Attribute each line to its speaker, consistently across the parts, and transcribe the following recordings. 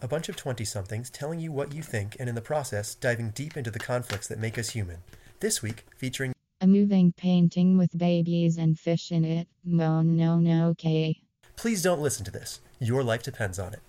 Speaker 1: a bunch of 20 somethings telling you what you think and in the process diving deep into the conflicts that make us human. This week, featuring
Speaker 2: A moving painting with babies and fish in it. Mononoke.
Speaker 1: Please Don't Listen to This. Your life depends on it.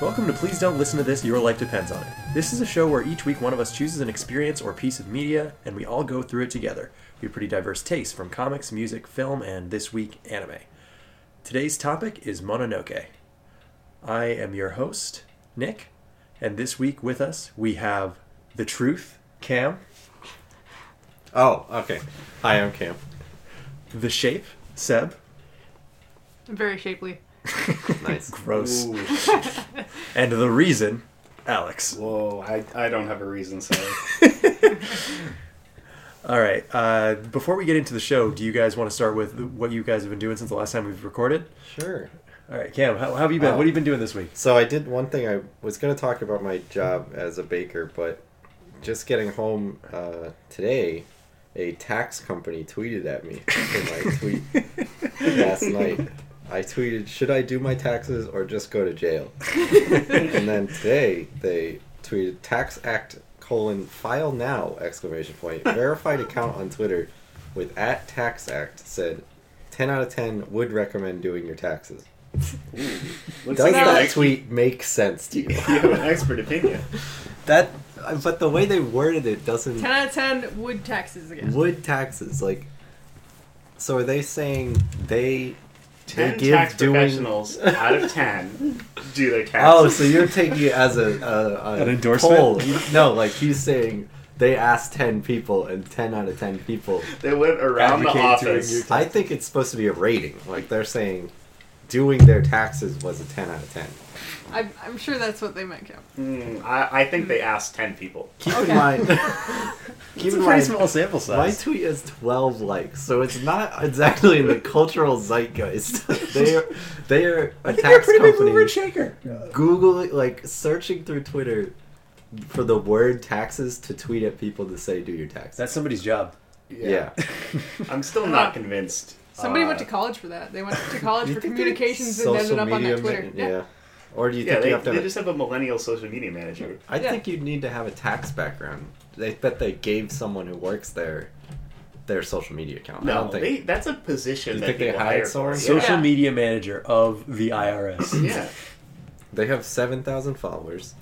Speaker 1: Welcome to Please Don't Listen to This, Your Life Depends on It. This is a show where each week one of us chooses an experience or piece of media, and we all go through it together. We have pretty diverse tastes from comics, music, film, and this week, anime. Today's topic is Mononoke. I am your host, Nick, and this week with us we have The Truth, Cam,
Speaker 3: Oh, okay. Hi, I'm Cam.
Speaker 1: The Shape, Seb,
Speaker 4: Very shapely.
Speaker 3: Nice.
Speaker 1: Gross,
Speaker 5: Ooh.
Speaker 1: and The Reason, Alex.
Speaker 5: Whoa, I, I don't have a reason, so
Speaker 1: All right. Uh, before we get into the show, do you guys want to start with what you guys have been doing since the last time we've recorded?
Speaker 3: Sure.
Speaker 1: All right, Cam, how, how have you been?
Speaker 3: Oh.
Speaker 1: What have you been doing this week?
Speaker 3: So I did one thing. I was going to talk about my job as a baker, but just getting home uh, today, a tax company tweeted at me for my tweet last night. I tweeted, "Should I do my taxes or just go to jail?" and then today they tweeted, "Tax Act colon file now!" exclamation point verified account on Twitter with at Tax Act said, 10 out of 10 would recommend doing your taxes."
Speaker 5: looks
Speaker 3: Does
Speaker 5: like you have an
Speaker 3: that
Speaker 5: ex-
Speaker 3: tweet make sense to
Speaker 5: you
Speaker 3: you?
Speaker 5: have an expert opinion.
Speaker 3: That, but the way they worded it doesn't.
Speaker 4: 10 out of 10 wood taxes again.
Speaker 3: Would taxes like? So are they saying they?
Speaker 5: Ten
Speaker 3: give
Speaker 5: tax
Speaker 3: doing-
Speaker 5: professionals out of ten do their taxes.
Speaker 3: Oh, so you're taking it as a, a, a
Speaker 1: An endorsement?
Speaker 3: poll. You- No, like he's saying they asked ten people and ten out of ten people.
Speaker 5: they went around the
Speaker 1: Advocate doing
Speaker 5: office.
Speaker 1: your-
Speaker 3: I think it's supposed to be a rating. Like they're saying, doing their taxes was a ten out of ten.
Speaker 4: I'm, I'm sure that's what they meant, Cap.
Speaker 5: Mm, I, I think they asked ten people.
Speaker 3: Keep
Speaker 4: Okay.
Speaker 3: in mind,
Speaker 1: It's
Speaker 3: keep
Speaker 1: a
Speaker 3: in
Speaker 1: pretty
Speaker 3: mind,
Speaker 1: small sample size.
Speaker 3: My tweet has 12 likes, so it's not exactly in the cultural zeitgeist. they are, they are a
Speaker 1: You're a
Speaker 3: tax
Speaker 1: pretty big mover
Speaker 3: company.
Speaker 1: and shaker.
Speaker 3: Googling, like, searching through Twitter for the word taxes to tweet at people to say do your taxes.
Speaker 1: That's somebody's job.
Speaker 3: yeah.
Speaker 5: I'm still not convinced.
Speaker 4: Somebody
Speaker 5: uh,
Speaker 4: went to college for that. They went to college
Speaker 3: You
Speaker 4: for
Speaker 3: think they-
Speaker 4: communications and
Speaker 3: social
Speaker 4: ended up on
Speaker 3: media
Speaker 4: that Twitter.
Speaker 3: man-
Speaker 4: yeah.
Speaker 3: yeah. Or do you
Speaker 5: Yeah,
Speaker 3: think
Speaker 5: they,
Speaker 3: you have to?
Speaker 5: they
Speaker 3: Have a,
Speaker 5: just have a millennial social media manager.
Speaker 3: I
Speaker 4: Yeah.
Speaker 3: think you'd need to have a tax background. They bet they gave someone who works there their social media account. I
Speaker 5: No,
Speaker 3: don't think.
Speaker 5: they, that's a position
Speaker 3: You
Speaker 5: that
Speaker 3: think they
Speaker 5: people
Speaker 3: hired
Speaker 5: hire
Speaker 3: someone?
Speaker 5: for.
Speaker 1: Social
Speaker 4: Yeah.
Speaker 1: media manager of the IRS.
Speaker 5: Yeah,
Speaker 3: They have seven thousand followers.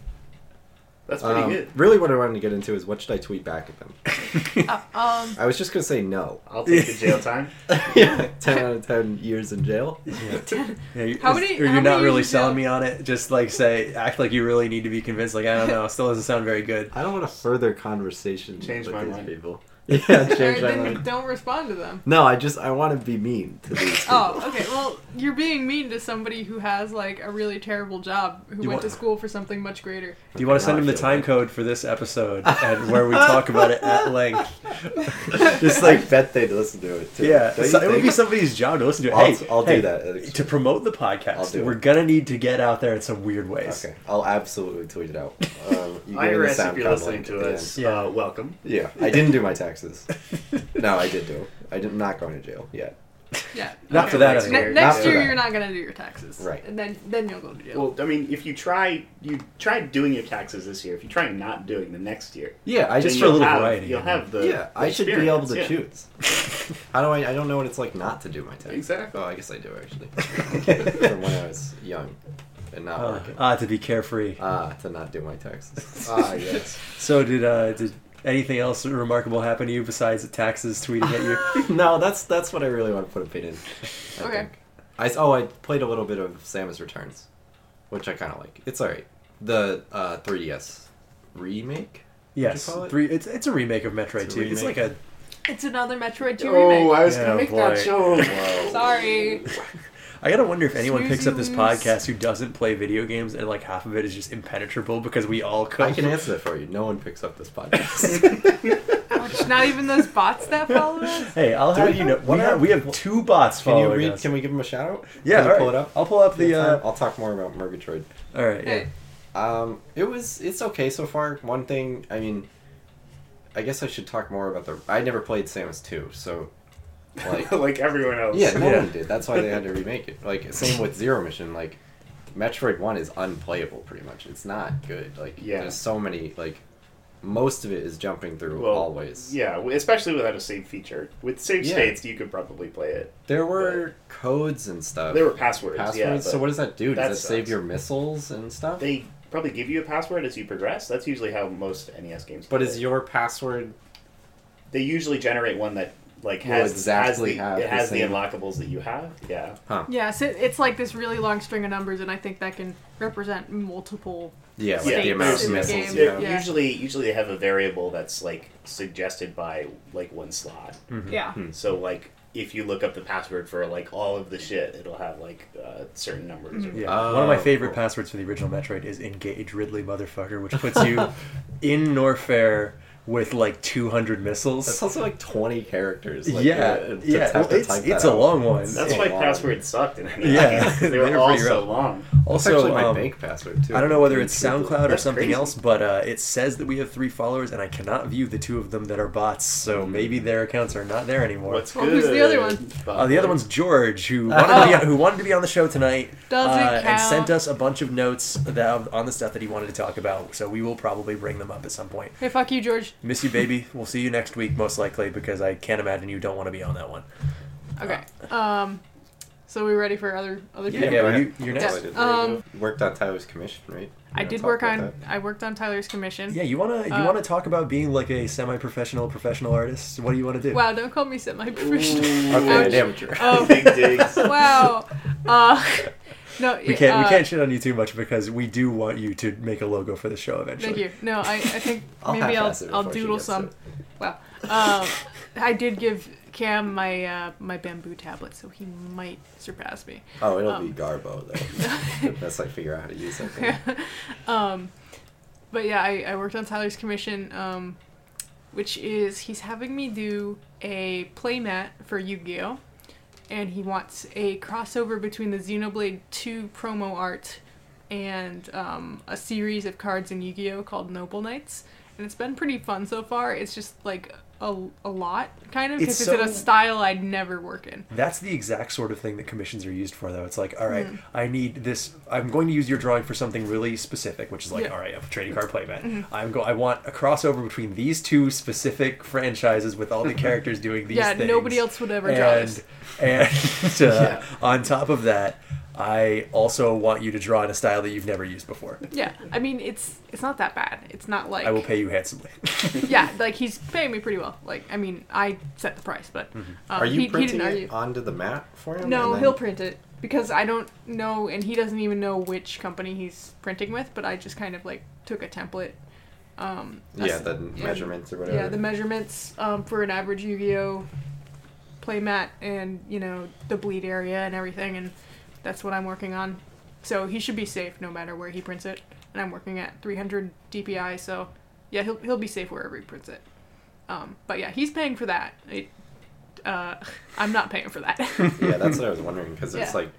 Speaker 5: that's pretty
Speaker 3: Um,
Speaker 5: good.
Speaker 3: Really, what I wanted to get into is what should I tweet back at them?
Speaker 1: Oh.
Speaker 4: Um,
Speaker 3: I was just gonna say no.
Speaker 5: I'll take the jail time.
Speaker 3: yeah, ten out of ten years in jail.
Speaker 1: Yeah, you-
Speaker 4: How many-
Speaker 1: or you're
Speaker 4: how
Speaker 1: not
Speaker 4: many
Speaker 1: really
Speaker 4: years
Speaker 1: selling
Speaker 4: ago?
Speaker 1: me on it. Just like say, act like you really need to be convinced. Like I don't know, still doesn't sound very good.
Speaker 3: I don't want a further conversation
Speaker 5: Change
Speaker 3: with
Speaker 5: my
Speaker 3: these
Speaker 5: mind.
Speaker 3: people. Yeah,
Speaker 4: all right,
Speaker 3: change my
Speaker 4: then
Speaker 3: mind.
Speaker 4: don't respond to them.
Speaker 3: No, I just I want to be mean to these people.
Speaker 4: Oh, okay. Well, you're being mean to somebody who has like a really terrible job, who
Speaker 1: You want-
Speaker 4: went to school for something much greater.
Speaker 1: Do you want to
Speaker 3: Now
Speaker 1: send
Speaker 3: I
Speaker 1: him the
Speaker 3: feel
Speaker 1: time
Speaker 3: bad.
Speaker 1: code for this episode and where we talk about it at length?
Speaker 3: just like bet they'd listen to it. Too.
Speaker 1: Yeah,
Speaker 3: Don't you
Speaker 1: so it would be
Speaker 3: think?
Speaker 1: somebody's job to listen to. it.
Speaker 3: I'll-
Speaker 1: hey,
Speaker 3: I'll do
Speaker 1: hey,
Speaker 3: that.
Speaker 1: to promote the podcast.
Speaker 3: I'll do
Speaker 1: we're
Speaker 3: it.
Speaker 1: gonna need to get out there in some weird ways.
Speaker 3: Okay, I'll absolutely tweet it out. Um, you give me the
Speaker 5: IRS, if you're
Speaker 3: SoundCloud
Speaker 5: listening
Speaker 3: link at
Speaker 5: to
Speaker 3: the
Speaker 5: us,
Speaker 3: end.
Speaker 1: Yeah.
Speaker 5: uh, welcome.
Speaker 3: Yeah, I didn't do my taxes. No, I did do. 'em. I did I'm not going to jail yet.
Speaker 4: Yeah.
Speaker 1: Not
Speaker 4: okay.
Speaker 1: for that.
Speaker 5: Next
Speaker 1: I
Speaker 4: Ne-
Speaker 1: mean.
Speaker 5: year.
Speaker 4: next
Speaker 3: Not for
Speaker 4: year,
Speaker 3: that.
Speaker 4: you're not gonna do your taxes.
Speaker 3: Right.
Speaker 4: And then then you'll go to jail.
Speaker 5: Well, I mean, if you try, you try doing your taxes this year. If you try not doing the next year,
Speaker 3: Yeah, I
Speaker 5: then
Speaker 3: just
Speaker 1: for a
Speaker 5: you'll
Speaker 1: little
Speaker 5: have,
Speaker 1: variety,
Speaker 5: You'll
Speaker 1: I mean.
Speaker 5: have the
Speaker 3: yeah, I
Speaker 5: the
Speaker 3: should be able to
Speaker 5: experience, yeah.
Speaker 3: choose. How do I? I don't know what it's like not to do my taxes.
Speaker 5: Exactly.
Speaker 3: Oh, I guess I do actually. From when I was young and not
Speaker 1: Uh,
Speaker 3: working.
Speaker 1: ah, to be carefree.
Speaker 3: Ah, to not do my taxes.
Speaker 5: Ah, yes.
Speaker 1: So did uh, did anything else remarkable happen to you besides the taxes tweeting at you?
Speaker 3: no, that's that's what I really want to put a pin in. I
Speaker 4: Okay.
Speaker 3: Think. I s- oh I played a little bit of Samus Returns, which I kind of like. It's alright. The uh, 3DS remake.
Speaker 1: yes,
Speaker 3: call it?
Speaker 1: three. It's it's a remake of Metroid
Speaker 3: It's a
Speaker 1: Two. It's like
Speaker 3: remake.
Speaker 1: a
Speaker 4: it's another Metroid 2
Speaker 5: Oh,
Speaker 4: remake.
Speaker 5: I was
Speaker 1: Yeah,
Speaker 5: gonna make
Speaker 1: boy.
Speaker 5: that joke.
Speaker 3: Whoa.
Speaker 4: Sorry.
Speaker 1: I gotta wonder if anyone
Speaker 4: Snoozy
Speaker 1: picks up this
Speaker 4: lose.
Speaker 1: podcast who doesn't play video games and like half of it is just impenetrable because we all come.
Speaker 3: I can answer that for you. No one picks up this podcast.
Speaker 4: Ouch, Not even those bots that follow us.
Speaker 1: Hey, I'll
Speaker 3: Do
Speaker 1: have
Speaker 3: we
Speaker 1: you know.
Speaker 3: have-
Speaker 1: We
Speaker 3: we
Speaker 1: have,
Speaker 3: have-
Speaker 1: we have two bots
Speaker 3: can you
Speaker 1: following
Speaker 3: read?
Speaker 1: us.
Speaker 3: Can we give him a shout out?
Speaker 1: yeah,
Speaker 3: Can
Speaker 1: all
Speaker 3: you
Speaker 1: right.
Speaker 3: pull it up.
Speaker 1: I'll pull up the. Uh,
Speaker 3: I'll talk more about Murgatroyd.
Speaker 1: all right, yeah.
Speaker 4: Hey,
Speaker 3: Um, it was it's okay so far. One thing, I mean, I guess I should talk more about the. I never played Samus two, so like
Speaker 5: like everyone else.
Speaker 3: yeah, no
Speaker 1: Yeah.
Speaker 3: one did. That's why they had to remake it. Like same with Zero Mission. Like Metroid one is unplayable pretty much. It's not good. Like
Speaker 5: Yeah.
Speaker 3: there's so many like most of it is jumping through
Speaker 5: Well,
Speaker 3: always.
Speaker 5: Yeah, w- especially without a save feature. With save
Speaker 3: Yeah.
Speaker 5: states, you could probably play it.
Speaker 3: There were codes and stuff.
Speaker 5: There were passwords.
Speaker 3: passwords.
Speaker 5: Yeah,
Speaker 3: so
Speaker 5: but
Speaker 3: what does that do? Does
Speaker 5: that
Speaker 3: that, save
Speaker 5: sucks.
Speaker 3: your missiles and stuff?
Speaker 5: They probably give you a password as you progress. That's usually how most NES games.
Speaker 3: but
Speaker 5: play
Speaker 3: is
Speaker 5: it.
Speaker 3: your password
Speaker 5: they usually generate one that like
Speaker 3: Will
Speaker 5: has
Speaker 3: exactly
Speaker 5: has
Speaker 3: have
Speaker 5: the,
Speaker 3: the
Speaker 5: it has the
Speaker 3: same-
Speaker 5: unlockables that you have. Yeah.
Speaker 4: Yeah, so it's like this really long string of numbers, and I think that can represent multiple.
Speaker 3: yeah, like
Speaker 5: Yeah,
Speaker 3: the amount
Speaker 5: there's-
Speaker 3: of
Speaker 4: in the
Speaker 3: missiles
Speaker 4: game.
Speaker 3: you
Speaker 5: They're-
Speaker 3: have?
Speaker 4: Yeah.
Speaker 5: Usually, usually they have a variable that's like suggested by like one slot.
Speaker 3: Hmm. Mm-hmm.
Speaker 4: Yeah.
Speaker 5: So like if you look up the password for like all of the shit, it'll have like uh, certain numbers.
Speaker 4: Hmm.
Speaker 5: Or
Speaker 1: Yeah. One of my
Speaker 3: Oh,
Speaker 1: favorite
Speaker 3: cool.
Speaker 1: passwords for the original Metroid is engage Ridley motherfucker, which puts you in Norfair with like 200
Speaker 3: That's
Speaker 1: missiles.
Speaker 3: also like twenty characters. Like,
Speaker 1: yeah,
Speaker 3: uh, to
Speaker 1: yeah.
Speaker 3: have
Speaker 1: Well,
Speaker 3: to
Speaker 1: it's
Speaker 3: type
Speaker 1: it's
Speaker 3: that
Speaker 1: a
Speaker 3: out.
Speaker 1: long one.
Speaker 5: That's
Speaker 3: Yeah.
Speaker 5: why passwords sucked in any
Speaker 1: Yeah.
Speaker 5: case. they
Speaker 1: They
Speaker 5: were
Speaker 1: were
Speaker 5: all
Speaker 1: pretty
Speaker 5: so
Speaker 1: rough.
Speaker 5: long.
Speaker 3: That's
Speaker 1: also,
Speaker 3: actually my
Speaker 1: um,
Speaker 3: bank password too.
Speaker 1: I don't know whether it's SoundCloud or
Speaker 5: That's
Speaker 1: something
Speaker 5: crazy.
Speaker 1: else, but uh, it says that we have three followers, and I cannot view the two of them that are bots. So maybe their accounts are not there anymore.
Speaker 5: What's
Speaker 4: Well,
Speaker 5: good?
Speaker 4: who's the other one?
Speaker 3: Oh,
Speaker 1: Uh, the other one's George, who wanted, to be on, who wanted to be on the show tonight,
Speaker 4: Oh. Doesn't
Speaker 1: uh, and
Speaker 4: count.
Speaker 1: sent us a bunch of notes that, on the stuff that he wanted to talk about. So we will probably bring them up at some point.
Speaker 4: Hey, fuck you, George.
Speaker 1: Miss you, baby. We'll see you next week, most likely, because I can't imagine you don't want to be on that one.
Speaker 4: Okay.
Speaker 3: Uh.
Speaker 4: Um, so we ready for other other
Speaker 1: Yeah,
Speaker 4: people?
Speaker 1: yeah,
Speaker 3: go
Speaker 1: you,
Speaker 3: ahead.
Speaker 1: you're
Speaker 4: Yeah.
Speaker 1: next.
Speaker 3: That's what I
Speaker 4: Um,
Speaker 3: did. You worked on Tyler's commission, right?
Speaker 4: I
Speaker 3: You wanna
Speaker 4: did
Speaker 3: talk
Speaker 4: work
Speaker 3: about
Speaker 4: on.
Speaker 3: that?
Speaker 4: I worked on Tyler's commission.
Speaker 1: Yeah, you wanna you
Speaker 4: Uh,
Speaker 1: wanna talk about being like a semi-professional professional artist? What do you want to do?
Speaker 4: Wow, don't call me semi-professional.
Speaker 3: Okay,
Speaker 4: Ouch.
Speaker 3: an amateur.
Speaker 4: Oh,
Speaker 5: Big digs.
Speaker 4: wow. Uh, no,
Speaker 1: we can't
Speaker 4: uh,
Speaker 1: we can't shit on you too much because we do want you to make a logo for the show eventually.
Speaker 4: Thank you. No, I, I think
Speaker 3: I'll
Speaker 4: maybe I'll
Speaker 3: half-ass it
Speaker 4: I'll
Speaker 3: before she
Speaker 4: doodle
Speaker 3: gets
Speaker 4: some.
Speaker 3: it.
Speaker 4: Wow. Um, I did give Cam my uh, my bamboo tablet, so he might surpass me.
Speaker 3: Oh, it'll be
Speaker 4: Um,
Speaker 3: Garbo though. Unless I figure out how to use it.
Speaker 4: um, but yeah, I, I worked on Tyler's commission, um, which is he's having me do a playmat for Yu-Gi-Oh, and he wants a crossover between the Xenoblade 2 promo art and um, a series of cards in Yu-Gi-Oh called Noble Knights, and it's been pretty fun so far. It's just like a, a lot kind of
Speaker 1: It's
Speaker 4: because it's, in a
Speaker 1: so-
Speaker 4: style I'd never work in.
Speaker 1: That's the exact sort of thing that commissions are used for, though. It's like, all
Speaker 4: Hmm.
Speaker 1: right, I need this. I'm going to use your drawing for something really specific, which is like,
Speaker 4: Yeah. Mm-hmm.
Speaker 1: all right, a trading card playmat. I'm go. I want a crossover between these two specific franchises with all the characters doing these.
Speaker 4: yeah,
Speaker 1: things.
Speaker 4: nobody else would ever draw
Speaker 1: and
Speaker 4: this.
Speaker 1: and uh, on top of that, I also want you to draw in a style that you've never used before.
Speaker 4: Yeah, I mean it's it's not that bad. It's not like
Speaker 1: I will pay you handsomely.
Speaker 4: yeah, like he's paying me pretty well. Like I mean, I set the price, but um,
Speaker 3: Are you
Speaker 4: he, he
Speaker 3: printing
Speaker 4: didn't argue.
Speaker 3: it onto the mat for him?
Speaker 4: no,
Speaker 3: and then-
Speaker 4: he'll print it because I don't know, and he doesn't even know which company he's printing with. But I just kind of like took a template. Um,
Speaker 3: Yeah,
Speaker 4: as-
Speaker 3: the measurements or whatever.
Speaker 4: yeah, the measurements um, for an average Yu-Gi-Oh playmat, and you know the bleed area and everything, and that's what I'm working on. So he should be safe no matter where he prints it, and I'm working at 300 DPI, so yeah, he'll he'll be safe wherever he prints it. Um, but yeah, he's paying for that. It, uh, I'm not paying for that.
Speaker 3: yeah, that's what I was wondering because it's
Speaker 4: Yeah.
Speaker 3: like,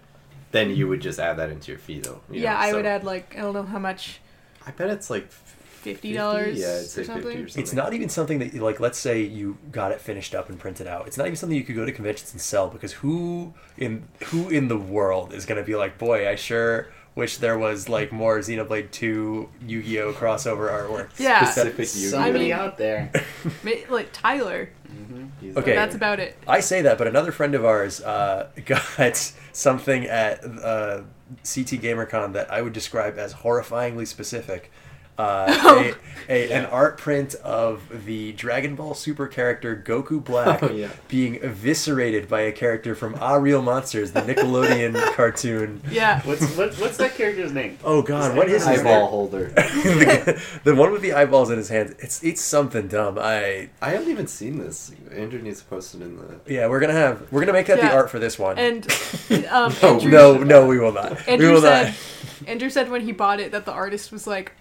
Speaker 3: then you would just add that into your fee though. you
Speaker 4: yeah,
Speaker 3: know,
Speaker 4: I
Speaker 3: so-
Speaker 4: would add like I don't know how much,
Speaker 3: I bet it's like
Speaker 4: fifty dollars
Speaker 3: Yeah,
Speaker 4: or
Speaker 3: it's like fifty
Speaker 4: something.
Speaker 3: or something.
Speaker 1: It's not even something that, like, let's say you got it finished up and printed out. It's not even something you could go to conventions and sell because who in who in the world is going to be like, boy, I sure wish there was like more Xenoblade Two Yu-Gi-Oh crossover artwork.
Speaker 4: Yeah.
Speaker 1: specific
Speaker 3: You-
Speaker 5: Somebody
Speaker 4: mean-
Speaker 5: out there.
Speaker 4: Ma- Like Tyler,
Speaker 3: He's
Speaker 1: Okay.
Speaker 4: that's about it.
Speaker 1: I say that, but another friend of ours uh, got something at uh, CT GamerCon that I would describe as horrifyingly specific. uh, a, a, an art print of the Dragon Ball Super character Goku Black
Speaker 3: Oh, yeah.
Speaker 1: being eviscerated by a character from Ah Real Monsters, the Nickelodeon cartoon.
Speaker 4: Yeah.
Speaker 5: What's what, what's that character's name?
Speaker 1: Oh God, what is his
Speaker 3: eyeball
Speaker 1: name?
Speaker 3: holder.
Speaker 1: the, the one with the eyeballs in his hands. It's it's something dumb. I
Speaker 3: I haven't even seen this. Andrew needs to post it in the.
Speaker 1: yeah, we're gonna have we're gonna make that
Speaker 4: Yeah.
Speaker 1: the art for this one.
Speaker 4: And um,
Speaker 3: No,
Speaker 4: Andrew,
Speaker 1: no, no, we will not. we
Speaker 4: Andrew
Speaker 1: will
Speaker 4: said,
Speaker 1: not.
Speaker 4: Andrew said when he bought it that the artist was like,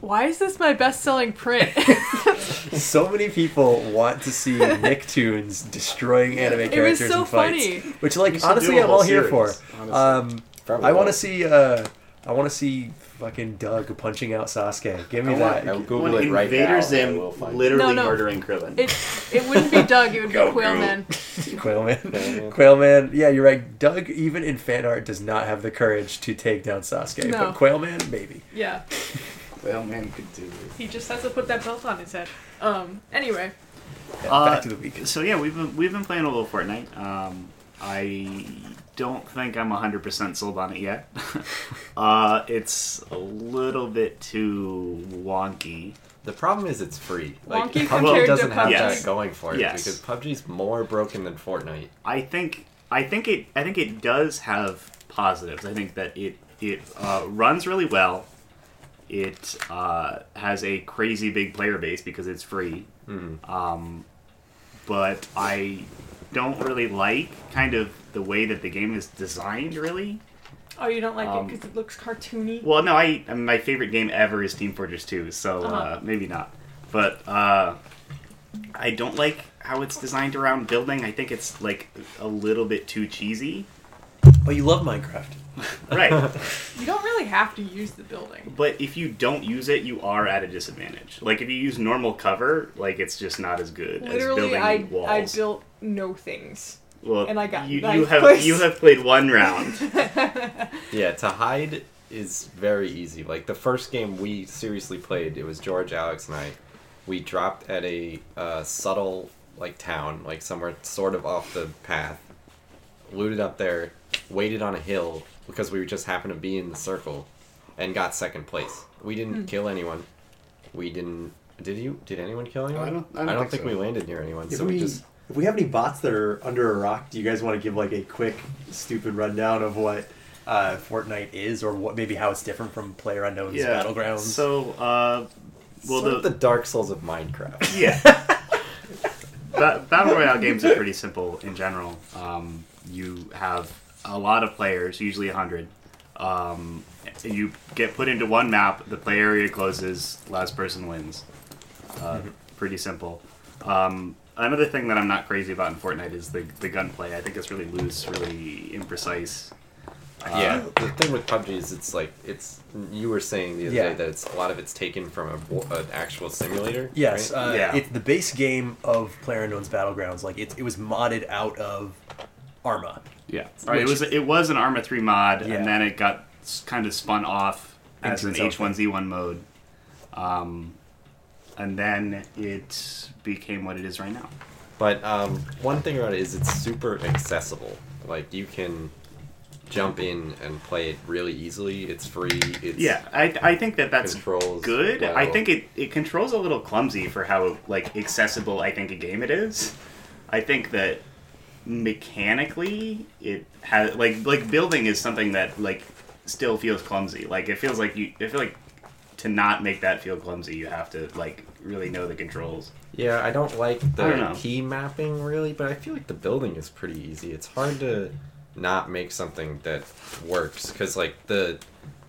Speaker 4: "Why is this my best-selling print?"
Speaker 1: So many people want to see Nicktoons destroying anime
Speaker 4: It was
Speaker 1: characters
Speaker 4: so
Speaker 1: in fights,
Speaker 4: funny.
Speaker 1: which,
Speaker 5: We
Speaker 1: like,
Speaker 5: should do
Speaker 1: honestly,
Speaker 5: a
Speaker 1: I'm
Speaker 5: whole
Speaker 1: all here for.
Speaker 5: series, honestly.
Speaker 1: Um,
Speaker 3: Probably
Speaker 1: I want
Speaker 3: will.
Speaker 1: to see. Uh, I want to see fucking Doug punching out Sasuke. Give me
Speaker 5: I
Speaker 1: that.
Speaker 5: want,
Speaker 3: I'll
Speaker 5: when
Speaker 3: Google it right
Speaker 5: Invader
Speaker 3: now, and I will
Speaker 5: Zim
Speaker 3: find it.
Speaker 5: literally
Speaker 4: No, no.
Speaker 5: murdering Krillin.
Speaker 4: It it wouldn't be Doug. It would be
Speaker 1: Go,
Speaker 4: Quailman.
Speaker 1: Quailman.
Speaker 3: Quailman.
Speaker 1: Quailman. Yeah, you're right. Doug, even in fan art, does not have the courage to take down Sasuke.
Speaker 4: No.
Speaker 1: But Quailman, maybe.
Speaker 4: Yeah.
Speaker 5: well, man could do it.
Speaker 4: He just has to put that belt on his head. Um. Anyway.
Speaker 1: Yeah,
Speaker 5: Uh,
Speaker 1: back to the week.
Speaker 5: So yeah, we've been we've been playing a little Fortnite. Um, I don't think I'm 100% sold on it yet. uh, it's a little bit too wonky.
Speaker 3: The problem is it's free. Like
Speaker 4: Wonky
Speaker 5: compared
Speaker 3: PUBG doesn't
Speaker 4: to
Speaker 3: have
Speaker 5: Yes.
Speaker 3: that going for it
Speaker 5: Yes.
Speaker 3: because PUBG's more broken than Fortnite.
Speaker 5: I think I think it I think it does have positives. I think that it it uh, runs really well. It uh, has a crazy big player base because it's free. Um, but I don't really like kind of the way that the game is designed. Really,
Speaker 4: Oh, you don't like it 'cause
Speaker 5: Um,
Speaker 4: it because it looks cartoony.
Speaker 5: well, no, I I mean, my favorite game ever is Team Fortress 2, so uh
Speaker 4: Uh-huh.
Speaker 5: maybe not. But uh, I don't like how it's designed around building. I think it's like a little bit too cheesy.
Speaker 1: But you love Minecraft.
Speaker 5: Right.
Speaker 4: You don't really have to use the building.
Speaker 5: but if you don't use it, you are at a disadvantage. Like if you use normal cover, like it's just not as good as
Speaker 4: Literally,
Speaker 5: building
Speaker 4: I
Speaker 5: walls.
Speaker 4: I built no things.
Speaker 5: well,
Speaker 4: and I got
Speaker 5: you, you
Speaker 4: ninth
Speaker 5: have
Speaker 4: place.
Speaker 5: you have played one round.
Speaker 3: Yeah, to hide is very easy. Like the first game we seriously played, it was George, Alex, and I. We dropped at a uh, subtle like town, like somewhere sort of off the path. Looted up there, waited on a hill because we just happened to be in the circle, and got second place. We didn't kill anyone. We didn't. Did you? Did anyone kill anyone?
Speaker 5: don't- I don't
Speaker 3: think,
Speaker 5: think so.
Speaker 3: we landed near anyone. so we, just.
Speaker 1: if we have any bots that are under a rock, do you guys want to give like a quick, stupid rundown of what uh, Fortnite is, or what maybe how it's different from Player Unknown's Battlegrounds?
Speaker 5: So, uh, well,
Speaker 3: Well, sort
Speaker 5: the,
Speaker 3: of the Dark Souls of Minecraft.
Speaker 5: yeah. Ba- Battle Royale games are pretty simple in general. Um, you have a lot of players, usually 100. Um, you get put into one map, the play area closes, last person wins. Uh, Pretty simple. Um, another thing that I'm not crazy about in Fortnite is the, the gunplay. I think it's really loose, really imprecise.
Speaker 3: Yeah, Uh, the thing with PUBG is it's like it's you were saying the other
Speaker 1: Yeah.
Speaker 3: day that it's a lot of it's taken from a, wa- an actual simulator.
Speaker 1: Yes,
Speaker 3: right?
Speaker 1: uh,
Speaker 5: Yeah.
Speaker 1: it's the base game of PlayerUnknown's Battlegrounds. Like it, it was modded out of Arma.
Speaker 5: Yeah. It was it was an Arma 3 mod,
Speaker 1: Yeah.
Speaker 5: and then it got s- kind of spun off as an
Speaker 1: Into its own
Speaker 5: H1Z1 mode. Um, and then it became what it is right now.
Speaker 3: But um, one thing about it is it's super accessible. Like you can jump in and play it really easily. It's free. It's
Speaker 5: Yeah, I, I think that that's
Speaker 3: Controls
Speaker 5: good. I
Speaker 3: well.
Speaker 5: think it, it controls a little clumsy for how like accessible I think a game it is. I think that mechanically it has like like building is something that like still feels clumsy. Like it feels like you I feel like to not make that feel clumsy, you have to like really know the controls.
Speaker 3: Yeah, I don't like the
Speaker 5: I don't know.
Speaker 3: key mapping really, but I feel like the building is pretty easy. It's hard to not make something that works because like the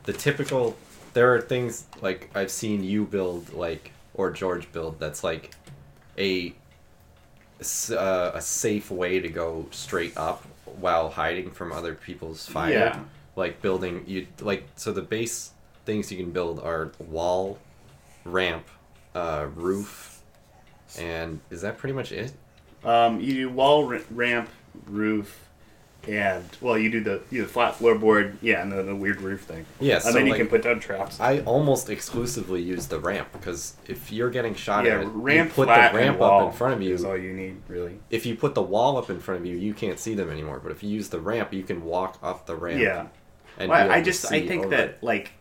Speaker 3: the typical there are things like I've seen you build like or George build that's like a s- uh, a safe way to go straight up while hiding from other people's fire.
Speaker 5: Yeah.
Speaker 3: Like building you like so the base things you can build are wall, ramp, uh, roof, and is that pretty much it?
Speaker 5: Um, you do wall r- ramp roof. And well, you do the you do the flat floorboard, yeah, and then the weird roof thing.
Speaker 3: Yeah,
Speaker 5: and
Speaker 3: so,
Speaker 5: then you
Speaker 3: like-
Speaker 5: can put down traps.
Speaker 3: I almost exclusively use the ramp because if you're getting shot
Speaker 5: Yeah,
Speaker 3: at,
Speaker 5: ramp
Speaker 3: you put
Speaker 5: flat
Speaker 3: the ramp
Speaker 5: and wall
Speaker 3: up in front of
Speaker 5: is all
Speaker 3: you.
Speaker 5: you need, really.
Speaker 3: If you put the wall up in front of you, you can't see them anymore. But if you use the ramp, you can walk up the ramp.
Speaker 5: Yeah.
Speaker 3: And
Speaker 5: Well,
Speaker 3: be
Speaker 5: I
Speaker 3: able to
Speaker 5: just I
Speaker 3: see
Speaker 5: think
Speaker 3: over
Speaker 5: that
Speaker 3: it.
Speaker 5: like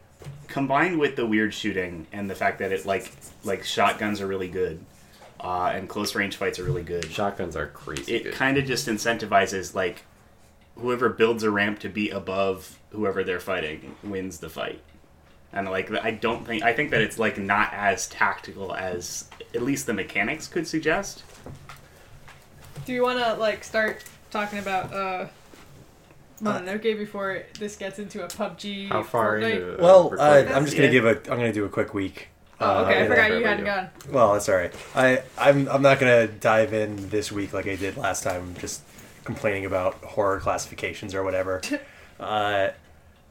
Speaker 5: combined with the weird shooting and the fact that it like like shotguns are really good, uh, and close range fights are really good.
Speaker 3: Shotguns are crazy.
Speaker 5: it
Speaker 3: good.
Speaker 5: kind of just incentivizes like whoever builds a ramp to be above whoever they're fighting wins the fight and like i don't think i think that it's like not as tactical as at least the mechanics could suggest
Speaker 4: Do you want to like start talking about uh? okay, before this gets into a PUBG.
Speaker 3: Uh, How far
Speaker 4: Fortnite.
Speaker 3: into? uh,
Speaker 1: Well, uh,
Speaker 3: recording?
Speaker 1: I'm just gonna give a. I'm gonna do a quick week.
Speaker 4: Oh, okay.
Speaker 1: Uh,
Speaker 4: I
Speaker 1: yeah.
Speaker 4: forgot
Speaker 3: yeah.
Speaker 4: you hadn't gone.
Speaker 1: Well, that's all right. I I'm I'm not gonna dive in this week like I did last time, just complaining about horror classifications or whatever. uh,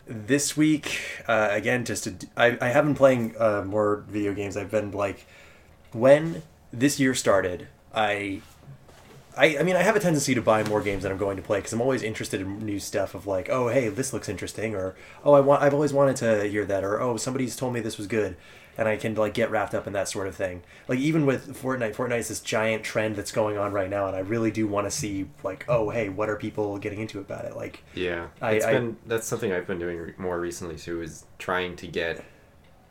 Speaker 1: this week, uh, again, just to, d- I I have been playing uh, more video games. I've been like, when this year started, I. I, I mean, I have a tendency to buy more games than I'm going to play because I'm always interested in new stuff of like, oh, hey, this looks interesting, or oh, I want, I've always wanted to hear that, or oh, somebody's told me this was good, and I can like get wrapped up in that sort of thing. Like even with Fortnite, Fortnite is this giant trend that's going on right now, and I really do want to see like, oh, hey, what are people getting into about it? Like,
Speaker 3: Yeah,
Speaker 1: I-
Speaker 3: it's
Speaker 1: I-
Speaker 3: been that's something I've been doing re- more recently too. Is trying to get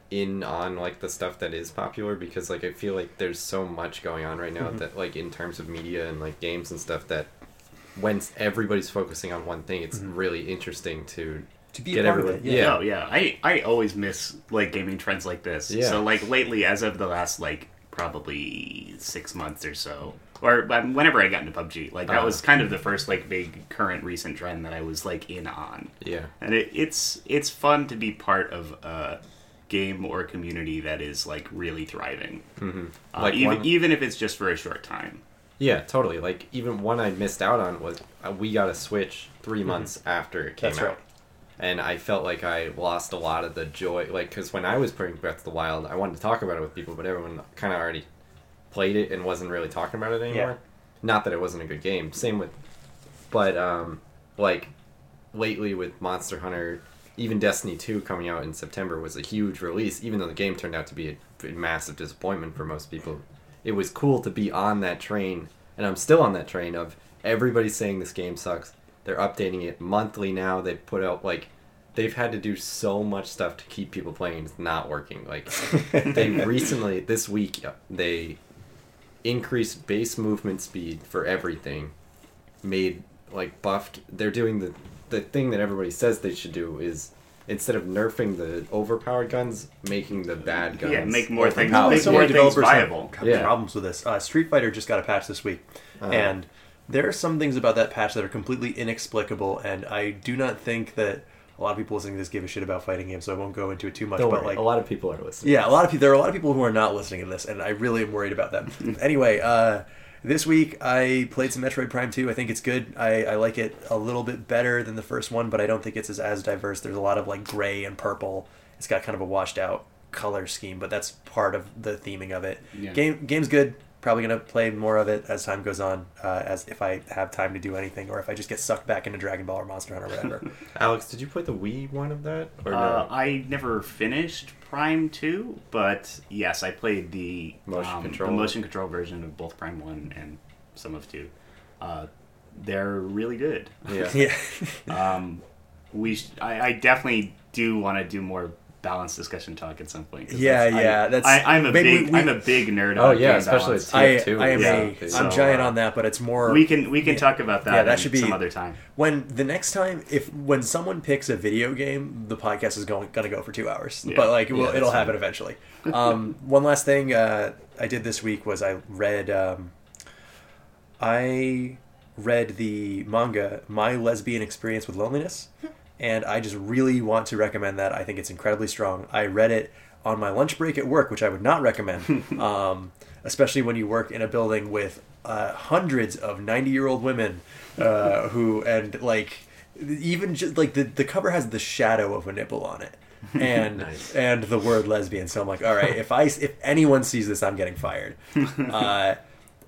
Speaker 3: in on like the stuff that is popular because like I feel like there's so much going on right now that like in terms of media and like games and stuff that when s- everybody's focusing on one thing, it's really interesting to
Speaker 1: To be a
Speaker 3: get
Speaker 1: part of
Speaker 3: everyone.
Speaker 1: it,
Speaker 3: yeah.
Speaker 5: No, yeah i i always miss like gaming trends like this
Speaker 3: Yeah.
Speaker 5: so like lately as of the last like probably six months or so or um, whenever i got into pubg like that
Speaker 3: Uh-huh.
Speaker 5: was kind of the first like big current recent trend that i was like in on
Speaker 3: yeah.
Speaker 5: and it, it's it's fun to be part of a game or community that is like really thriving uh,
Speaker 3: Mm-hmm. Like
Speaker 5: even,
Speaker 3: one-
Speaker 5: even if it's just for a short time
Speaker 3: Yeah, totally. Like even one I missed out on was uh, we got a Switch three months after it came
Speaker 1: Mm-hmm. That's
Speaker 3: out,
Speaker 1: right.
Speaker 3: and I felt like I lost a lot of the joy. Like because when I was playing Breath of the Wild, I wanted to talk about it with people, but everyone kind of already played it and wasn't really talking about it anymore.
Speaker 1: Yeah.
Speaker 3: Not that it wasn't a good game. Same with, but um, like lately with Monster Hunter, even Destiny Two coming out in September was a huge release. Even though the game turned out to be a massive disappointment for most people, it was cool to be on that train, and I'm still on that train of everybody saying this game sucks. They're updating it monthly now. They put out like they've had to do so much stuff to keep people playing. It's not working. Like they recently this week they increased base movement speed for everything made like buffed they're doing the the thing that everybody says they should do is instead of nerfing the overpowered guns making the bad guns
Speaker 5: yeah make more things
Speaker 3: overpowered.
Speaker 5: make
Speaker 1: so
Speaker 5: more
Speaker 1: many
Speaker 5: things
Speaker 1: developers have-
Speaker 5: viable
Speaker 1: have
Speaker 3: Yeah. Uh-huh.
Speaker 1: problems with this. Uh, Street Fighter just got a patch this week, and there are some things about that patch that are completely inexplicable. And I do not think that a lot of people listening to this give a shit about fighting games, so I won't go into it too much.
Speaker 3: don't
Speaker 1: but
Speaker 3: worry
Speaker 1: like,
Speaker 3: a lot of people are listening
Speaker 1: yeah, a lot of people. There are a lot of people who are not listening to this, and I really am worried about them. anyway, uh, this week I played some Metroid Prime 2. I think it's good. I, I like it a little bit better than the first one, but I don't think it's as, as diverse. There's a lot of like gray and purple. It's got kind of a washed out color scheme, but that's part of the theming of it.
Speaker 5: Yeah.
Speaker 1: Game game's good. Probably gonna play more of it as time goes on, uh, as if I have time to do anything, or if I just get sucked back into Dragon Ball or Monster Hunter or whatever.
Speaker 3: alex did you play the wii one of that or no
Speaker 5: uh, i never finished prime 2 but yes i played the
Speaker 3: Motion
Speaker 5: um,
Speaker 3: control.
Speaker 5: the motion control version of both prime 1 and some of 2 uh, they're really good
Speaker 3: yeah
Speaker 1: yeah,
Speaker 5: um, we sh- I, I definitely do want to do more balanced discussion talk at some point. 'cause
Speaker 1: Yeah,
Speaker 5: I-
Speaker 1: yeah, that's-
Speaker 5: I, I'm a
Speaker 1: maybe
Speaker 5: big
Speaker 1: we-
Speaker 5: I'm a big nerd.
Speaker 3: oh
Speaker 5: on
Speaker 3: yeah
Speaker 5: game
Speaker 3: especially
Speaker 5: balance.
Speaker 1: I,
Speaker 3: tf2
Speaker 1: I am
Speaker 5: yeah.
Speaker 1: a,
Speaker 5: So,
Speaker 1: I'm giant
Speaker 5: uh,
Speaker 1: on that, but it's more
Speaker 5: we can we can
Speaker 1: Yeah.
Speaker 5: talk about that.
Speaker 1: Yeah, that
Speaker 5: in
Speaker 1: should be-
Speaker 5: some other time.
Speaker 1: when the next time if when someone picks a video game the podcast is going gonna go for two hours
Speaker 5: Yeah.
Speaker 1: but like well,
Speaker 3: that's
Speaker 1: it'll
Speaker 3: fine.
Speaker 1: happen eventually um, one last thing uh, i did this week was i read um, i read the manga my lesbian experience with loneliness
Speaker 5: Hmm.
Speaker 1: and i just really want to recommend that i think it's incredibly strong i read it on my lunch break at work which i would not recommend um, especially when you work in a building with uh, hundreds of 90 year old women uh, who and like even just like the, the cover has the shadow of a nipple on it and and the word lesbian so i'm like all right if i if anyone sees this i'm getting fired uh,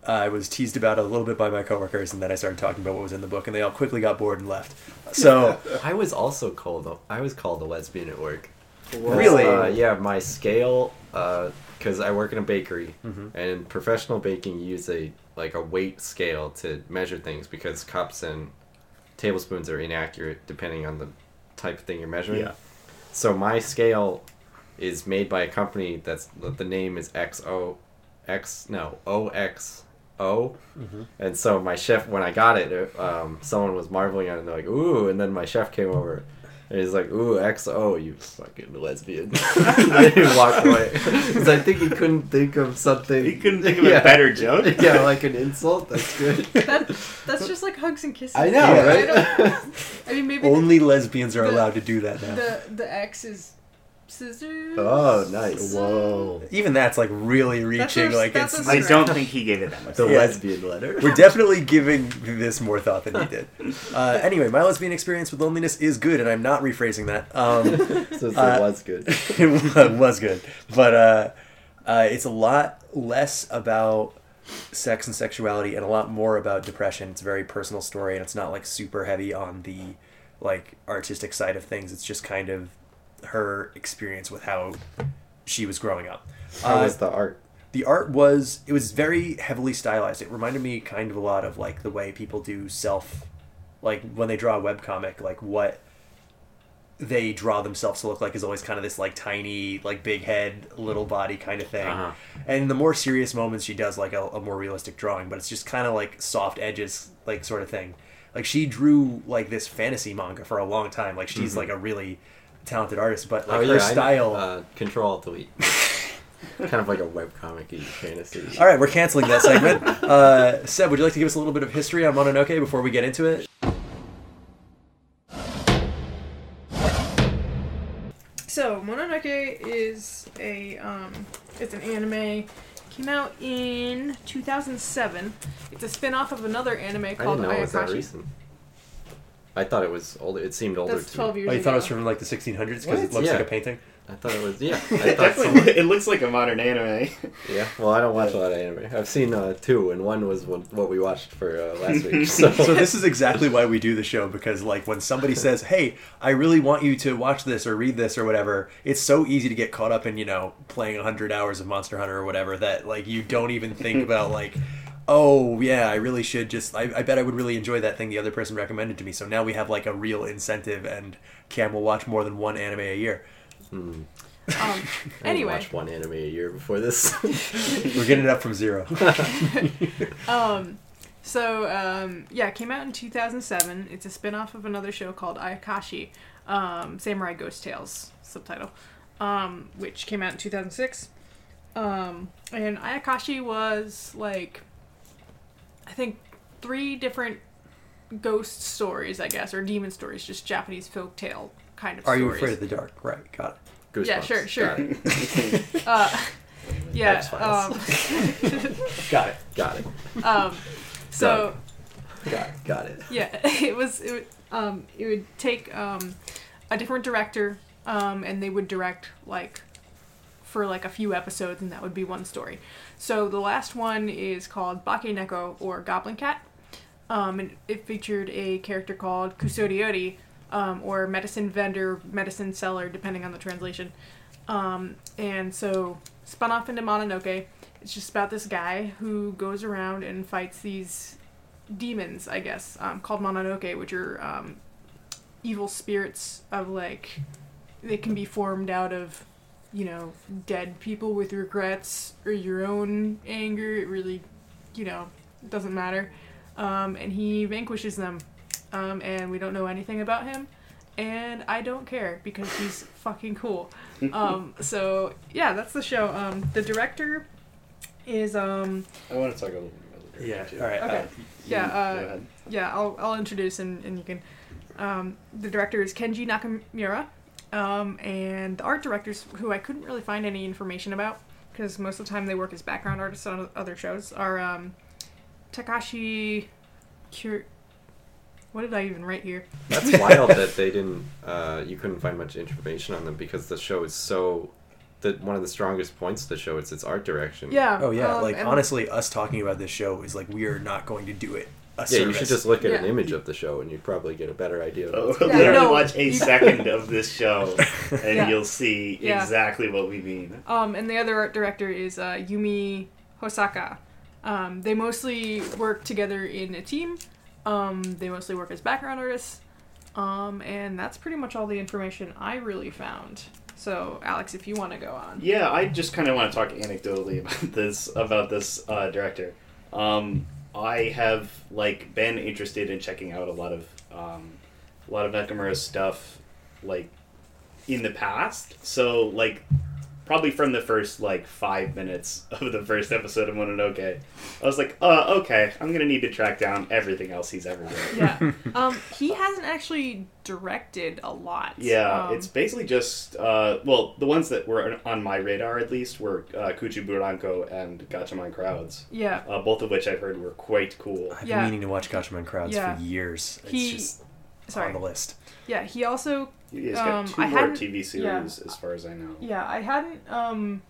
Speaker 1: i was teased about it a little bit by my coworkers and then i started talking about what was in the book and they all quickly got bored and left so
Speaker 3: I was also called. I was called a lesbian at work.
Speaker 1: Really?
Speaker 3: Uh, yeah, my scale. Because I work in a bakery, and in professional baking, you use a like a weight scale to measure things because cups and tablespoons are inaccurate depending on the type of thing you're measuring.
Speaker 5: Yeah.
Speaker 3: so my scale is made by a company that's the name is XO X no OXO.
Speaker 5: Mm-hmm.
Speaker 3: And so my chef, when I got it, it, um, someone was marveling at it. And they're like, "Ooh!" And then my chef came over, and he's like, "Ooh, XO, you fucking lesbian!" and then he walked away because I think he couldn't think of something.
Speaker 5: You couldn't think of
Speaker 3: Yeah.
Speaker 5: a better joke.
Speaker 3: yeah, like an insult. That's good.
Speaker 4: That, that's just like hugs and kisses.
Speaker 3: I know,
Speaker 4: I
Speaker 3: right?
Speaker 4: don't- I mean, maybe
Speaker 1: Only lesbians are
Speaker 4: The-
Speaker 1: allowed to do that now.
Speaker 4: the the X is scissors.
Speaker 3: Oh, nice.
Speaker 4: Whoa.
Speaker 1: Even that's like really
Speaker 4: That's
Speaker 1: reaching.
Speaker 4: a-
Speaker 1: like
Speaker 4: that's
Speaker 1: it's.
Speaker 4: a-
Speaker 5: I don't think he gave it that much.
Speaker 3: the
Speaker 1: Yeah.
Speaker 3: lesbian letter.
Speaker 1: We're definitely giving this more thought than he did. Uh, anyway, my lesbian experience with loneliness is good, and I'm not rephrasing that. Um,
Speaker 3: so it
Speaker 1: Uh,
Speaker 3: was good.
Speaker 1: it wa- was good, but uh, uh, it's a lot less about sex and sexuality, and a lot more about depression. It's a very personal story, and it's not like super heavy on the like artistic side of things. It's just kind of her experience with how she was growing up.
Speaker 3: How
Speaker 1: Uh,
Speaker 3: was the art?
Speaker 1: the art was it was very heavily stylized it reminded me kind of a lot of like the way people do self like when they draw a webcomic like what they draw themselves to look like is always kind of this like tiny like big head little body kind of thing
Speaker 5: Uh-huh.
Speaker 1: and the more serious moments she does like a, a more realistic drawing but it's just kind of like soft edges like sort of thing like she drew like this fantasy manga for a long time like she's like a really talented artist but like her
Speaker 3: Mm-hmm. Oh, I know.
Speaker 1: style
Speaker 3: Uh, control delete. kind of like a webcomic y fantasy.
Speaker 1: All right, we're canceling that segment. Uh, Seb, would you like to give us a little bit of history on Mononoke before we get into it?
Speaker 4: So Mononoke is a um, it's an anime. Came out in 2007. It's a spin-off of another anime
Speaker 3: I
Speaker 4: called
Speaker 3: didn't know it was that
Speaker 4: Ayakashi.
Speaker 3: recent. I thought it was older. It seemed older
Speaker 4: That's
Speaker 3: to
Speaker 4: 12
Speaker 3: me.
Speaker 4: years
Speaker 1: Oh, you
Speaker 4: ago. Um,
Speaker 1: thought it was from like the 1600s because it
Speaker 3: What?
Speaker 1: looks like
Speaker 3: Yeah.
Speaker 1: a painting.
Speaker 3: I thought it was. Yeah. I
Speaker 5: It
Speaker 3: thought
Speaker 5: definitely-
Speaker 3: someone,
Speaker 5: it looks like a modern anime.
Speaker 3: yeah. Well, I don't watch a lot of anime. I've seen uh, two, and one was what what we watched for uh, last week. So,
Speaker 1: So this is exactly why we do the show because like when somebody says, "Hey, I really want you to watch this or read this or whatever," it's so easy to get caught up in you know playing 100 hours of Monster Hunter or whatever that like you don't even think about like. Oh yeah, I really should just. I, I bet I would really enjoy that thing the other person recommended to me. So now we have like a real incentive, and Cam will watch more than one anime a year.
Speaker 4: Um,
Speaker 3: I didn't
Speaker 4: anyway,
Speaker 3: watch one anime a year before this.
Speaker 1: We're getting it up from zero.
Speaker 4: um, so um, yeah, it came out in 2007. It's a spin-off of another show called Ayakashi, um, Samurai Ghost Tales subtitle, um, which came out in 2006. Um, and Ayakashi was like, I think three different ghost stories, I guess, or demon stories, just Japanese folktale kind of.
Speaker 1: Are you
Speaker 4: stories.
Speaker 1: afraid of the dark? Right, got it.
Speaker 4: Yeah,
Speaker 3: Goosebumps.
Speaker 4: sure, sure.
Speaker 3: Got it.
Speaker 4: Uh, yeah.
Speaker 3: X-Files.
Speaker 4: Um,
Speaker 1: Got it.
Speaker 3: Got it.
Speaker 4: um, so.
Speaker 3: Got it. Got it.
Speaker 4: yeah it was it would, um it would take um a different director um and they would direct like for like a few episodes and that would be one story so the last one is called bakeneko or goblin cat um and it featured a character called kusodiori um, or medicine vendor medicine seller depending on the translation um, and so spun off into mononoke it's just about this guy who goes around and fights these demons, I guess, um, called Mononoke, which are um, evil spirits of like they can be formed out of you know dead people with regrets or your own anger. It really, you know, doesn't matter. Um, and he vanquishes them, um, and we don't know anything about him. And I don't care because he's fucking cool. Um, so yeah, that's the show. Um, the director is um,
Speaker 5: I want to talk a little bit about the
Speaker 1: Yeah.
Speaker 5: direction,
Speaker 1: All right.
Speaker 4: Okay.
Speaker 1: Uh,
Speaker 4: yeah,
Speaker 5: Go
Speaker 4: uh,
Speaker 5: ahead.
Speaker 4: yeah, I'll, I'll introduce and, and you can. Um, the director is Kenji Nakamura, um, and the art directors, who I couldn't really find any information about because most of the time they work as background artists on other shows, are um, Takashi. Kyr- what did I even write here?
Speaker 3: That's wild that they didn't. Uh, you couldn't find much information on them because the show is so. That one of the strongest points of the show is its art direction.
Speaker 4: Yeah.
Speaker 1: oh yeah.
Speaker 4: um,
Speaker 1: like
Speaker 4: and-
Speaker 1: honestly, us talking about this show is like we are not going to do it. A
Speaker 3: Yeah,
Speaker 1: service.
Speaker 3: you should just look at an
Speaker 4: Yeah.
Speaker 3: image of the show and you'd probably get a better idea. Of
Speaker 5: Oh,
Speaker 3: what's going
Speaker 5: literally
Speaker 4: no.
Speaker 5: watch a second of this show, and
Speaker 4: Yeah.
Speaker 5: you'll see
Speaker 4: Yeah.
Speaker 5: exactly what we mean.
Speaker 4: Um, and the other art director is uh, Yumi Hosaka. Um, they mostly work together in a team. Um, they mostly work as background artists. Um, and that's pretty much all the information I really found. So, Alex, if you want to go on.
Speaker 5: Yeah, I just kind of want to talk anecdotally about this about this uh, director. Um, I have like been interested in checking out a lot of um, a lot of Nakamura's stuff, like in the past. So like probably from the first like five minutes of the first episode of Mononoke, I was like, uh, okay, I'm gonna need to track down everything else he's ever done.
Speaker 4: Yeah. um, he hasn't actually directed a lot.
Speaker 5: Yeah,
Speaker 4: Um,
Speaker 5: it's basically just uh, well, the ones that were on my radar at least were uh, Cuchi Buranko and Gatchaman Crowds,
Speaker 4: yeah.
Speaker 5: uh, both of which I've heard were quite cool.
Speaker 1: I've
Speaker 4: Yeah.
Speaker 1: been meaning to watch Goshman Crowds
Speaker 4: Yeah.
Speaker 1: for years. It's
Speaker 4: He-
Speaker 1: just
Speaker 4: Sorry.
Speaker 1: on the list.
Speaker 4: Yeah, he also
Speaker 5: He's got
Speaker 4: Um,
Speaker 5: two
Speaker 4: I
Speaker 5: more
Speaker 4: hadn't-
Speaker 5: TV series,
Speaker 4: yeah.
Speaker 5: as far as I know.
Speaker 4: yeah, I hadn't um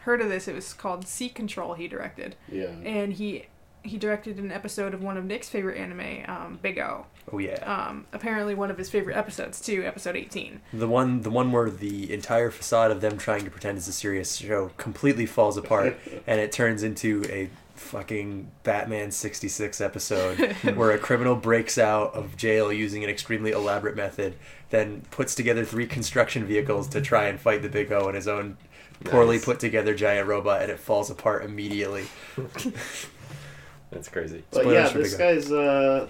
Speaker 4: heard of this. It was called Sea Control he directed.
Speaker 5: Yeah,
Speaker 4: And he he directed an episode of one of Nick's favorite anime, um, Big O.
Speaker 1: Oh yeah,
Speaker 4: Um, apparently one of his favorite episodes too, episode 18.
Speaker 1: the one the one where the entire facade of them trying to pretend it's a serious show completely falls apart, and it turns into a fucking Batman sixty six episode where a criminal breaks out of jail using an extremely elaborate method, then puts together three construction vehicles to try and fight the Big O in his own poorly
Speaker 3: Nice.
Speaker 1: put together giant robot, and it falls apart immediately.
Speaker 3: That's crazy.
Speaker 5: but
Speaker 1: Spoilers
Speaker 5: yeah,
Speaker 1: for
Speaker 5: this
Speaker 1: Big O.
Speaker 5: guy's uh,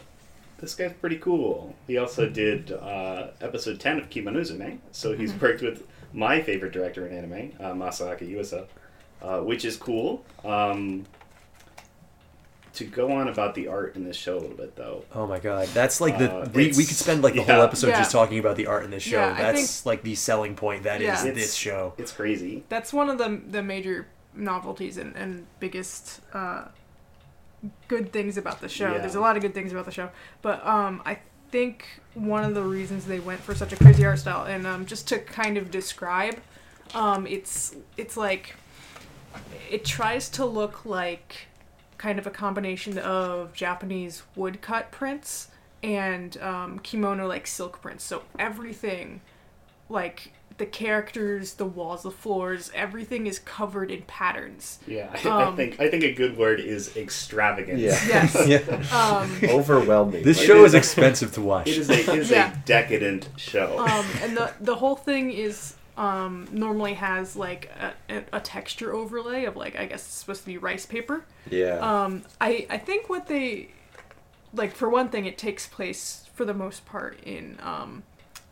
Speaker 5: this guy's pretty cool. He also
Speaker 4: Hmm.
Speaker 5: did uh, episode ten of Kimonozume, so
Speaker 4: Hmm.
Speaker 5: he's worked with my favorite director in anime, uh, Masaaki Yuasa, uh, which is cool. Um, to go on about the art in this show a little bit, though,
Speaker 1: Oh my god, that's like the
Speaker 5: Uh,
Speaker 1: we,
Speaker 5: it's-
Speaker 1: we could spend like the
Speaker 5: yeah.
Speaker 1: whole episode
Speaker 4: Yeah.
Speaker 1: just talking about the art in this show.
Speaker 4: Yeah, I
Speaker 1: that's like the selling point. That is
Speaker 4: Yeah.
Speaker 5: It's-
Speaker 1: this show.
Speaker 5: it's crazy.
Speaker 4: That's one of the the major novelties and, and biggest uh, good things about the show.
Speaker 5: Yeah.
Speaker 4: There's a lot of good things about the show, but um, I think one of the reasons they went for such a crazy art style and um, just to kind of describe, um, it's it's like it tries to look like kind of a combination of Japanese woodcut prints and um, kimono like silk prints. So everything like the characters, the walls, the floors, everything is covered in patterns.
Speaker 5: Yeah, I, I
Speaker 4: Um,
Speaker 5: think I think a good word is extravagant.
Speaker 3: Yeah.
Speaker 4: Yes.
Speaker 1: Yeah.
Speaker 4: Um,
Speaker 3: Overwhelming.
Speaker 1: This
Speaker 3: Like,
Speaker 1: show is expensive to watch.
Speaker 5: It is a, it is
Speaker 4: Yeah.
Speaker 5: a decadent show.
Speaker 4: um, and the the whole thing is um, normally has like a, a- a texture overlay of like I guess it's supposed to be rice paper.
Speaker 3: Yeah.
Speaker 4: Um, I I think what they like for one thing it takes place for the most part in um,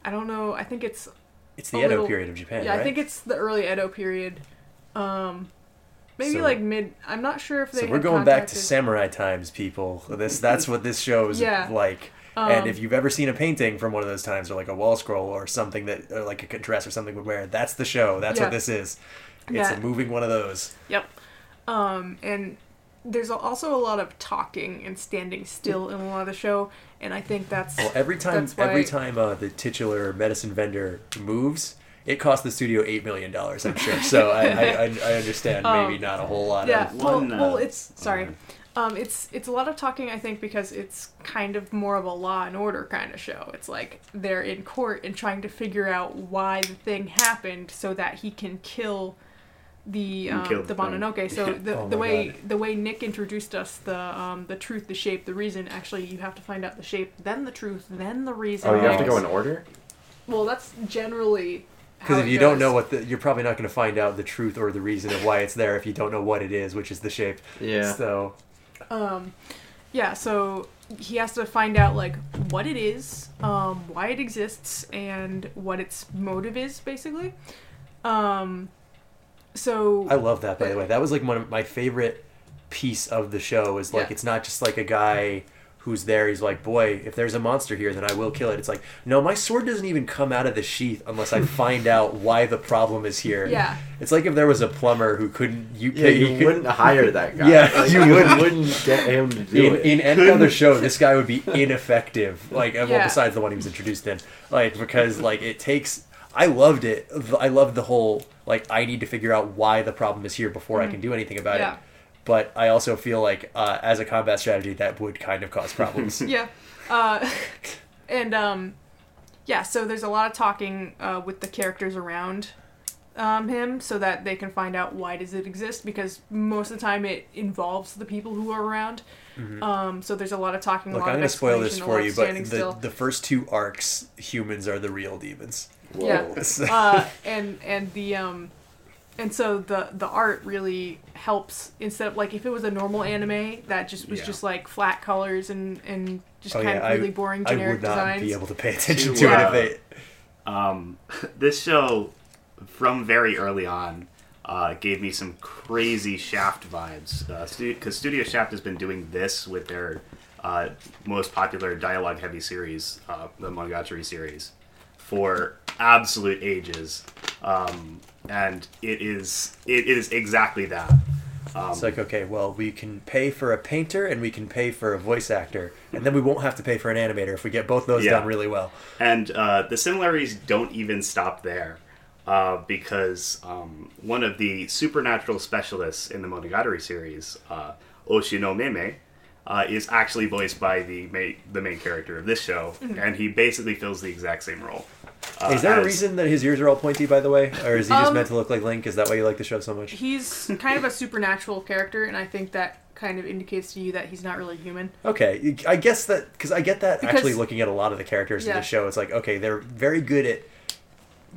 Speaker 4: I don't know I think it's
Speaker 1: It's the
Speaker 4: a
Speaker 1: Edo
Speaker 4: little-
Speaker 1: period of Japan,
Speaker 4: yeah
Speaker 1: right?
Speaker 4: I think it's the early Edo period. Um, maybe
Speaker 1: So-
Speaker 4: like mid I'm not sure if they
Speaker 1: so we're
Speaker 4: had
Speaker 1: going back to
Speaker 4: contacted-
Speaker 1: samurai times, people. This that's what this show is
Speaker 4: Yeah.
Speaker 1: like. and
Speaker 4: Um,
Speaker 1: if you've ever seen a painting from one of those times, or like a wall scroll, or something that, or like a dress or something would wear, that's the show. That's
Speaker 4: Yeah.
Speaker 1: what this is. It's
Speaker 4: Yeah.
Speaker 1: a moving one of those.
Speaker 4: Yep. Um, and there's also a lot of talking and standing still in a lot of the show, and I think that's
Speaker 1: Well, Oh, every time,
Speaker 4: That's why-
Speaker 1: every time uh, the titular medicine vendor moves, it costs the studio eight million dollars. I'm sure. So I, I, I, I understand maybe
Speaker 4: Um,
Speaker 1: not a whole lot
Speaker 4: yeah.
Speaker 1: of.
Speaker 4: Well,
Speaker 5: One, uh,
Speaker 4: well, it's sorry.
Speaker 5: alright.
Speaker 4: Um, it's it's a lot of talking, I think, because it's kind of more of a law and order kind of show. It's like they're in court and trying to figure out why the thing happened so that he can kill the
Speaker 5: And
Speaker 4: um,
Speaker 5: kill
Speaker 4: the
Speaker 5: the thing.
Speaker 4: Mononoke. So the,
Speaker 1: Oh
Speaker 4: the
Speaker 1: my
Speaker 4: way
Speaker 1: God.
Speaker 4: the way Nick introduced us, the um, the truth, the shape, the reason. Actually, you have to find out the shape, then the truth, then the reason.
Speaker 3: oh,
Speaker 1: Um,
Speaker 3: you have to
Speaker 4: Nick-
Speaker 3: go in order?
Speaker 4: Well, that's generally
Speaker 1: Because
Speaker 4: how
Speaker 1: if
Speaker 4: it
Speaker 1: you don't know
Speaker 4: goes.
Speaker 1: what the, you're probably not going to find out the truth or the reason of why it's there if you don't know what it is, which is the shape.
Speaker 3: Yeah.
Speaker 1: So
Speaker 4: um, yeah, so he has to find out like what it is, um, why it exists, and what its motive is, basically. Um, so
Speaker 1: I love that. By the way, that was like one of my favorite piece of the show. Is like
Speaker 4: Yeah.
Speaker 1: it's not just like a guy who's there. He's like, boy, if there's a monster here, then I will kill it. It's like, no, my sword doesn't even come out of the sheath unless I find out why the problem is here.
Speaker 4: Yeah.
Speaker 1: It's like if there was a plumber who couldn't you
Speaker 3: Yeah,
Speaker 1: he
Speaker 3: you
Speaker 1: could-
Speaker 3: wouldn't hire that guy.
Speaker 1: Yeah,
Speaker 3: Like,
Speaker 1: you
Speaker 3: you
Speaker 1: wouldn't.
Speaker 3: wouldn't get him to do
Speaker 1: in,
Speaker 3: it.
Speaker 1: in any other show, this guy would be ineffective. Like, well,
Speaker 4: Yeah.
Speaker 1: besides the one he was introduced in, like because like it takes. I loved it. I loved the whole like I need to figure out why the problem is here before I can do anything about
Speaker 4: Mm-hmm. Yeah.
Speaker 1: it. But I also feel like uh, as a combat strategy, that would kind of cause problems.
Speaker 4: yeah, uh, and um, yeah, so there's a lot of talking uh, with the characters around, um, him so that they can find out why does it exist because most of the time it involves the people who are around. Um, so there's a lot of talking.
Speaker 1: Mm-hmm. Look,
Speaker 4: a
Speaker 1: I'm
Speaker 4: lot of
Speaker 1: going to spoil this
Speaker 4: explanation, a
Speaker 1: for
Speaker 4: lot of
Speaker 1: you, but
Speaker 4: standing
Speaker 1: the,
Speaker 4: still.
Speaker 1: the first two arcs, humans are the real demons.
Speaker 3: Whoa.
Speaker 4: Yeah.
Speaker 1: So-
Speaker 4: uh, and and the um and so the the art really helps instead of like if it was a normal anime that just was
Speaker 5: Yeah.
Speaker 4: just like flat colors and and just
Speaker 1: oh,
Speaker 4: kind
Speaker 1: yeah,
Speaker 4: of really
Speaker 1: I,
Speaker 4: boring
Speaker 1: I
Speaker 4: generic
Speaker 1: would not
Speaker 4: designs
Speaker 1: be able to pay attention
Speaker 5: To,
Speaker 1: to
Speaker 5: uh,
Speaker 1: it if they.
Speaker 5: Um, this show, from very early on, uh, gave me some crazy Shaft vibes. Because Studio Shaft has been doing this with their uh, most popular dialogue heavy series, uh, the Monogatari series, for absolute ages. Um, and it is it is exactly that. Um,
Speaker 1: It's like, okay, well, we can pay for a painter and we can pay for a voice actor, and then we won't have to pay for an animator if we get both those
Speaker 5: Yeah.
Speaker 1: done really well.
Speaker 5: And uh, the similarities don't even stop there, uh, because um, one of the supernatural specialists in the Monogatari series, uh, Oshinomeme, uh, is actually voiced by the ma- the main character of this show,
Speaker 4: Mm-hmm.
Speaker 5: and he basically fills the exact same role. Uh,
Speaker 1: Is there a
Speaker 5: as-
Speaker 1: reason that his ears are all pointy, by the way? Or is he just
Speaker 4: Um,
Speaker 1: meant to look like Link? Is that why you like the show so much?
Speaker 4: he's kind of a supernatural character and i think that kind of indicates to you that he's not really human
Speaker 1: Okay, I guess that because I get that actually
Speaker 4: Because-
Speaker 1: looking at a lot of the characters in
Speaker 4: Yeah.
Speaker 1: the show, it's like okay, they're very good at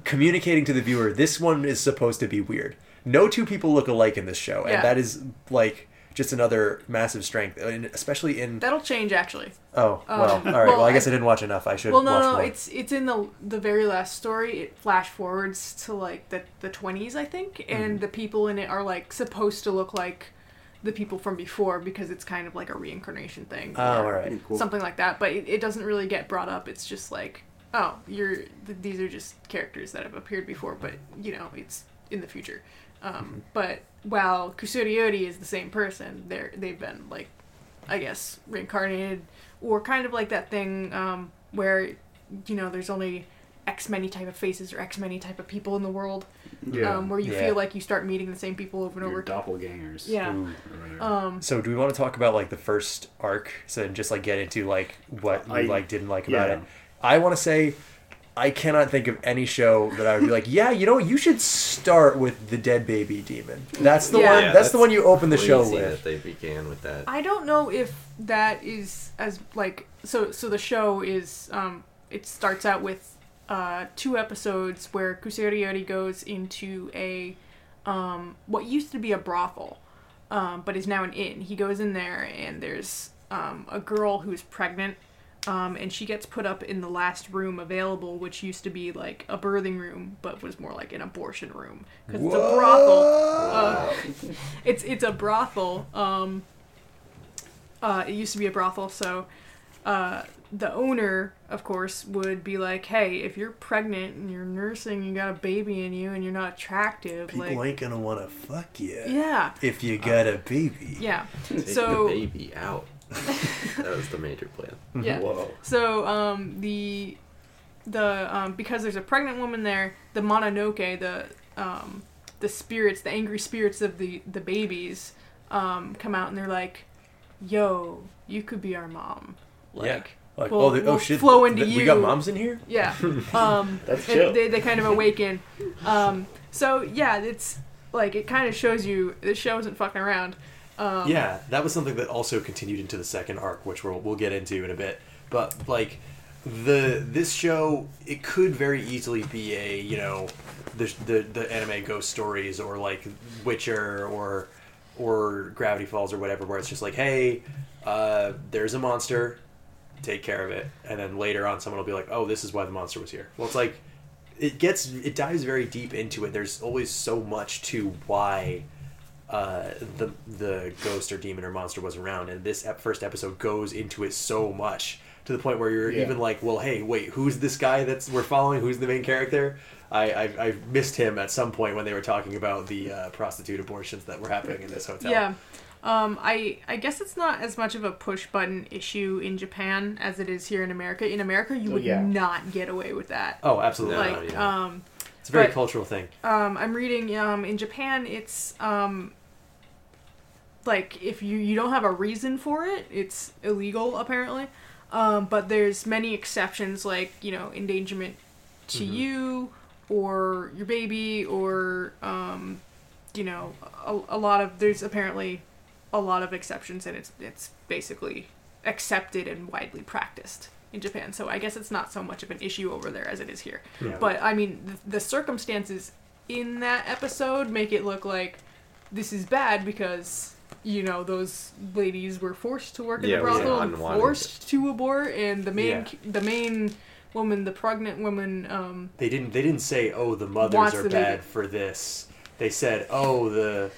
Speaker 1: communicating to the viewer. This one is supposed to be weird. No two people look alike in this show,
Speaker 4: Yeah.
Speaker 1: and that is like just another massive strength, and especially in
Speaker 4: that'll change actually
Speaker 1: oh well, all right,
Speaker 4: um,
Speaker 1: well,
Speaker 4: well,
Speaker 1: I guess I,
Speaker 4: I-
Speaker 1: didn't watch enough. I should
Speaker 4: well no
Speaker 1: watch
Speaker 4: no
Speaker 1: more.
Speaker 4: it's it's in the the very last story it flash forwards to like the the 20s i think
Speaker 1: Mm-hmm.
Speaker 4: and the people in it are like supposed to look like the people from before because it's kind of like a reincarnation thing
Speaker 1: oh, all right.
Speaker 5: Cool.
Speaker 4: something like that but it, it doesn't really get brought up it's just like oh you're th- these are just characters that have appeared before but you know it's in the future um, but while Kusuriori is the same person they're they've been like i guess reincarnated or kind of like that thing um, where you know there's only x many type of faces or x many type of people in the world
Speaker 5: Yeah.
Speaker 4: um, where you
Speaker 1: Yeah.
Speaker 4: feel like you start meeting the same people over and
Speaker 5: Your
Speaker 4: over
Speaker 5: doppelgangers.
Speaker 4: Yeah.
Speaker 5: Ooh.
Speaker 4: um,
Speaker 1: So do we want to talk about like the first arc? So and just like get into like what we
Speaker 5: I-
Speaker 1: like didn't like about
Speaker 5: yeah.
Speaker 1: it. I want to say I cannot think of any show that I would be like, yeah, you know, what? you should start with the dead baby demon. That's the
Speaker 4: Yeah.
Speaker 1: one.
Speaker 4: Yeah,
Speaker 1: that's, the one you open the show
Speaker 3: Crazy
Speaker 1: with.
Speaker 3: That they began with that.
Speaker 4: I don't know if that is as like so so the show is um it starts out with uh two episodes where Kusuriori goes into a um what used to be a brothel um but is now an inn. He goes in there and there's um a girl who's pregnant um and she gets put up in the last room available which used to be like a birthing room but was more like an abortion room cuz it's a brothel uh, it's it's a brothel. Um, uh, it used to be a brothel, so uh, the owner, of course, would be like, "Hey, if you're pregnant and you're nursing, you got a baby in you, and you're not attractive,
Speaker 1: People
Speaker 4: like,
Speaker 1: ain't gonna want to fuck you
Speaker 4: yeah,
Speaker 1: if you got a baby.
Speaker 4: yeah."
Speaker 3: Take
Speaker 4: so
Speaker 3: the baby out. that was the major plan.
Speaker 4: yeah,
Speaker 5: Whoa.
Speaker 4: So um, the the um, because there's a pregnant woman there, the Mononoke, the um, the spirits, the angry spirits of the the babies, um, come out and they're like, "Yo, you could be our mom." Like,
Speaker 1: Yeah. Like,
Speaker 4: we'll-
Speaker 1: oh, the,
Speaker 4: we'll
Speaker 1: oh shit!
Speaker 4: flow into
Speaker 1: th-
Speaker 4: you.
Speaker 1: We got moms in here.
Speaker 4: yeah. Um,
Speaker 5: That's
Speaker 4: and
Speaker 5: chill.
Speaker 4: They, they kind of awaken. Um, so yeah, it's like it kind of shows you this show isn't fucking around. Um,
Speaker 1: yeah, that was something that also continued into the second arc, which we'll we'll get into in a bit. But like the this show, it could very easily be a you know the the, the anime ghost stories or like Witcher or or Gravity Falls or whatever, where it's just like, hey, uh, there's a monster, take care of it, and then later on, someone will be like, oh, this is why the monster was here. Well, it's like it gets it dives very deep into it. There's always so much to why uh, the the ghost or demon or monster was around, and this ep- first episode goes into it so much to the point where you're
Speaker 5: Yeah.
Speaker 1: even like, well, hey, wait, who's this guy that's we're following? Who's the main character? I, I, I missed him at some point when they were talking about the uh, prostitute abortions that were happening in this hotel.
Speaker 4: Yeah. Um, I I guess it's not as much of a push button issue in Japan as it is here in America. In America, you
Speaker 5: Oh,
Speaker 4: would
Speaker 5: yeah.
Speaker 4: not get away with that.
Speaker 1: Oh, absolutely.
Speaker 4: like,
Speaker 1: not, yeah.
Speaker 4: um,
Speaker 1: it's a very
Speaker 4: but-
Speaker 1: cultural thing.
Speaker 4: um, I'm reading um, in Japan, it's um, like if you you don't have a reason for it, it's illegal apparently.
Speaker 3: Mm-hmm.
Speaker 4: Um, but there's many exceptions, like you know endangerment to you or your baby or um, you know a, a lot of there's apparently a lot of exceptions and it's it's basically accepted and widely practiced in Japan. So I guess it's not so much of an issue over there as it is here.
Speaker 5: Yeah.
Speaker 4: But I mean the, the circumstances in that episode make it look like this is bad because you know those ladies were forced to work in
Speaker 3: Yeah, it
Speaker 4: the
Speaker 3: was
Speaker 4: brothel and
Speaker 3: unwanted.
Speaker 4: forced to abort and the main
Speaker 1: Yeah.
Speaker 4: the main woman the pregnant woman um
Speaker 1: They didn't. They didn't say, "Oh, the mothers
Speaker 4: Wants
Speaker 1: are
Speaker 4: to make
Speaker 1: bad
Speaker 4: it-
Speaker 1: for this." They said, "Oh, the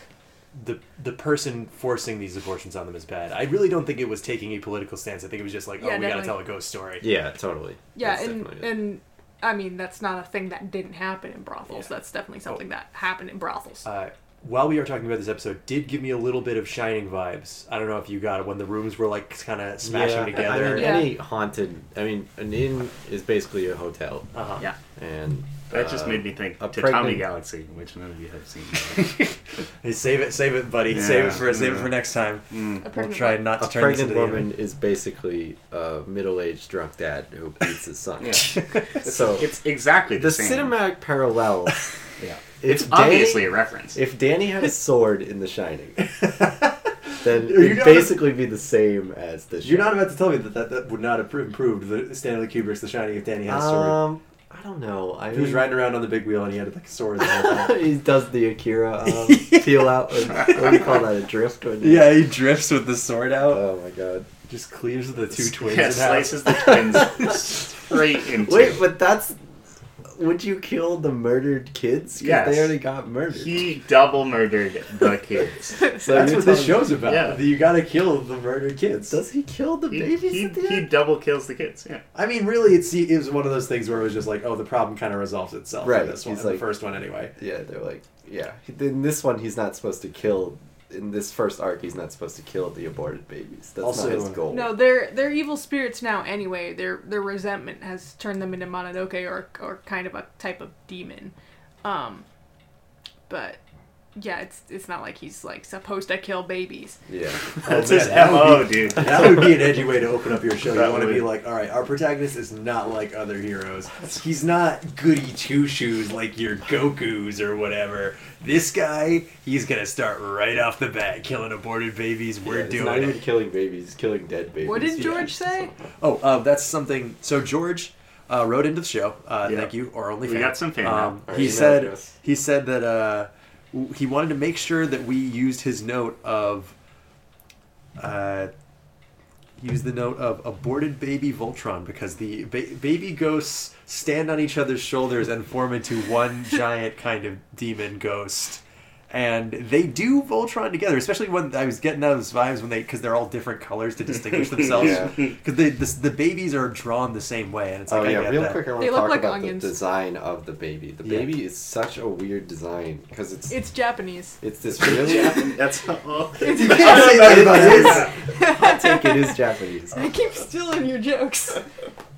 Speaker 1: the the person forcing these abortions on them is bad." I really don't think it was taking a political stance. I think it was just like, "Oh,
Speaker 4: Yeah,
Speaker 1: we
Speaker 4: definitely.
Speaker 1: gotta tell a ghost story."
Speaker 3: Yeah, totally.
Speaker 4: yeah
Speaker 3: That's
Speaker 4: and
Speaker 3: definitely it.
Speaker 4: and I mean that's not a thing that didn't happen in brothels.
Speaker 1: Yeah.
Speaker 4: That's definitely something
Speaker 3: Oh.
Speaker 4: that happened in brothels.
Speaker 1: Uh, while we are talking about this episode, did give me a little bit of Shining vibes. I don't know if you got it when the rooms were like kind of smashing
Speaker 3: Yeah, I
Speaker 1: together.
Speaker 3: mean,
Speaker 4: Yeah.
Speaker 3: Any haunted, I mean, an inn is basically a hotel,
Speaker 1: Uh-huh.
Speaker 5: Yeah.
Speaker 3: and
Speaker 5: That just
Speaker 3: uh,
Speaker 5: made me think
Speaker 3: a
Speaker 5: to Tommy
Speaker 3: pregnant-
Speaker 5: Galaxy, which none of you have seen.
Speaker 1: Hey, save it, save it, buddy.
Speaker 5: Yeah.
Speaker 1: Save it for save it
Speaker 5: Yeah.
Speaker 1: for next time.
Speaker 4: A
Speaker 1: We'll
Speaker 4: pregnant
Speaker 1: try
Speaker 4: woman.
Speaker 1: not to
Speaker 3: Mm. uh, a
Speaker 1: turn this
Speaker 3: pregnant
Speaker 1: into the
Speaker 3: woman is basically a middle-aged drunk dad who beats his son. So
Speaker 5: It's exactly
Speaker 3: the,
Speaker 5: the, same.
Speaker 3: cinematic parallels.
Speaker 5: Yeah.
Speaker 3: If
Speaker 5: It's obviously
Speaker 3: Danny,
Speaker 5: a reference.
Speaker 3: if Danny had a sword in The Shining, then
Speaker 1: Are you
Speaker 3: it'd
Speaker 1: not-
Speaker 3: basically be the same as the.
Speaker 1: You're not
Speaker 3: Shining.
Speaker 1: about to tell me that that, that would not have improved the Stanley Kubrick's The Shining if Danny had a sword.
Speaker 3: Um, I don't know. I
Speaker 1: he was
Speaker 3: mean-
Speaker 1: riding around on the big wheel and he had like a sword. The whole time.
Speaker 3: he does the Akira um, peel out. With, what do you call that? A drift? When you-
Speaker 1: yeah, he drifts with the sword out.
Speaker 3: Oh my god.
Speaker 1: Uh, Just cleaves the two twins
Speaker 5: yeah,
Speaker 1: in
Speaker 5: slices the twins straight into.
Speaker 3: Wait, but that's. Would you kill the murdered kids? Because
Speaker 5: Yes.
Speaker 3: they already got murdered.
Speaker 5: he double murdered the kids.
Speaker 3: so
Speaker 1: That's
Speaker 3: you're
Speaker 1: what this
Speaker 3: telling-
Speaker 1: show's about.
Speaker 5: Yeah.
Speaker 1: You gotta kill the murdered kids.
Speaker 3: Does he kill the
Speaker 5: He,
Speaker 3: babies
Speaker 5: he,
Speaker 3: at the
Speaker 5: he
Speaker 3: end?
Speaker 5: double kills the kids. Yeah.
Speaker 1: I mean, really, it's it was one of those things where it was just like, oh, the problem kind of resolves itself.
Speaker 3: Right,
Speaker 1: In this one,
Speaker 3: he's
Speaker 1: in the
Speaker 3: like-
Speaker 1: first one, anyway.
Speaker 3: Yeah, they're like, yeah. In this one, he's not supposed to kill. In this first arc, he's not supposed to kill the aborted babies. That's
Speaker 1: Also-
Speaker 3: not his goal.
Speaker 4: No, they're they're evil spirits now. Anyway, their their resentment has turned them into Mononoke or or kind of a type of demon. Um, but yeah, it's it's not like he's like supposed to kill babies.
Speaker 3: Yeah.
Speaker 5: That's
Speaker 1: Oh, man,
Speaker 5: his
Speaker 1: that would
Speaker 5: MO, dude.
Speaker 1: That would be an edgy way to open up your show. You
Speaker 5: That
Speaker 1: want to be
Speaker 5: would.
Speaker 1: like, all right, our protagonist is not like other heroes. He's not goody two shoes like your Goku's or whatever. This guy, he's gonna start right off the bat killing aborted babies. We're
Speaker 3: Yeah, he's
Speaker 1: doing
Speaker 3: not
Speaker 1: it.
Speaker 3: even killing babies. He's killing dead babies.
Speaker 4: What did
Speaker 3: Yeah.
Speaker 4: George say?
Speaker 1: Oh, uh, that's something. So George uh, wrote into the show. Uh,
Speaker 5: Yeah.
Speaker 1: Thank you, or only
Speaker 5: We
Speaker 1: fan.
Speaker 5: got some fan
Speaker 1: Um,
Speaker 5: mail.
Speaker 3: Our
Speaker 1: he
Speaker 3: email
Speaker 1: said
Speaker 3: address.
Speaker 1: he said that uh, w- he wanted to make sure that we used his note of. Uh, Use the note of aborted baby Voltron because the ba- baby ghosts stand on each other's shoulders and form into one giant kind of demon ghost, and they do Voltron together. Especially when I was getting those vibes when they because they're all different colors to distinguish themselves.
Speaker 3: Yeah.
Speaker 1: Because the, the the babies are drawn the same way, and it's
Speaker 3: Oh
Speaker 1: like I
Speaker 3: yeah,
Speaker 1: get
Speaker 3: real
Speaker 1: that.
Speaker 3: quick, I want
Speaker 4: They
Speaker 3: to
Speaker 4: look
Speaker 3: talk
Speaker 4: like
Speaker 3: about
Speaker 4: onions.
Speaker 3: the design of the baby. The
Speaker 1: Yeah.
Speaker 3: baby is such a weird design because it's, it's
Speaker 4: It's Japanese.
Speaker 3: this really.
Speaker 5: That's all.
Speaker 3: I think it is Japanese.
Speaker 4: I keep stealing your jokes.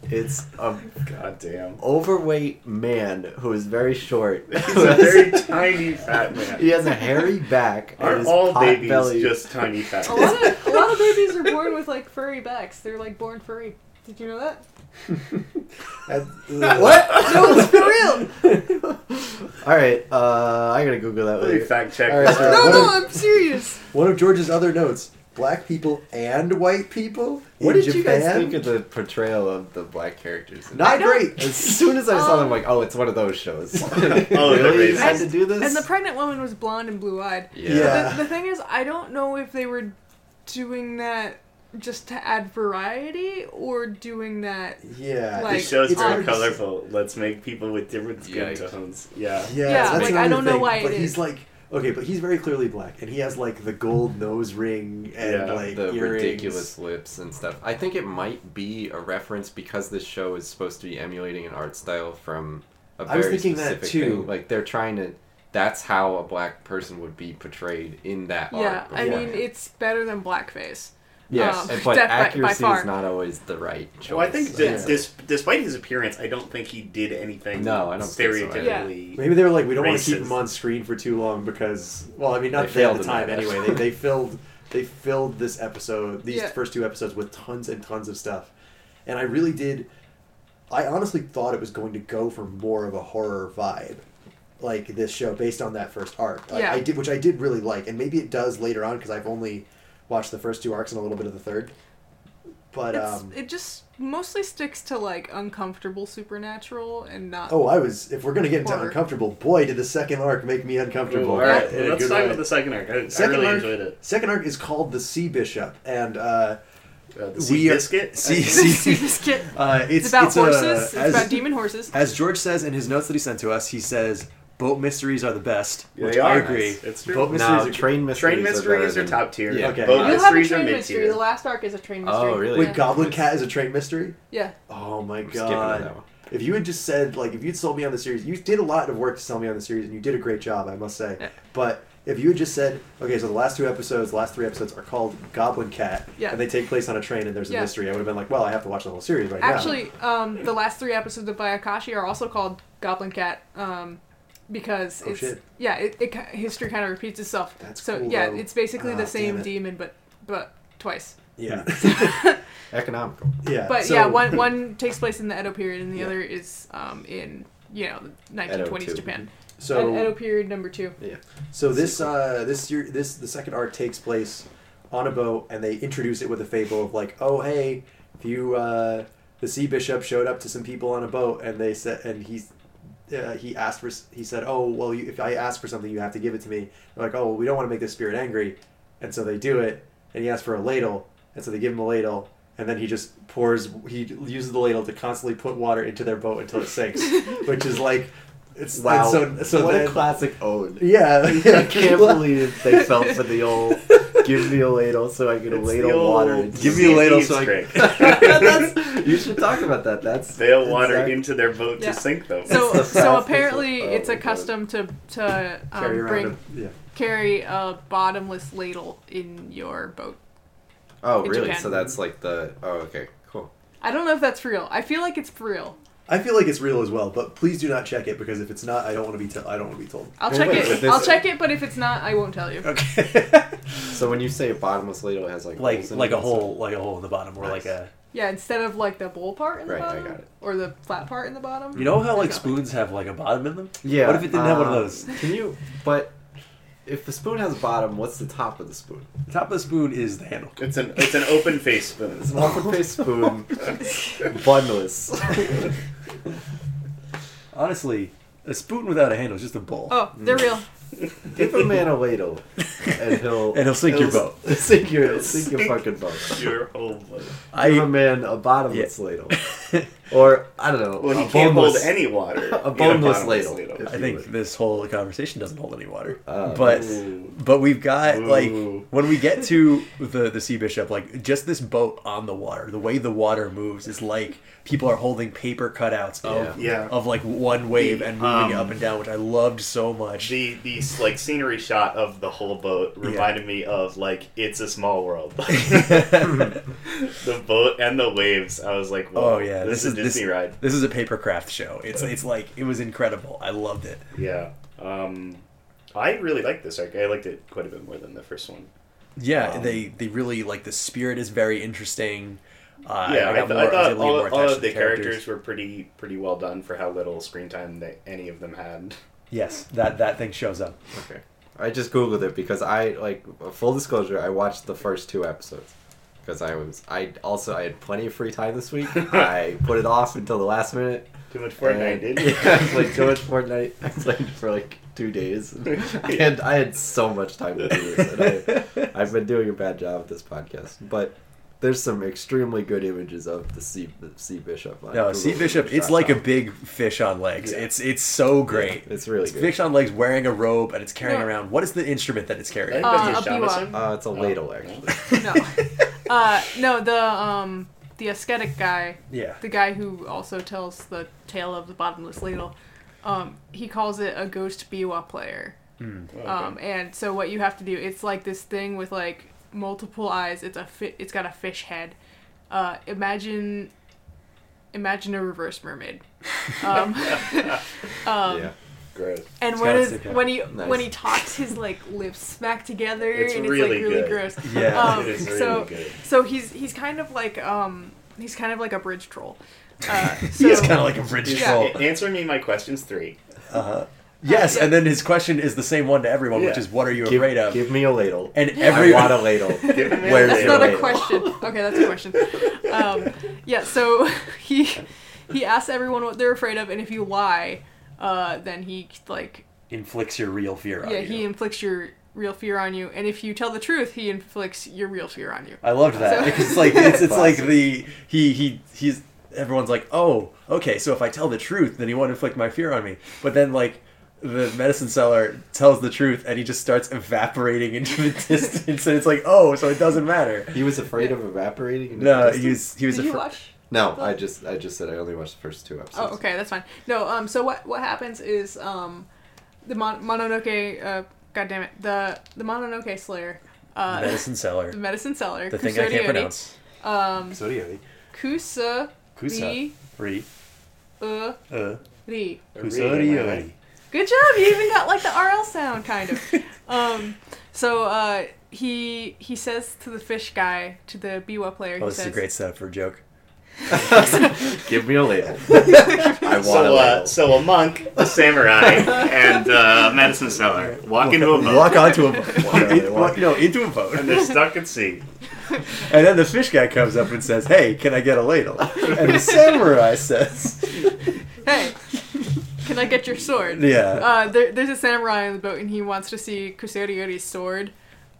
Speaker 3: It's a
Speaker 5: God damn.
Speaker 3: overweight man who is very short.
Speaker 5: He's a very tiny fat man.
Speaker 3: he has a hairy back. and
Speaker 5: Are
Speaker 3: his
Speaker 5: all
Speaker 3: pot
Speaker 5: babies
Speaker 3: belly-
Speaker 5: just tiny fat?
Speaker 4: A lot of a lot of babies are born with like furry backs. They're like born furry. Did you know that?
Speaker 3: what?
Speaker 4: No, it's for real.
Speaker 3: all right, uh, I gotta Google that
Speaker 5: Let me
Speaker 3: later.
Speaker 5: fact check.
Speaker 3: All right,
Speaker 5: this.
Speaker 3: so-
Speaker 4: No,
Speaker 1: What
Speaker 4: no,
Speaker 1: a-
Speaker 4: I'm serious.
Speaker 1: One of George's other notes: black people and white people.
Speaker 3: What
Speaker 1: in
Speaker 3: did you guys
Speaker 1: Japan?
Speaker 3: think of the portrayal of the black characters? in
Speaker 1: Not
Speaker 4: I don't-
Speaker 1: great.
Speaker 3: As soon as I saw them,
Speaker 4: Um,
Speaker 3: I'm like, oh, it's one of those shows. oh,
Speaker 5: they're
Speaker 3: really? You had
Speaker 5: racist.
Speaker 3: to do this?
Speaker 4: And the pregnant woman was blonde and blue eyed.
Speaker 1: Yeah.
Speaker 4: the, the thing is, I don't know if they were doing that just to add variety or doing that.
Speaker 1: Yeah.
Speaker 4: Like,
Speaker 5: this show's
Speaker 1: it's
Speaker 5: very
Speaker 4: um,
Speaker 5: colorful. Let's make people with different skin
Speaker 3: Yikes.
Speaker 5: tones. Yeah.
Speaker 1: Yeah,
Speaker 4: Yeah,
Speaker 1: that's
Speaker 4: like,
Speaker 1: another
Speaker 4: I don't know
Speaker 1: thing,
Speaker 4: why it
Speaker 1: But he's
Speaker 4: is.
Speaker 1: like, okay, but he's very clearly black, and he has like the gold nose ring and
Speaker 5: Yeah,
Speaker 1: like
Speaker 3: the
Speaker 1: earrings.
Speaker 3: ridiculous lips and stuff. I think it might be a reference because this show is supposed to be emulating an art style from a
Speaker 1: I
Speaker 3: very
Speaker 1: was thinking that
Speaker 3: specific
Speaker 1: too.
Speaker 3: thing. Like they're trying to. That's how a black person would be portrayed in that
Speaker 4: Yeah,
Speaker 3: art.
Speaker 4: I
Speaker 1: beforehand.
Speaker 4: mean, it's better than blackface.
Speaker 3: yes,
Speaker 4: um,
Speaker 3: but
Speaker 4: def- by- by
Speaker 3: accuracy
Speaker 4: far.
Speaker 3: is not always the right choice.
Speaker 5: Well, I think
Speaker 3: Yeah.
Speaker 5: that dis- despite his appearance, I don't think he did anything.
Speaker 3: No, I don't think so either.
Speaker 5: stereotypically.
Speaker 1: Maybe they were like, we don't want to keep
Speaker 5: Racist.
Speaker 1: him on screen for too long because, well, I mean, not
Speaker 3: They
Speaker 1: they at
Speaker 3: failed
Speaker 1: the
Speaker 3: in
Speaker 1: time
Speaker 3: that.
Speaker 1: anyway. They, they filled they filled this episode, these
Speaker 4: Yeah.
Speaker 1: first two episodes, with tons and tons of stuff, and I really did.
Speaker 6: I honestly thought it was going to go for more of a horror vibe, like this show based on that first arc. Like,
Speaker 4: Yeah.
Speaker 6: I did, which I did really like, and maybe it does later on because I've only watched the first two arcs and a little bit of the third. But
Speaker 4: It's,
Speaker 6: um,
Speaker 4: it just mostly sticks to like uncomfortable supernatural and not.
Speaker 6: oh, I was if we're gonna get into
Speaker 4: Horror.
Speaker 6: uncomfortable, boy, did the second arc make me uncomfortable.
Speaker 4: all right,
Speaker 6: In a
Speaker 5: let's
Speaker 6: good
Speaker 5: talk
Speaker 6: way.
Speaker 5: about the second arc. I,
Speaker 6: Second
Speaker 5: I really
Speaker 6: arc-
Speaker 5: enjoyed it.
Speaker 6: Second arc is called the Sea Bishop, and uh,
Speaker 5: Uh, the
Speaker 6: We
Speaker 5: sea
Speaker 6: are-
Speaker 5: biscuit.
Speaker 1: Sea-
Speaker 4: Sea biscuit.
Speaker 1: Uh, it's,
Speaker 4: It's about
Speaker 1: a-
Speaker 4: horses. it's
Speaker 1: as-
Speaker 4: about demon horses.
Speaker 1: As George says in his notes that he sent to us, he says boat mysteries are the best,
Speaker 5: Yeah,
Speaker 1: which
Speaker 5: they
Speaker 1: I
Speaker 5: are.
Speaker 1: agree.
Speaker 5: It's- it's true.
Speaker 1: Boat mysteries
Speaker 3: Now,
Speaker 1: are
Speaker 3: train mysteries.
Speaker 5: Train
Speaker 3: are
Speaker 5: mysteries
Speaker 3: better than-
Speaker 5: are top tier.
Speaker 3: Yeah.
Speaker 6: Okay.
Speaker 5: Boat
Speaker 4: you have a
Speaker 5: mysteries are
Speaker 4: train
Speaker 5: mid
Speaker 4: mystery. The
Speaker 5: tier.
Speaker 4: last arc is a train
Speaker 3: Oh,
Speaker 4: mystery.
Speaker 3: really?
Speaker 6: Wait,
Speaker 4: Yeah.
Speaker 6: Goblin Cat is a train mystery?
Speaker 4: yeah.
Speaker 6: Oh my
Speaker 3: skipping to that
Speaker 6: god.
Speaker 3: one.
Speaker 6: If you had just said, like, if you'd sold me on the series, you did a lot of work to sell me on the series, and you did a great job, I must say.
Speaker 4: Yeah.
Speaker 6: But if you had just said, okay, so the last two episodes, the last three episodes are called Goblin Cat,
Speaker 4: Yeah.
Speaker 6: and they take place on a train and there's a
Speaker 4: Yeah.
Speaker 6: mystery, I would have been like, well, I have to watch the whole series right now.
Speaker 4: Actually, um, the last three episodes of Bayakashi are also called Goblin Cat um, because
Speaker 6: Oh,
Speaker 4: it's
Speaker 6: shit.
Speaker 4: yeah, it, it ki- history kind of repeats itself.
Speaker 6: That's
Speaker 4: so
Speaker 6: cool,
Speaker 4: yeah,
Speaker 6: though.
Speaker 4: it's basically
Speaker 6: Ah,
Speaker 4: the
Speaker 6: damn
Speaker 4: same
Speaker 6: it.
Speaker 4: demon, but but twice.
Speaker 6: Yeah.
Speaker 3: Economical.
Speaker 6: yeah.
Speaker 4: But
Speaker 6: Uh, so-
Speaker 4: yeah, one one takes place in the Edo period, and the
Speaker 6: Yeah.
Speaker 4: other is um, in you know the 1920s
Speaker 3: Edo, too.
Speaker 4: Japan.
Speaker 6: So,
Speaker 4: Ed- Edo period number two.
Speaker 6: So this uh, this year this the second arc takes place on a boat, and they introduce it with a fable of like, oh hey, if you uh, the sea bishop showed up to some people on a boat, and they said, and he's. Uh, he asked for. s- He said, "Oh well, you, if I ask for something, you have to give it to me." They're like, "Oh, well, we don't want to make this spirit angry," and so they do it. And he asks for a ladle, and so they give him a ladle, and then he just pours. He uses the ladle to constantly put water into their boat until it sinks, which is like, it's
Speaker 3: Wow.
Speaker 6: wow. So, so
Speaker 3: what
Speaker 6: then,
Speaker 3: a classic ode.
Speaker 6: yeah,
Speaker 3: I can't believe they fell for the old give me a ladle so I can
Speaker 5: It's
Speaker 3: ladle
Speaker 5: the old
Speaker 3: water. into
Speaker 1: Give
Speaker 3: the-
Speaker 1: me a ladle
Speaker 5: Thieves
Speaker 1: so I-
Speaker 5: trick.
Speaker 3: That's- you should talk about that. That's
Speaker 5: They'll water
Speaker 3: exact-
Speaker 5: into their boat
Speaker 4: Yeah.
Speaker 5: to sink them.
Speaker 4: So
Speaker 3: That's the
Speaker 4: so
Speaker 3: fastest-
Speaker 4: apparently
Speaker 3: oh
Speaker 4: it's a
Speaker 3: my God.
Speaker 4: custom to to
Speaker 6: carry
Speaker 4: um,
Speaker 6: around
Speaker 4: bring
Speaker 6: a, yeah.
Speaker 4: carry a bottomless ladle in your boat.
Speaker 3: Oh,
Speaker 4: in
Speaker 3: really?
Speaker 4: Japan.
Speaker 3: So that's like the. Oh, okay, cool.
Speaker 4: I don't know if that's for real. I feel like it's for real.
Speaker 6: I feel like it's real as well, but please do not check it because if it's not, I don't want to be tell- I don't want to be told.
Speaker 4: I'll
Speaker 3: Well,
Speaker 4: check
Speaker 3: wait,
Speaker 4: it.
Speaker 3: but
Speaker 4: I'll
Speaker 3: this-
Speaker 4: check it, but if it's not, I won't tell you.
Speaker 1: Okay.
Speaker 3: So when you say a bottomless ladle, it has like
Speaker 1: like
Speaker 3: holes in
Speaker 1: like
Speaker 3: it
Speaker 1: a
Speaker 3: and stuff?
Speaker 1: hole, like a hole in the bottom, or
Speaker 3: Nice.
Speaker 1: like a
Speaker 4: Yeah, instead of like the bowl part in the
Speaker 3: Right, I
Speaker 4: bottom,
Speaker 3: got it.
Speaker 4: or the flat part in the bottom.
Speaker 1: you know how like
Speaker 4: There's
Speaker 1: spoons have like a bottom in them.
Speaker 3: Yeah.
Speaker 1: What if it didn't have one of
Speaker 3: um,
Speaker 1: those?
Speaker 3: Can you? But if the spoon has a bottom, what's the top of the spoon?
Speaker 1: The top of the spoon is the handle.
Speaker 5: it's an it's an open face spoon.
Speaker 3: It's an open face spoon, bunless.
Speaker 1: Honestly, a spoon without a handle is just a bowl.
Speaker 4: Oh, they're real.
Speaker 3: Give a man a ladle, and he'll
Speaker 1: And he'll sink your boat.
Speaker 3: Sink your sink your
Speaker 5: Sink.
Speaker 3: fucking boat.
Speaker 5: Your whole boat.
Speaker 3: Give a
Speaker 1: I
Speaker 3: man a bottomless ladle, or I don't know.
Speaker 5: Well,
Speaker 3: a
Speaker 5: he can't hold
Speaker 3: boneless-
Speaker 5: any water.
Speaker 3: a
Speaker 5: in
Speaker 3: boneless
Speaker 5: bottomless
Speaker 3: ladle. if
Speaker 1: I
Speaker 3: you
Speaker 1: think
Speaker 3: would.
Speaker 1: this whole conversation doesn't hold any water,
Speaker 3: Uh,
Speaker 1: but.
Speaker 5: Ah. Ooh.
Speaker 1: But we've got like
Speaker 5: Ooh.
Speaker 1: when we get to the the sea bishop, like just this boat on the water, the way the water moves is like people are holding paper cutouts of
Speaker 5: Yeah. Yeah.
Speaker 1: of like one wave and moving it
Speaker 5: Um,
Speaker 1: up and down, which I loved so much.
Speaker 5: The the like scenery shot of the whole boat reminded me of like it's a small world. the boat and the waves. I was like, Whoa,
Speaker 1: oh yeah,
Speaker 5: this, is a Disney
Speaker 1: this,
Speaker 5: ride.
Speaker 1: This is a paper craft show. It's it's like it was incredible. I loved it.
Speaker 5: Yeah. Um, I really liked this arc. I liked it quite a bit more than the first one.
Speaker 1: Yeah,
Speaker 5: Um,
Speaker 1: they they really like the spirit is very interesting. Uh,
Speaker 5: yeah, I,
Speaker 1: got
Speaker 5: th-
Speaker 1: more-
Speaker 5: I
Speaker 1: was
Speaker 5: thought
Speaker 1: able to get
Speaker 5: all,
Speaker 1: more
Speaker 5: all
Speaker 1: attached
Speaker 5: of
Speaker 1: to
Speaker 5: the characters. were pretty pretty well done for how little screen time that any of them had.
Speaker 1: Yes, that that thing shows up.
Speaker 3: Okay. I just googled it because I like full disclosure. I watched the first two episodes because I was I also I had plenty of free time this week. I put it off until the last minute.
Speaker 5: Too much Fortnite,
Speaker 3: and-
Speaker 5: did
Speaker 3: Yeah, I was like too much Fortnite. I played for like two days. I had I had so much time to do this. And I, I've been doing a bad job at this podcast, but. There's some extremely good images of the sea, the sea bishop. On
Speaker 1: No, Sea Bishop, it's like a big fish on legs.
Speaker 3: Yeah.
Speaker 1: It's it's so great.
Speaker 3: Yeah, it's really
Speaker 1: it's
Speaker 3: good.
Speaker 1: fish on legs wearing a robe and it's carrying
Speaker 4: No.
Speaker 1: around what is the instrument that it's carrying?
Speaker 4: Uh,
Speaker 5: That's a
Speaker 4: a
Speaker 5: shamisen.
Speaker 3: Uh,
Speaker 4: Oh.
Speaker 3: it's a ladle, actually.
Speaker 4: No, uh, no, the um, the ascetic guy,
Speaker 1: yeah.
Speaker 4: the guy who also tells the tale of the bottomless ladle, um, he calls it a ghost biwa player.
Speaker 5: Okay.
Speaker 4: Um, and so what you have to do, it's like this thing with like multiple eyes. It's a fi- it's got a fish head. Uh, imagine, imagine a reverse mermaid. Um, um,
Speaker 3: yeah.
Speaker 5: Gross.
Speaker 4: And
Speaker 1: It's
Speaker 4: when
Speaker 1: got a
Speaker 4: his,
Speaker 1: sick head.
Speaker 4: when he
Speaker 3: Nice.
Speaker 4: when he talks, his like lips smack together,
Speaker 5: It's
Speaker 4: and
Speaker 5: really
Speaker 4: it's like really
Speaker 5: good.
Speaker 4: gross.
Speaker 1: Yeah.
Speaker 4: Um,
Speaker 5: it is really
Speaker 4: so
Speaker 5: good.
Speaker 4: so he's he's kind of like um He's kind of like a bridge troll. Uh, so,
Speaker 1: He is kind of like a British
Speaker 4: Yeah.
Speaker 1: troll.
Speaker 5: A- Answer me my questions three.
Speaker 1: Yes,
Speaker 4: yeah.
Speaker 1: and then his question is the same one to everyone, which
Speaker 5: Yeah.
Speaker 1: is, "What are you
Speaker 3: Give,
Speaker 1: afraid of?"
Speaker 3: give me a ladle.
Speaker 1: and
Speaker 3: I
Speaker 1: every
Speaker 3: want a ladle.
Speaker 5: Give me a
Speaker 3: Where's
Speaker 4: that's
Speaker 5: ladle.
Speaker 4: not a
Speaker 3: Anyway.
Speaker 4: question. Okay, that's a question. Um, yeah, so he he asks everyone what they're afraid of, and if you lie, uh, then he like
Speaker 1: inflicts your real fear on
Speaker 4: yeah
Speaker 1: you.
Speaker 4: he inflicts your real fear on you, and if you tell the truth, he inflicts your real fear on you.
Speaker 1: I loved that
Speaker 4: So-
Speaker 1: because it's like it's, it's like the he he he's everyone's like oh okay so if I tell the truth then he won't inflict my fear on me but then like the medicine seller tells the truth and he just starts evaporating into the distance and it's like oh so it doesn't matter
Speaker 3: He was afraid of evaporating. into
Speaker 1: no
Speaker 3: the
Speaker 1: he
Speaker 3: distance?
Speaker 1: was he was
Speaker 4: Did you
Speaker 1: afraid
Speaker 4: watch?
Speaker 3: No, I just I just said I only watched the first two episodes.
Speaker 4: Oh, okay, that's fine. No, um, so what what happens is um, the Mon- Mononoke, uh, God damn it, the the Mononoke Slayer, uh,
Speaker 1: medicine seller
Speaker 4: the medicine seller,
Speaker 1: the thing I can't
Speaker 4: Kusuriori,
Speaker 1: pronounce
Speaker 4: Um,
Speaker 6: So do you.
Speaker 4: Kusa,
Speaker 1: Kusa re
Speaker 4: uh,
Speaker 1: uh
Speaker 4: ri.
Speaker 1: Kusuriori.
Speaker 4: Good job. You even got like the RL sound kind of. um, so uh, he he says to the fish guy, to the Biwa player,
Speaker 1: oh
Speaker 4: he
Speaker 1: this is
Speaker 4: says,
Speaker 1: a great setup for a joke
Speaker 3: Give me a ladle. I want a
Speaker 5: So, uh,
Speaker 3: ladle.
Speaker 5: so a monk, a samurai, and uh, a medicine seller walk into a boat,
Speaker 1: walk onto a
Speaker 3: Yeah, walk-
Speaker 1: no into a boat
Speaker 5: and they're stuck at sea.
Speaker 1: And then the fish guy comes up and says, "Hey, can I get a ladle?" And the samurai says,
Speaker 4: "Hey, can I get your sword?"
Speaker 1: "Yeah."
Speaker 4: Uh, there, there's a samurai on the boat, and he wants to see Kusuriori's sword,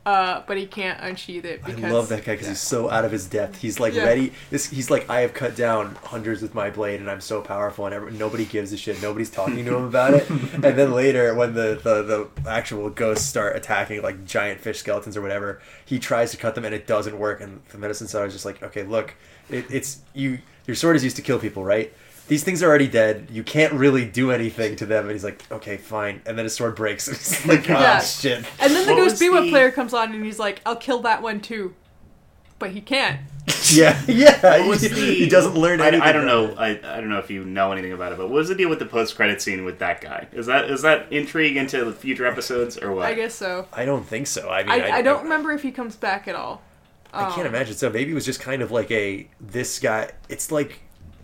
Speaker 4: uh, but he can't unsheath it because
Speaker 1: I love that guy because he's so out of his depth. He's like
Speaker 4: Yeah.
Speaker 1: ready. This he's like, "I have cut down hundreds with my blade, and I'm so powerful, and every, nobody gives a shit. Nobody's talking to him about it." And then later, when the, the the actual ghosts start attacking like giant fish skeletons or whatever, he tries to cut them, and it doesn't work. And the medicine seller is just like, "Okay, look, it, it's you. Your sword is used to kill people, right?" these things are already dead. You can't really do anything to them. And he's like, okay, fine. And then his sword breaks. And he's like, oh,
Speaker 4: Yeah.
Speaker 1: shit.
Speaker 4: And then the
Speaker 5: What
Speaker 4: Ghost
Speaker 5: was
Speaker 4: Biwa
Speaker 5: the-
Speaker 4: player comes on, and he's like, "I'll kill that one too," but he can't.
Speaker 1: Yeah, yeah.
Speaker 5: What was
Speaker 1: He,
Speaker 5: the-
Speaker 1: he doesn't learn
Speaker 5: I,
Speaker 1: anything.
Speaker 5: I don't
Speaker 1: from
Speaker 5: know.
Speaker 1: it.
Speaker 5: I, I don't know if you know anything about it, but what is the deal with the post-credit scene with that guy? Is that is that intrigue into the future episodes or what?
Speaker 4: I guess so.
Speaker 1: I don't think so. I mean,
Speaker 4: I, I don't remember Oh. if he comes back at all. Um,
Speaker 1: I can't imagine. So maybe it was just kind of like a this guy. It's like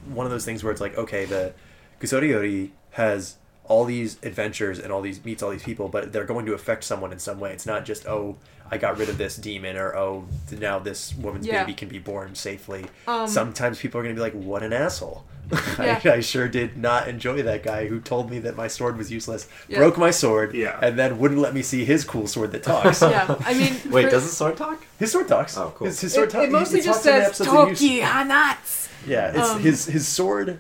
Speaker 1: one of those things where it's like okay, the Kusoriori has all these adventures and all these meets all these people, but they're going to affect someone in some way. It's not just oh, I got rid of this demon or oh, now this woman's
Speaker 4: Yeah. Um,
Speaker 1: baby can be born safely. Sometimes people are going to be like, what an asshole.
Speaker 4: Yeah.
Speaker 1: I, I sure did not enjoy that guy who told me that my sword was useless,
Speaker 4: Yeah.
Speaker 1: broke my sword,
Speaker 5: Yeah.
Speaker 1: and then wouldn't let me see his cool sword that talks.
Speaker 4: Yeah, I mean,
Speaker 3: Wait,
Speaker 4: for-
Speaker 3: does the sword talk?
Speaker 1: His sword talks.
Speaker 3: Oh, cool.
Speaker 1: His, his sword
Speaker 4: it,
Speaker 1: talks.
Speaker 4: it mostly
Speaker 1: He- he
Speaker 4: just
Speaker 1: talks in the
Speaker 4: says
Speaker 1: episodes that you-
Speaker 4: Toki Hanats.
Speaker 1: yeah, it's
Speaker 4: Um,
Speaker 1: his his sword.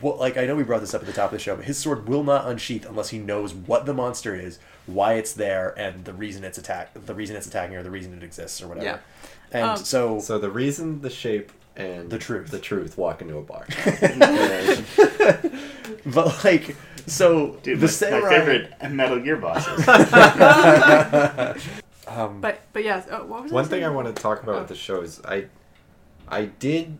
Speaker 1: What, like I know we brought this up at the top of the show, but his sword will not unsheath unless he knows what the monster is, why it's there, and the reason it's attack, the reason it's attacking, or the reason it exists, or whatever.
Speaker 4: Yeah.
Speaker 1: And
Speaker 4: Um,
Speaker 1: so,
Speaker 3: So the reason, the shape, and
Speaker 1: The truth.
Speaker 3: the truth walk into a bar.
Speaker 1: but like, so
Speaker 5: Dude,
Speaker 1: the
Speaker 5: my,
Speaker 1: samurai.
Speaker 5: my favorite Metal Gear bosses.
Speaker 4: But but yeah, oh, what was I
Speaker 3: One thing I
Speaker 4: saying?
Speaker 3: want to talk about
Speaker 4: Oh.
Speaker 3: with the show is I, I did,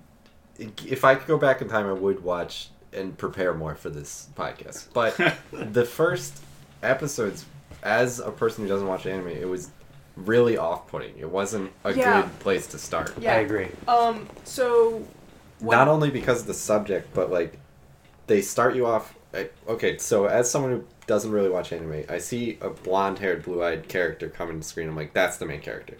Speaker 3: if I could go back in time, I would watch and prepare more for this podcast. But the first episodes, as a person who doesn't watch anime, it was really off-putting. It wasn't a
Speaker 4: Yeah.
Speaker 3: good place to start.
Speaker 1: I agree.
Speaker 4: Um. So. when-
Speaker 3: Not only because of the subject, but like they start you off. I- Okay, so as someone who doesn't really watch anime, I see a blonde-haired, blue-eyed character coming to screen. I'm like, that's the main character.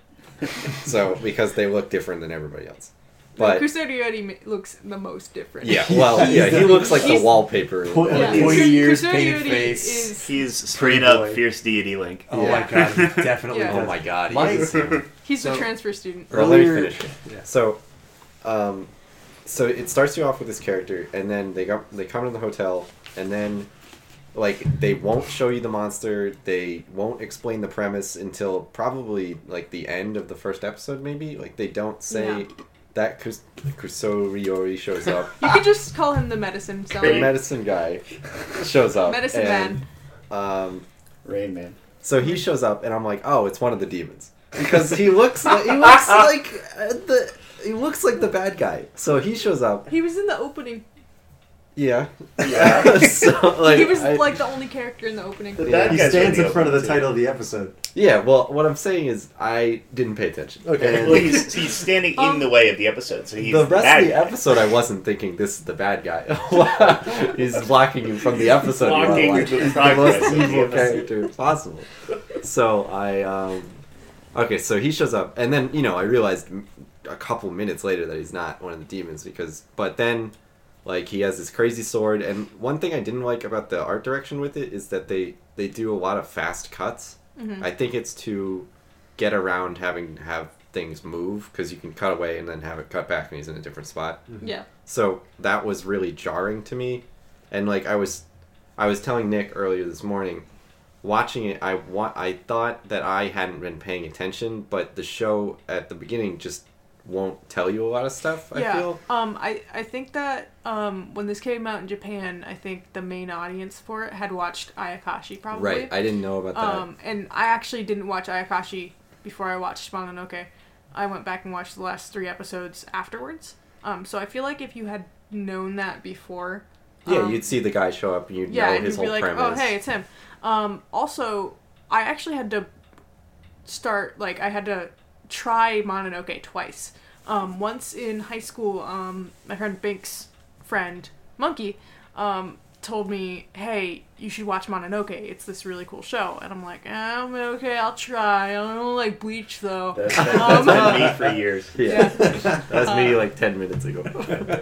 Speaker 3: so because they look different than everybody else. But
Speaker 4: Kusuriori ma- looks the most different.
Speaker 3: yeah, well, yeah, he looks like the
Speaker 4: He's-
Speaker 3: wallpaper.
Speaker 1: Point-
Speaker 4: yeah.
Speaker 1: Pointy
Speaker 4: Kus-
Speaker 1: ears,
Speaker 4: Kusuriori
Speaker 1: painted face.
Speaker 4: Is,
Speaker 5: He's straight
Speaker 1: boy.
Speaker 5: up fierce deity Link.
Speaker 1: Oh
Speaker 3: Yeah.
Speaker 1: my god, he definitely.
Speaker 4: Yeah.
Speaker 1: does.
Speaker 3: Oh my god, he
Speaker 1: My-
Speaker 3: is him.
Speaker 4: he's the
Speaker 1: So-
Speaker 4: transfer student.
Speaker 3: Well, let me
Speaker 1: Earlier-
Speaker 3: finish it.
Speaker 1: Yeah.
Speaker 3: So, um, so it starts you off with this character, and then they go, they come to the hotel, and then, like, they won't show you the monster. They won't explain the premise until probably like the end of the first episode, maybe. Like, they don't say
Speaker 4: Yeah.
Speaker 3: that Kus- Kusoriori shows up.
Speaker 4: You could just call him the medicine
Speaker 3: the
Speaker 4: seller.
Speaker 3: medicine guy shows up.
Speaker 4: Medicine
Speaker 3: and, Um,
Speaker 5: Rain Man.
Speaker 3: so he shows up, and I'm like, oh, it's one of the demons because he looks like, he looks like uh, the he looks like the bad guy. So he shows up.
Speaker 4: He was in the opening.
Speaker 3: Yeah.
Speaker 6: Yeah.
Speaker 3: so like,
Speaker 4: he was
Speaker 3: I-
Speaker 4: like the only character in the opening.
Speaker 5: The
Speaker 3: Yeah.
Speaker 5: bad
Speaker 6: he
Speaker 5: guys are
Speaker 6: stands in
Speaker 5: the
Speaker 6: front of the
Speaker 5: open, too.
Speaker 6: title of the episode.
Speaker 3: yeah. Well, what I'm saying is I didn't pay attention.
Speaker 6: Okay.
Speaker 3: And
Speaker 5: Well, he's, he's standing in
Speaker 4: Um,
Speaker 5: the way of the episode, so he's
Speaker 3: the rest
Speaker 5: bad
Speaker 3: of the
Speaker 5: guy.
Speaker 3: episode, I wasn't thinking this is the bad guy. he's blocking you from the episode. you wanna
Speaker 5: Blocking
Speaker 3: watch.
Speaker 5: the
Speaker 3: He's the
Speaker 5: progress
Speaker 3: most
Speaker 5: of the
Speaker 3: evil
Speaker 5: episode.
Speaker 3: character possible. So I, um, okay, so he shows up, and then you know I realized m- a couple minutes later that he's not one of the demons because, but then. Like he has this crazy sword, and one thing I didn't like about the art direction with it is that they they do a lot of fast cuts. I think it's to get around having to have things move because you can cut away and then have it cut back and he's in a different spot.
Speaker 4: Yeah.
Speaker 3: So that was really jarring to me. And like I was I was telling Nick earlier this morning, watching it I want I thought that I hadn't been paying attention, but the show at the beginning just won't tell you a lot of stuff, I
Speaker 4: yeah.
Speaker 3: feel.
Speaker 4: Um, I, I think that um, when this came out in Japan, I think the main audience for it had watched Ayakashi probably.
Speaker 3: Right. I didn't know about that.
Speaker 4: um, and I actually didn't watch Ayakashi before I watched Mononoke. I went back and watched the last three episodes afterwards. Um, so I feel like if you had known that before,
Speaker 3: yeah,
Speaker 4: um,
Speaker 3: you'd see the guy show up and you'd
Speaker 4: yeah,
Speaker 3: know
Speaker 4: and
Speaker 3: his
Speaker 4: you'd be
Speaker 3: whole
Speaker 4: like,
Speaker 3: premise.
Speaker 4: oh hey, it's him. Um, also, I actually had to start like I had to try Mononoke twice. Um, once in high school, um, my friend Bink's friend Monkey um, told me, "Hey, you should watch Mononoke. It's this really cool show." And I'm like, um, "Okay, I'll try. I don't like Bleach though."
Speaker 5: That's,
Speaker 4: Um,
Speaker 5: that's been me for years.
Speaker 3: yeah. that was me like ten minutes ago.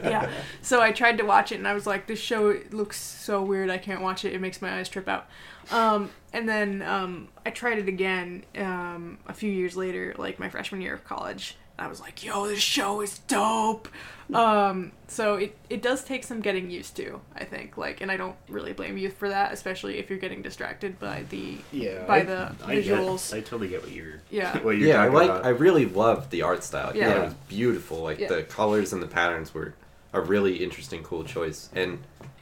Speaker 4: yeah. So I tried to watch it and I was like, this show looks so weird. I can't watch it. It makes my eyes trip out. Um, and then um, I tried it again um, a few years later, like my freshman year of college. And I was like, yo, this show is dope. Um, so it, it does take some getting used to, I think. Like, and I don't really blame you for that, especially if you're getting distracted by the
Speaker 5: Yeah,
Speaker 4: by
Speaker 5: I-
Speaker 4: the
Speaker 5: I get-
Speaker 4: visuals.
Speaker 5: I totally get what you're.
Speaker 4: Yeah.
Speaker 5: What you're
Speaker 3: yeah, I
Speaker 5: talking
Speaker 3: like.
Speaker 5: about.
Speaker 3: I really loved the art style. Yeah,
Speaker 4: Yeah.
Speaker 3: it was beautiful. Like
Speaker 4: Yeah.
Speaker 3: the colors and the patterns were a really interesting, cool choice. And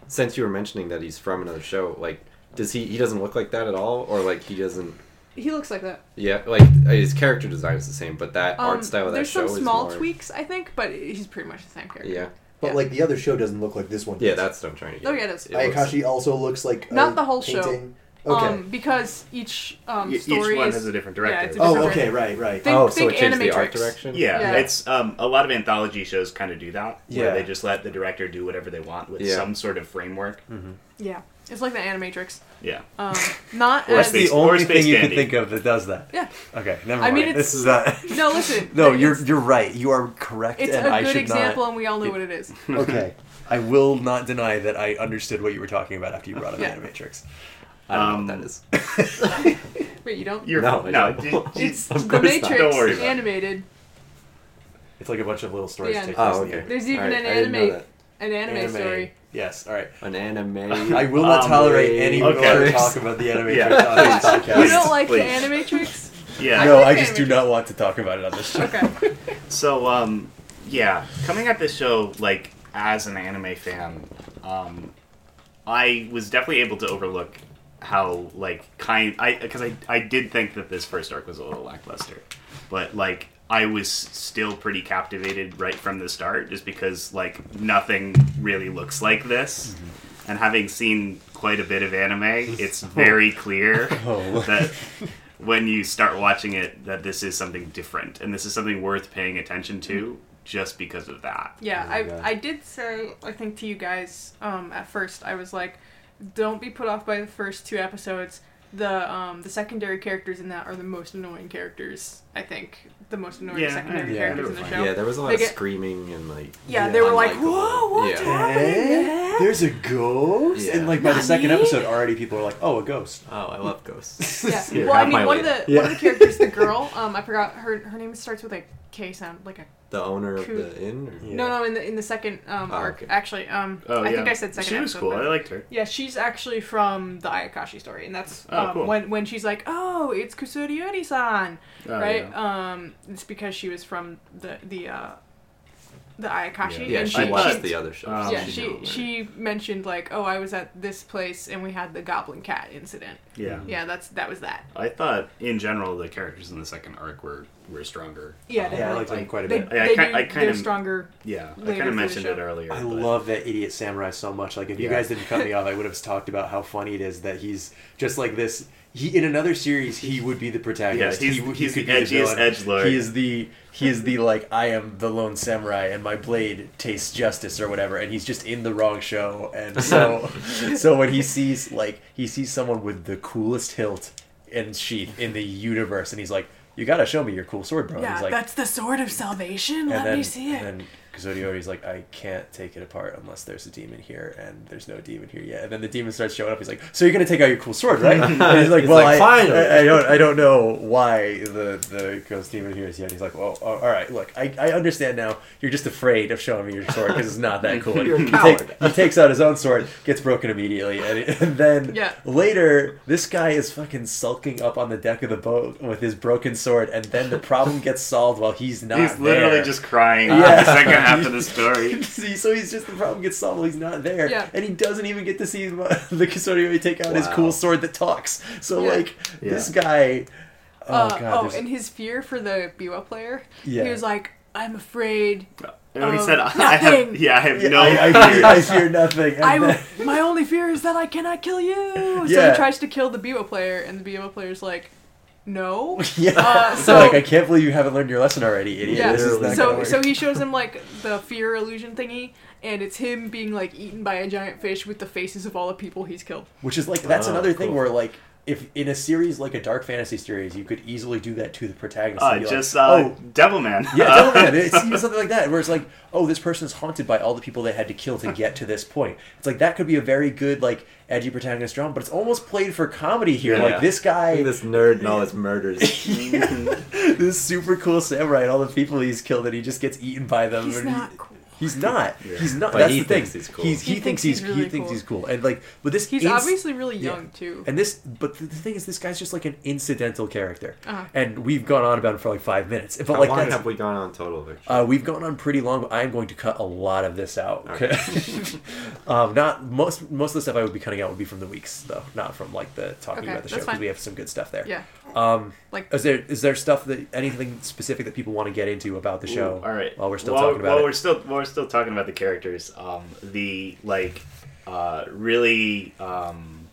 Speaker 3: since you were mentioning that he's from another show, like, does he? He doesn't look like that at all, or like he doesn't.
Speaker 4: He looks like that.
Speaker 3: Yeah, like his character design is the same, but that
Speaker 4: Um,
Speaker 3: art style of that
Speaker 4: there's
Speaker 3: show
Speaker 4: some
Speaker 3: is
Speaker 4: small
Speaker 3: more.
Speaker 4: tweaks, I think, but he's pretty much the same character.
Speaker 3: Yeah,
Speaker 6: But
Speaker 4: Yeah.
Speaker 6: like the other show doesn't look like this one.
Speaker 3: yeah,
Speaker 6: does.
Speaker 3: that's what I'm trying to get.
Speaker 4: Oh,
Speaker 3: at.
Speaker 4: yeah, it is.
Speaker 3: looks-
Speaker 6: Ayakashi also looks like
Speaker 4: Not
Speaker 6: a
Speaker 4: the whole show.
Speaker 6: painting. Okay.
Speaker 4: Um, because each um,
Speaker 5: E- each
Speaker 4: story
Speaker 5: one
Speaker 4: is,
Speaker 5: has a different
Speaker 4: Yeah,
Speaker 5: director.
Speaker 4: it's a different
Speaker 6: oh, okay, right, right.
Speaker 4: Think-
Speaker 3: oh, so
Speaker 4: think
Speaker 3: it changed the art
Speaker 4: Animatrix.
Speaker 3: direction.
Speaker 5: Yeah,
Speaker 4: Yeah.
Speaker 5: it's um, a lot of anthology shows kind of do that.
Speaker 6: Yeah.
Speaker 5: where they just let the director do whatever they want with
Speaker 3: Yeah. Hmm.
Speaker 5: some sort of framework.
Speaker 4: Yeah, it's like the Animatrix.
Speaker 5: Yeah,
Speaker 4: Um, not
Speaker 5: Or
Speaker 4: as
Speaker 5: Space- or Space Dandy.
Speaker 1: of that does that.
Speaker 4: yeah.
Speaker 1: Okay, never
Speaker 4: I mean,
Speaker 1: mind.
Speaker 4: it's-
Speaker 1: this is not.
Speaker 4: No, listen.
Speaker 1: no,
Speaker 4: it's-
Speaker 1: you're you're right. You are correct,
Speaker 4: It's
Speaker 1: and
Speaker 4: a
Speaker 1: I
Speaker 4: good
Speaker 1: should
Speaker 4: example,
Speaker 1: not.
Speaker 4: and we all know what it is.
Speaker 6: okay.
Speaker 1: I will not deny that I understood what you were talking about after you brought up
Speaker 4: Yeah.
Speaker 1: Animatrix.
Speaker 3: I don't know
Speaker 5: Um,
Speaker 3: what that is.
Speaker 4: Wait, you don't?
Speaker 5: you're
Speaker 3: No, I
Speaker 5: no.
Speaker 3: don't.
Speaker 5: ju- ju-
Speaker 4: It's
Speaker 3: Of
Speaker 4: the
Speaker 3: course not.
Speaker 4: Matrix
Speaker 5: Don't worry about it.
Speaker 4: animated.
Speaker 1: It's like a bunch of little stories
Speaker 4: Yeah.
Speaker 1: take place.
Speaker 3: Oh,
Speaker 1: in the
Speaker 3: okay.
Speaker 1: year.
Speaker 4: There's even
Speaker 3: All right,
Speaker 4: an
Speaker 3: I didn't know
Speaker 4: anime-
Speaker 3: that.
Speaker 4: An anime, story.
Speaker 1: Yes. All right.
Speaker 3: An anime.
Speaker 1: I will not
Speaker 5: Um,
Speaker 1: tolerate any more
Speaker 5: okay.
Speaker 1: talk about the Animatrix
Speaker 5: Yeah.
Speaker 1: on this podcast.
Speaker 4: You don't like
Speaker 5: Please.
Speaker 4: the Animatrix?
Speaker 5: yeah.
Speaker 1: no,
Speaker 4: like
Speaker 1: I
Speaker 4: the
Speaker 1: just do
Speaker 4: Animatrix.
Speaker 1: not want to talk about it on this show.
Speaker 4: Okay.
Speaker 5: So um, yeah, coming at this show like as an anime fan, um, I was definitely able to overlook how like kind I because I I did think that this first arc was a little lackluster, but like I was still pretty captivated right from the start just because like nothing really looks like this. And having seen quite a bit of anime, it's very clear
Speaker 1: Oh.
Speaker 5: that when you start watching it that this is something different and this is something worth paying attention to just because of that.
Speaker 4: Yeah,
Speaker 3: Oh my God.
Speaker 4: I, I did say, I think to you guys um, at first, I was like, don't be put off by the first two episodes. The um, the secondary characters in that are the most annoying characters, I think. The most annoying
Speaker 5: Yeah,
Speaker 4: secondary
Speaker 1: yeah,
Speaker 4: characters
Speaker 5: they
Speaker 4: in
Speaker 5: were
Speaker 4: the
Speaker 5: fine.
Speaker 4: show.
Speaker 3: Yeah, there was a lot
Speaker 4: They
Speaker 3: of
Speaker 4: get-
Speaker 3: screaming and like.
Speaker 4: Yeah, they were like,
Speaker 3: unlikable.
Speaker 4: whoa, what's
Speaker 3: Yeah.
Speaker 4: happening?
Speaker 1: Eh? There's a ghost,
Speaker 3: Yeah.
Speaker 1: and like by the second
Speaker 4: Nani?
Speaker 1: episode, already people are like, "Oh, a ghost."
Speaker 3: Oh, I love ghosts.
Speaker 4: Yeah.
Speaker 3: Here,
Speaker 4: Well, I
Speaker 3: have
Speaker 4: mean,
Speaker 3: my
Speaker 4: one of
Speaker 3: way.
Speaker 4: the
Speaker 6: Yeah.
Speaker 4: one of the characters, the girl, um, I forgot her her name starts with a K sound, like a
Speaker 3: the owner of
Speaker 4: Cool.
Speaker 3: the inn. Or?
Speaker 1: Yeah.
Speaker 4: no, no. In the in the second um
Speaker 3: Oh,
Speaker 4: arc,
Speaker 3: okay.
Speaker 4: actually, um,
Speaker 5: Oh,
Speaker 4: I think I said second.
Speaker 5: She was
Speaker 4: episode,
Speaker 5: cool.
Speaker 4: but-
Speaker 5: I liked her.
Speaker 4: Yeah, she's actually from the Ayakashi story, and that's
Speaker 5: Oh,
Speaker 4: um,
Speaker 5: cool.
Speaker 4: when when she's like, "Oh, it's Kusuriyori-san,"
Speaker 5: Oh,
Speaker 4: right?
Speaker 5: yeah.
Speaker 4: Um, it's because she was from the the uh, the Ayakashi.
Speaker 3: Yeah,
Speaker 4: and
Speaker 3: she
Speaker 5: I
Speaker 3: watched
Speaker 5: thought-
Speaker 3: the other show.
Speaker 5: um,
Speaker 4: Yeah,
Speaker 5: She
Speaker 4: she she mentioned like, oh, I was at this place and we had the Goblin Cat incident.
Speaker 5: Yeah.
Speaker 4: Yeah, that's that was that.
Speaker 5: I thought in general the characters in the second arc were were stronger.
Speaker 4: Yeah,
Speaker 1: Yeah, I
Speaker 4: definitely.
Speaker 1: liked him quite a
Speaker 4: They,
Speaker 1: bit.
Speaker 5: I- I
Speaker 4: they
Speaker 5: ki-
Speaker 4: do,
Speaker 5: I kind
Speaker 4: they're
Speaker 5: of-
Speaker 4: stronger.
Speaker 5: Yeah,
Speaker 4: Later
Speaker 5: I
Speaker 4: for
Speaker 5: kind
Speaker 4: the
Speaker 5: of mentioned it
Speaker 4: show.
Speaker 5: earlier.
Speaker 1: I
Speaker 5: but-
Speaker 1: love that idiot samurai so much. Like if you
Speaker 5: Yeah.
Speaker 1: guys didn't cut me off, I would have talked about how funny it is that he's just like this. He in another series he would be the protagonist.
Speaker 5: Yes, he's-
Speaker 1: he, w-
Speaker 5: he's
Speaker 1: could
Speaker 5: the
Speaker 1: be
Speaker 5: edgiest
Speaker 1: villain.
Speaker 5: edgelord.
Speaker 1: He is the he is the like I am the lone samurai and my blade tastes justice or whatever. And he's just in the wrong show. And so so when he sees like he sees someone with the coolest hilt and sheath in the universe, and he's like, "You gotta show me your cool sword, bro." And
Speaker 4: Yeah,
Speaker 1: he's like,
Speaker 4: that's the sword of salvation. Let
Speaker 1: and then,
Speaker 4: me see it.
Speaker 1: And then Kazodiori's like, I can't take it apart unless there's a demon here, and there's no demon here yet. And then the demon starts showing up. He's like, So you're gonna take out your cool sword, right? And he's like,
Speaker 3: He's
Speaker 1: Well,
Speaker 3: like,
Speaker 1: I,
Speaker 3: "Finally."
Speaker 1: I, I don't, I don't know why the the ghost demon here is yet. He's like, Well, all right, look, I, I understand now. You're just afraid of showing me your sword because it's not that cool.
Speaker 3: You're a
Speaker 1: he,
Speaker 3: coward.
Speaker 1: he takes out his own sword, gets broken immediately, and, and then
Speaker 4: Yeah.
Speaker 1: later this guy is fucking sulking up on the deck of the boat with his broken sword, and then the problem gets solved while he's not.
Speaker 5: He's literally
Speaker 1: there.
Speaker 5: just crying
Speaker 1: Yeah.
Speaker 5: the second half of the story.
Speaker 1: See, so he's just the problem gets solved. He's not there,
Speaker 4: Yeah.
Speaker 1: and he doesn't even get to see the the custodian take out his
Speaker 3: Wow.
Speaker 1: cool sword that talks. So
Speaker 4: Yeah.
Speaker 1: like
Speaker 5: Yeah.
Speaker 1: this guy, oh
Speaker 4: uh,
Speaker 1: god,
Speaker 4: oh,
Speaker 1: there's-
Speaker 4: and his fear for the Biwa player.
Speaker 1: Yeah.
Speaker 4: He was like, I'm afraid.
Speaker 5: And when he
Speaker 4: Um,
Speaker 5: said, "I
Speaker 4: nothing.
Speaker 5: have, yeah, I have
Speaker 1: Yeah,
Speaker 5: no."
Speaker 1: I, I, fear, I fear nothing. And
Speaker 4: I
Speaker 1: then-
Speaker 4: will- my only fear is that I cannot kill you. So
Speaker 1: Yeah.
Speaker 4: he tries to kill the Biwa player, and the Biwa player's like, no.
Speaker 1: yeah,
Speaker 4: Uh,
Speaker 1: so,
Speaker 4: so-
Speaker 1: like I can't believe you haven't learned your lesson already, idiot.
Speaker 4: Yeah.
Speaker 1: This is not gonna
Speaker 4: So
Speaker 1: work.
Speaker 4: so he shows him like the fear illusion thingy, and it's him being like eaten by a giant fish with the faces of all the people he's killed.
Speaker 1: Which is like that's
Speaker 3: Oh,
Speaker 1: another thing
Speaker 3: cool.
Speaker 1: where like if in a series like a dark fantasy series, you could easily do that to the protagonist.
Speaker 5: uh,
Speaker 1: and be like,
Speaker 5: just
Speaker 1: oh,
Speaker 5: uh, Devil Man.
Speaker 1: Yeah,
Speaker 3: Uh,
Speaker 1: Devilman. It's even something like that, where it's like, oh, this person's haunted by all the people they had to kill to get to this point. It's like that could be a very good, like, edgy protagonist drama, but it's almost played for comedy here.
Speaker 5: Yeah.
Speaker 1: Like this guy, this,
Speaker 3: this nerd and all his murders.
Speaker 1: super cool samurai, and all the people he's killed, and he just gets eaten by them.
Speaker 4: He's
Speaker 1: and he-
Speaker 4: not cool.
Speaker 1: He's not.
Speaker 5: Yeah.
Speaker 1: He's not.
Speaker 3: But
Speaker 1: That's
Speaker 3: he
Speaker 1: the thing.
Speaker 3: thinks he's cool.
Speaker 1: He's, he, thinks, he's, he
Speaker 4: really
Speaker 1: thinks
Speaker 4: cool.
Speaker 1: he's cool, and like, but this
Speaker 4: He's
Speaker 1: inst-
Speaker 4: obviously really
Speaker 1: yeah.
Speaker 4: young too.
Speaker 1: And this, but the thing is, this guy's just like an incidental character,
Speaker 4: Uh-huh.
Speaker 1: and we've gone on about him for like five minutes. But
Speaker 3: How
Speaker 1: like,
Speaker 3: long
Speaker 1: that's-
Speaker 3: have we gone on total, Victor?
Speaker 1: uh, we've gone on pretty long, but I'm going to cut a lot of this out. Okay. um, not most most of the stuff I would be cutting out would be from the weeks though, not from like the talking
Speaker 4: Okay,
Speaker 1: about the show
Speaker 4: that's
Speaker 1: because
Speaker 4: fine.
Speaker 1: we have some good stuff there.
Speaker 4: yeah.
Speaker 1: Um,
Speaker 4: Like
Speaker 1: is there is there stuff that anything specific that people want to get into about the show?
Speaker 5: Ooh, all right.
Speaker 1: While we're still
Speaker 5: while,
Speaker 1: talking about
Speaker 5: while
Speaker 1: it.
Speaker 5: we're still while we're still talking about the characters, um, the like uh, really um,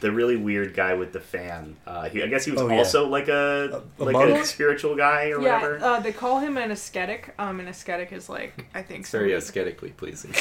Speaker 5: the really weird guy with the fan. Uh, he, I guess he was
Speaker 1: Oh, yeah.
Speaker 5: also like a,
Speaker 1: A- a
Speaker 5: like a
Speaker 1: monk?
Speaker 5: spiritual guy or
Speaker 4: yeah,
Speaker 5: whatever.
Speaker 4: uh, they call him an ascetic. Um, an ascetic is like I think
Speaker 3: It's very aesthetically pleasing.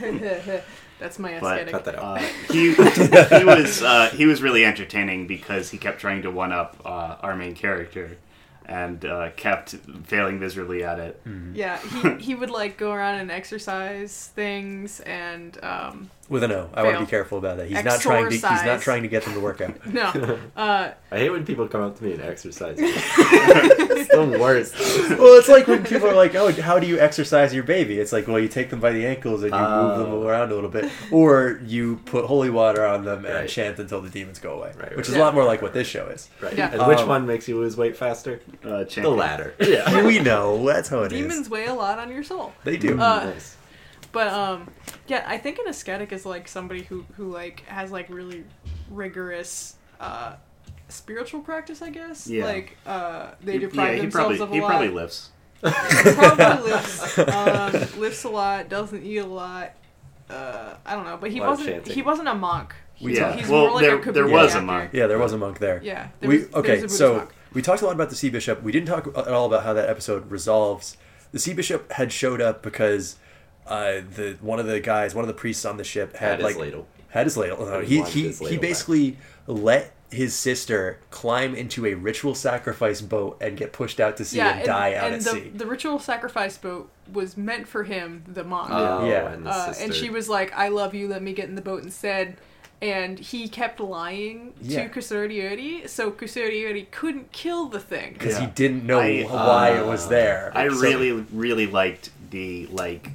Speaker 4: That's my
Speaker 5: But-
Speaker 4: aesthetic.
Speaker 3: Cut that out.
Speaker 5: Uh, he, he was uh, he was really entertaining because he kept trying to one up uh, our main character and uh, kept failing miserably at it.
Speaker 1: Hmm.
Speaker 4: Yeah, he, he would like go around and exercise things and um,
Speaker 1: With an O, I want to
Speaker 4: Fail.
Speaker 1: be careful about that. He's not trying to. He's not
Speaker 4: Exorcise.
Speaker 1: trying to get them to work out.
Speaker 4: no, uh,
Speaker 3: I hate when people come up to me and exercise. it's the worst.
Speaker 1: well, it's like when people are like, "Oh, how do you exercise your baby?" It's like, well, you take them by the ankles and you
Speaker 3: Oh.
Speaker 1: move them around a little bit, or you put holy water on them and
Speaker 3: Right.
Speaker 1: chant until the demons go away,
Speaker 3: Right,
Speaker 1: which
Speaker 3: right.
Speaker 1: is a lot more like what this show is.
Speaker 3: Right.
Speaker 4: Yeah.
Speaker 3: And which
Speaker 1: Um,
Speaker 3: one makes you lose weight faster?
Speaker 5: Uh,
Speaker 3: The
Speaker 5: champion.
Speaker 3: latter.
Speaker 1: Yeah, we know that's how it is.
Speaker 4: demons weigh a lot on your soul.
Speaker 1: They do.
Speaker 4: Uh,
Speaker 3: nice.
Speaker 4: But um, yeah, I think an ascetic is like somebody who who like has like really rigorous uh, spiritual practice, I guess.
Speaker 5: Yeah.
Speaker 4: Like uh, they
Speaker 5: He-
Speaker 4: deprive
Speaker 5: yeah, he
Speaker 4: themselves
Speaker 5: probably
Speaker 4: of a
Speaker 5: he
Speaker 4: lot.
Speaker 5: probably lifts.
Speaker 4: probably lifts, um, lifts a lot, doesn't eat a lot. Uh, I don't know, but he
Speaker 3: A lot of
Speaker 4: wasn't
Speaker 3: chanting.
Speaker 4: he wasn't a monk.
Speaker 1: We
Speaker 5: yeah.
Speaker 1: talked-
Speaker 4: He's
Speaker 5: well,
Speaker 4: more like
Speaker 5: there
Speaker 4: a
Speaker 5: there
Speaker 4: kabuki
Speaker 5: was a
Speaker 4: actor.
Speaker 5: monk.
Speaker 1: yeah, there was a monk there.
Speaker 4: Yeah. there
Speaker 1: we
Speaker 4: was- there was a
Speaker 1: okay.
Speaker 4: Buddhist
Speaker 1: So
Speaker 4: monk.
Speaker 1: we talked a lot about the sea bishop. We didn't talk at all about how that episode resolves. The sea bishop had showed up because uh, the one of the guys, one of the priests on the ship, had
Speaker 3: Had his
Speaker 1: like
Speaker 3: ladle.
Speaker 1: had his ladle. No,
Speaker 3: He
Speaker 1: he
Speaker 3: wanted
Speaker 1: he,
Speaker 3: his ladle
Speaker 1: he
Speaker 3: back.
Speaker 1: basically let his sister climb into a ritual sacrifice boat and get pushed out to sea
Speaker 4: yeah,
Speaker 1: and, die out
Speaker 4: and
Speaker 1: at
Speaker 4: the,
Speaker 1: sea.
Speaker 4: the ritual sacrifice boat was meant for him, the monk.
Speaker 3: Oh,
Speaker 1: yeah.
Speaker 3: And, the
Speaker 4: uh, and
Speaker 3: sister.
Speaker 4: she was like, "I love you. Let me get in the boat instead." And he kept lying
Speaker 1: Yeah.
Speaker 4: to Kusuriori, so Kusuriori couldn't kill the thing.
Speaker 1: because
Speaker 5: Yeah.
Speaker 1: he didn't know
Speaker 5: I, uh,
Speaker 1: why it was there.
Speaker 5: I
Speaker 1: So-
Speaker 5: really, really liked the like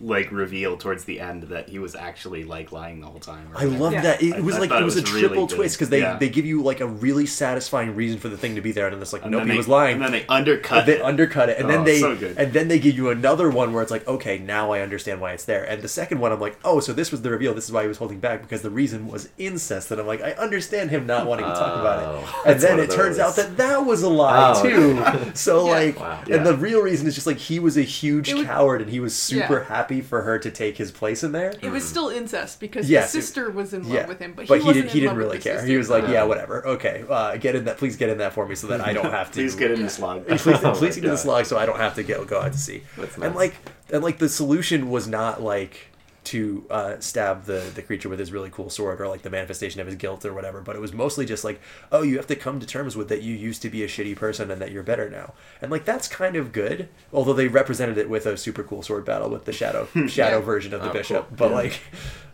Speaker 5: like reveal towards the end that he was actually like lying the whole time. or
Speaker 1: I
Speaker 5: whatever.
Speaker 1: love
Speaker 4: Yeah.
Speaker 1: that. It,
Speaker 5: I-
Speaker 1: was
Speaker 5: I
Speaker 1: like
Speaker 5: thought
Speaker 1: it
Speaker 5: it
Speaker 1: was,
Speaker 5: was
Speaker 1: a
Speaker 5: really
Speaker 1: triple
Speaker 5: good.
Speaker 1: twist because they,
Speaker 5: Yeah.
Speaker 1: they give you like a really satisfying reason for the thing to be there, and it's like
Speaker 5: And
Speaker 1: nope,
Speaker 5: then
Speaker 1: he
Speaker 5: they-
Speaker 1: was lying.
Speaker 5: And then they undercut.
Speaker 1: they
Speaker 5: it.
Speaker 1: undercut it, and then
Speaker 5: Oh,
Speaker 1: they
Speaker 5: so good.
Speaker 1: and then they give you another one where it's like, okay, now I understand why it's there. And the second one, I'm like, oh, so this was the reveal. This is why he was holding back because the reason was incest. And I'm like, I understand him not wanting to talk about it.
Speaker 3: Oh,
Speaker 1: And
Speaker 3: that's
Speaker 1: then
Speaker 3: one
Speaker 1: it
Speaker 3: of
Speaker 1: turns out
Speaker 3: those.
Speaker 1: that that was a lie
Speaker 3: Oh.
Speaker 1: too. so
Speaker 4: Yeah.
Speaker 1: like,
Speaker 3: Wow.
Speaker 5: Yeah.
Speaker 1: and the real reason is just like he was a huge
Speaker 4: It would-
Speaker 1: coward, and he was super
Speaker 4: Yeah.
Speaker 1: happy for her to take his place in there.
Speaker 4: It was still incest because
Speaker 1: Yes, it-
Speaker 4: his sister was in love with him, but he,
Speaker 1: he,
Speaker 4: wasn't
Speaker 1: didn't. He
Speaker 4: in
Speaker 1: didn't
Speaker 4: love with
Speaker 1: really
Speaker 4: his
Speaker 1: care.
Speaker 4: sister.
Speaker 1: He was like,
Speaker 3: No.
Speaker 1: yeah, whatever. Okay, uh, get in that. Please get in that for me, so that I don't have to.
Speaker 5: Please get in this log.
Speaker 1: please,
Speaker 3: Oh
Speaker 1: please
Speaker 3: my
Speaker 1: give me this
Speaker 3: God.
Speaker 1: log so I don't have to go go out to sea.
Speaker 3: That's
Speaker 1: And
Speaker 3: nice.
Speaker 1: like and like the solution was not like to uh, stab the the creature with his really cool sword or like the manifestation of his guilt or whatever, but it was mostly just like, oh, you have to come to terms with that you used to be a shitty person and that you're better now. And like that's kind of good, although they represented it with a super cool sword battle with the shadow shadow
Speaker 4: Yeah.
Speaker 1: version of the
Speaker 3: Oh,
Speaker 1: bishop.
Speaker 3: cool.
Speaker 1: But
Speaker 3: Yeah.
Speaker 1: like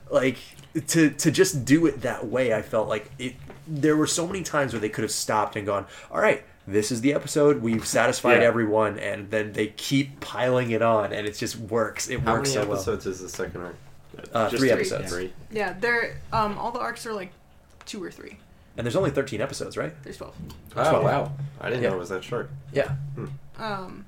Speaker 1: like to to just do it that way i felt like it there were so many times where they could have stopped and gone all right this is the episode we've satisfied
Speaker 5: Yeah.
Speaker 1: everyone and then they keep piling it on and it just works it
Speaker 3: How
Speaker 1: works
Speaker 3: many
Speaker 1: so
Speaker 3: episodes is the second arc?
Speaker 1: well uh, three,
Speaker 5: Just three,
Speaker 1: episodes
Speaker 3: Three.
Speaker 4: yeah, they're um, all the arcs are like two or three.
Speaker 1: and there's only 13 episodes right
Speaker 4: There's twelve.
Speaker 1: Twelve.
Speaker 3: Oh wow! I didn't
Speaker 1: Yeah.
Speaker 3: know it was that short.
Speaker 1: yeah
Speaker 4: Um,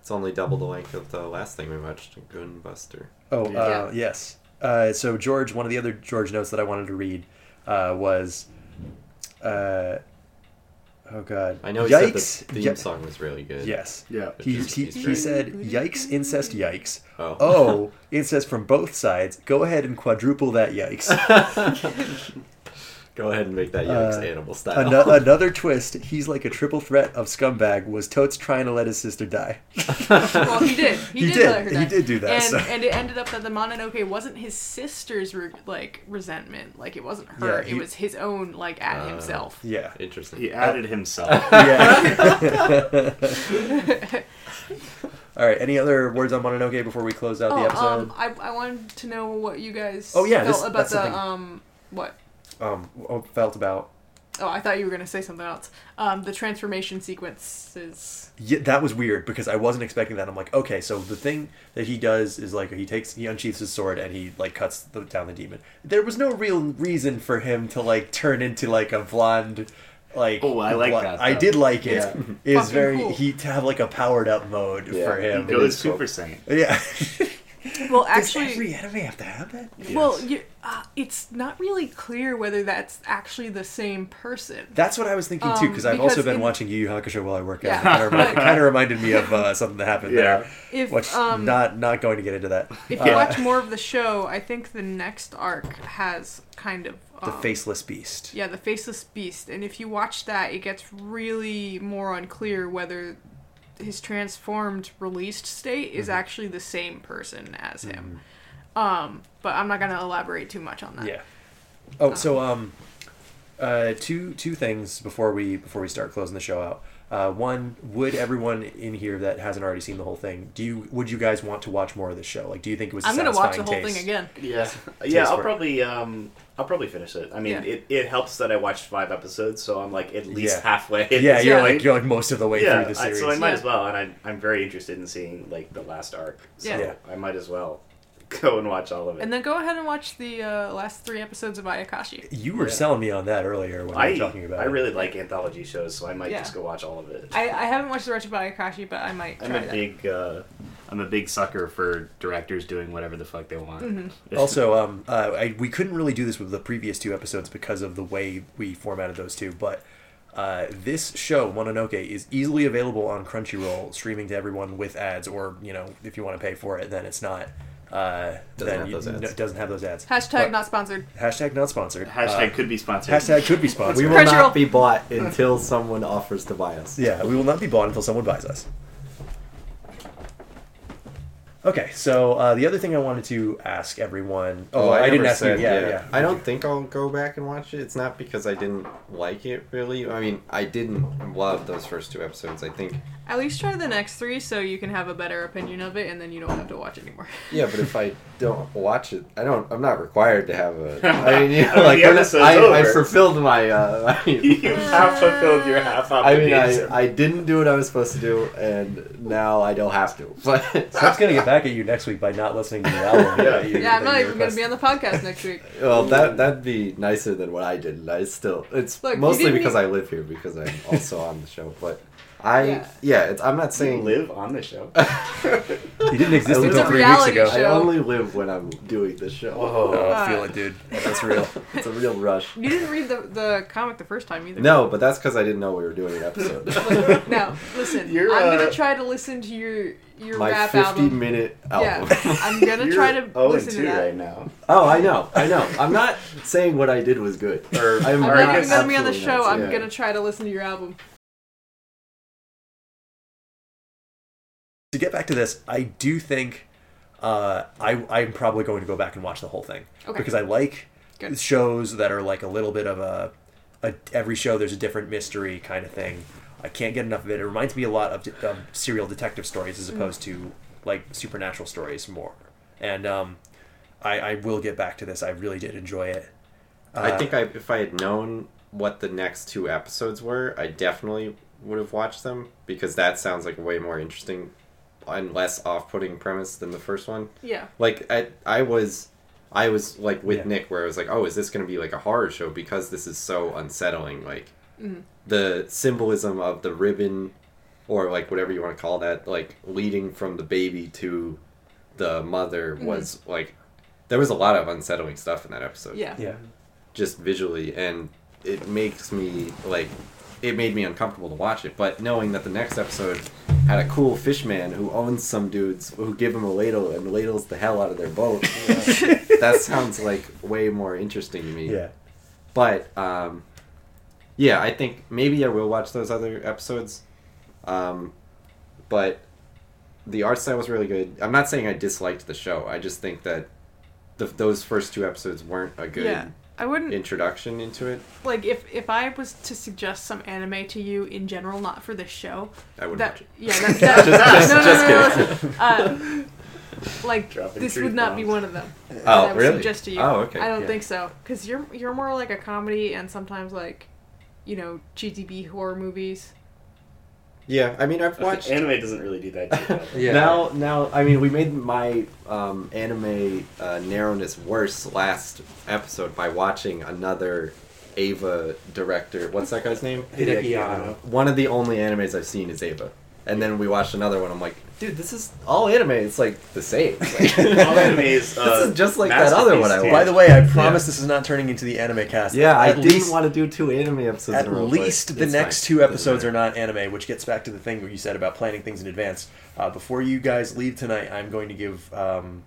Speaker 3: It's only double the length of the last thing we watched, Gunbuster.
Speaker 1: Oh,
Speaker 5: Yeah.
Speaker 1: uh,
Speaker 4: Yeah.
Speaker 1: yes. Uh, so George, one of the other George notes that I wanted to read uh, was, uh, oh god,
Speaker 3: I know he
Speaker 1: yikes,
Speaker 3: said the theme
Speaker 1: Ye-
Speaker 3: song was really good.
Speaker 1: Yes.
Speaker 5: Yeah.
Speaker 1: He,
Speaker 3: Just
Speaker 1: he,
Speaker 3: piece,
Speaker 1: he
Speaker 3: right?
Speaker 1: said, yikes, incest, yikes.
Speaker 3: Oh.
Speaker 1: Oh, incest from both sides. Go ahead and quadruple that yikes.
Speaker 3: Go ahead and make that yikes
Speaker 1: Uh,
Speaker 3: animal style.
Speaker 5: Oh.
Speaker 1: Ano- another twist. He's like a triple threat of scumbag. Was Totes trying to let his sister die?
Speaker 4: well, he did. He,
Speaker 1: He
Speaker 4: did.
Speaker 1: did.
Speaker 4: Let her
Speaker 1: He
Speaker 4: die.
Speaker 1: did do that,
Speaker 4: And,
Speaker 1: so-
Speaker 4: and it ended up that the Mononoke wasn't his sister's re- like resentment. Like it wasn't her.
Speaker 1: Yeah, he- Oh.
Speaker 4: It was his own like at
Speaker 3: Uh,
Speaker 4: himself.
Speaker 1: Yeah.
Speaker 3: Interesting.
Speaker 5: He added himself.
Speaker 1: yeah. All right. Any other words on Mononoke before we close out the
Speaker 4: Oh,
Speaker 1: episode?
Speaker 4: um, I, I wanted to know what you guys
Speaker 1: Oh, yeah,
Speaker 4: felt
Speaker 1: this-
Speaker 4: about
Speaker 1: that's
Speaker 4: the
Speaker 1: something-
Speaker 4: um what
Speaker 1: um, w- felt about.
Speaker 4: oh I thought you were gonna say something else um the transformation sequences
Speaker 1: Yeah, that was weird because I wasn't expecting that. I'm like, okay, so the thing that he does is like he takes he unsheathes his sword and he like cuts the, down the demon. There was no real reason for him to like turn into like a blonde. Like
Speaker 5: Oh, I like
Speaker 1: blo-
Speaker 5: that,
Speaker 1: I
Speaker 5: though.
Speaker 1: did like it.
Speaker 5: Yeah.
Speaker 1: It's
Speaker 4: Fucking
Speaker 1: very
Speaker 4: cool.
Speaker 1: he to have like a powered up mode
Speaker 3: Yeah.
Speaker 1: for
Speaker 5: He
Speaker 1: him.
Speaker 5: goes
Speaker 3: cool.
Speaker 5: Super Saiyan.
Speaker 1: yeah.
Speaker 4: well actually
Speaker 1: Does every anime have to have that?
Speaker 4: well you, uh, it's not really clear whether that's actually the same person
Speaker 1: That's what I was thinking too,
Speaker 4: Um,
Speaker 1: because I've
Speaker 4: because
Speaker 1: also been
Speaker 4: in-
Speaker 1: watching Yu Yu Hakusho while I work out.
Speaker 4: Yeah.
Speaker 1: It kinda remi- It kind of reminded me of uh, something that happened
Speaker 5: Yeah.
Speaker 1: there.
Speaker 4: If,
Speaker 1: which
Speaker 4: um,
Speaker 1: not not going to get into that.
Speaker 4: if
Speaker 1: Uh,
Speaker 4: you watch more of the show I think the next arc has kind of
Speaker 1: the
Speaker 4: um,
Speaker 1: faceless beast.
Speaker 4: yeah the faceless beast and if you watch that it gets really more unclear whether his transformed released state is
Speaker 1: Mm-hmm.
Speaker 4: actually the same person as him um but i'm not going to elaborate too much on that
Speaker 1: Yeah. Oh,
Speaker 4: Uh-huh.
Speaker 1: so um, uh, two two things before we before we start closing the show out. Uh, one, would everyone in here that hasn't already seen the whole thing, do you would you guys want to watch more of this show? Like, do you think it was? i
Speaker 4: i'm going to watch the whole thing again
Speaker 5: Yeah, yeah.
Speaker 1: for
Speaker 5: I'll
Speaker 1: it.
Speaker 5: probably um, I'll probably finish it. I mean,
Speaker 4: Yeah.
Speaker 5: it, it helps that I watched five episodes, so I'm like at least
Speaker 1: Yeah.
Speaker 5: halfway.
Speaker 1: Yeah, you're
Speaker 4: Yeah.
Speaker 1: like you're like most of the way
Speaker 5: yeah.
Speaker 1: through the
Speaker 5: I-
Speaker 1: series.
Speaker 5: so I might
Speaker 4: Yeah.
Speaker 5: as well, and I'm I'm very interested in seeing like the last arc. So
Speaker 4: Yeah.
Speaker 1: Yeah.
Speaker 5: I might as well go and watch all of it.
Speaker 4: and then go ahead and watch the uh, last three episodes of ayakashi
Speaker 1: you were
Speaker 5: Yeah.
Speaker 1: selling me on that earlier when we
Speaker 5: I
Speaker 1: were talking about.
Speaker 5: I
Speaker 1: it.
Speaker 5: really like anthology shows, so I might
Speaker 4: Yeah.
Speaker 5: just go watch all of it.
Speaker 4: I, I haven't watched the rest of Ayakashi, but I might try
Speaker 5: I'm a
Speaker 4: that.
Speaker 5: big uh, I'm a big sucker for directors doing whatever the fuck they want.
Speaker 4: Mm-hmm.
Speaker 1: also, um, uh, I, we couldn't really do this with the previous two episodes because of the way we formatted those two, but. Uh, this show Mononoke is easily available on Crunchyroll, streaming to everyone with ads, or you know, if you want to pay for it, then it's not. Uh,
Speaker 3: Doesn't
Speaker 1: then
Speaker 3: have
Speaker 1: you-
Speaker 3: those ads.
Speaker 1: no, it doesn't have those ads.
Speaker 4: Hashtag
Speaker 1: But-
Speaker 4: not sponsored.
Speaker 1: hashtag not sponsored. Uh,
Speaker 5: hashtag could be sponsored.
Speaker 1: hashtag could be sponsored.
Speaker 3: We will
Speaker 4: Crunchyroll.
Speaker 3: not be bought until someone offers to buy us.
Speaker 1: Yeah, we will not be bought until someone buys us. Okay, so uh, the other thing I wanted to ask everyone. Oh, I, didn't
Speaker 3: never
Speaker 1: ask you. Yeah, yeah.
Speaker 3: I don't think I'll go back and watch it. It's not because I didn't like it really. I mean, I didn't love those first two episodes. I think
Speaker 4: At least try the next three so you can have a better opinion of it, and then you don't have to watch anymore.
Speaker 3: Yeah, but if I don't watch it, I don't. I'm not required to have a. I mean, you know, like
Speaker 5: The
Speaker 3: I'm-
Speaker 5: episode's
Speaker 3: I, I
Speaker 5: over.
Speaker 3: fulfilled my. Uh, my
Speaker 5: you have fulfilled your half
Speaker 3: I mean,
Speaker 5: obligation.
Speaker 3: I, I didn't do what I was supposed to do, and now I don't have to. But
Speaker 1: Seth's gonna get back at you next week by not listening to the album.
Speaker 3: Yeah.
Speaker 1: that you-
Speaker 4: yeah,
Speaker 1: that
Speaker 4: I'm not
Speaker 1: you
Speaker 4: even going to be
Speaker 1: requested.
Speaker 4: on the podcast next week.
Speaker 3: well,
Speaker 5: Mm.
Speaker 3: that that'd be nicer than what I did. and I still. It's
Speaker 4: Look, you
Speaker 3: mostly
Speaker 4: didn't
Speaker 3: because
Speaker 4: need-
Speaker 3: I live here because I'm also on the show. But I
Speaker 4: Yeah.
Speaker 3: yeah, it's, I'm not
Speaker 5: You
Speaker 3: saying
Speaker 5: live on the show.
Speaker 1: He didn't exist
Speaker 3: It's
Speaker 1: until
Speaker 3: a
Speaker 1: three weeks
Speaker 4: reality
Speaker 1: ago.
Speaker 4: show.
Speaker 3: I only live when I'm doing this show.
Speaker 1: Oh, I
Speaker 4: God.
Speaker 1: feel it, dude. That's real.
Speaker 3: It's a real rush.
Speaker 4: You didn't read the, the comic the first time either.
Speaker 3: No, but that's because I didn't know we were doing an episode.
Speaker 4: Look, no, listen.
Speaker 5: You're,
Speaker 4: I'm going
Speaker 5: uh,
Speaker 4: to try to listen to your, your
Speaker 3: My
Speaker 4: rap
Speaker 3: 50
Speaker 4: album.
Speaker 3: minute album.
Speaker 4: Yeah, I'm going to try to
Speaker 5: oh
Speaker 4: listen to
Speaker 5: two
Speaker 4: that.
Speaker 5: right now.
Speaker 3: oh, I know, I know. I'm not saying what I did was good.
Speaker 5: Or
Speaker 3: I'm
Speaker 4: I'm
Speaker 3: Or
Speaker 4: not
Speaker 3: I
Speaker 4: even
Speaker 3: guess-
Speaker 4: going to be on the
Speaker 3: absolutely
Speaker 4: show.
Speaker 3: not,
Speaker 4: I'm
Speaker 3: yeah.
Speaker 4: going to try to listen to your album.
Speaker 1: to get back to this, I do think uh, I, I'm probably going to go back and watch the whole thing
Speaker 4: Okay.
Speaker 1: because I like
Speaker 4: Good.
Speaker 1: shows that are like a little bit of a, a every show there's a different mystery kind of thing. I can't get enough of it. It reminds me a lot of, de- of serial detective stories
Speaker 4: Mm.
Speaker 1: as opposed to like supernatural stories more. And um, I, I will get back to this. I really did enjoy it. Uh,
Speaker 3: I think I, if I had known what the next two episodes were, I definitely would have watched them because that sounds like a way more interesting and less off-putting premise than the first one.
Speaker 4: Yeah.
Speaker 3: Like I, I was, I was like with
Speaker 1: Yeah.
Speaker 3: Nick where I was like, oh, is this going to be like a horror show because this is so unsettling? Like the symbolism of the ribbon, or like whatever you want to call that, like leading from the baby to the mother was like. There was a lot of unsettling stuff in that episode
Speaker 4: Yeah.
Speaker 1: Yeah.
Speaker 3: just visually and it makes me like it made me uncomfortable to watch it but knowing that the next episode had a cool fish man who owns some dudes who give him a ladle and ladles the hell out of their boat that sounds like way more interesting to me
Speaker 1: Yeah.
Speaker 3: but um yeah i think maybe i will watch those other episodes um but the art style was really good i'm not saying i disliked the show i just think that the, those first two episodes weren't a good
Speaker 4: Yeah. I wouldn't
Speaker 3: introduction into it,
Speaker 4: like if if I was to suggest some anime to you in general, not for this show.
Speaker 3: I would
Speaker 4: That
Speaker 3: watch it.
Speaker 4: yeah, that, that,
Speaker 3: just-
Speaker 4: no, no,
Speaker 3: just
Speaker 4: no, no, listen. Uh, like
Speaker 5: Dropping
Speaker 4: this
Speaker 5: truth
Speaker 4: would not be
Speaker 5: bombs.
Speaker 4: one of them. that
Speaker 3: Oh,
Speaker 4: I would
Speaker 3: really?
Speaker 4: Suggest to you.
Speaker 3: Oh, okay,
Speaker 4: I don't
Speaker 3: yeah.
Speaker 4: think so, because you're you're more like a comedy and sometimes like, you know, GTB horror movies.
Speaker 3: Yeah, I mean, I've watched
Speaker 5: Anime doesn't really do that. to you, though.
Speaker 6: Yeah.
Speaker 3: now. Now, I mean, we made my um, anime uh, narrowness worse last episode by watching another Ava director. What's that guy's name?
Speaker 6: Hideki Anno.
Speaker 3: One of the only animes I've seen is Ava, and then we watched another one. I'm like, dude, this is all anime. It's like the same. Like,
Speaker 5: All anime is, uh,
Speaker 3: this is just like that other one I
Speaker 5: masterpiece,
Speaker 3: watched.
Speaker 5: dude.
Speaker 1: By the way, I promise this is not turning into the anime cast.
Speaker 3: yeah, I
Speaker 1: At
Speaker 3: didn't
Speaker 1: least-
Speaker 3: want to do two anime episodes.
Speaker 1: At
Speaker 3: in a row, but
Speaker 1: least the
Speaker 3: it's
Speaker 1: next
Speaker 3: fine.
Speaker 1: two
Speaker 3: Doesn't
Speaker 1: episodes
Speaker 3: matter.
Speaker 1: are not anime, which gets back to the thing where you said about planning things in advance. Uh, before you guys leave tonight, I'm going to give um,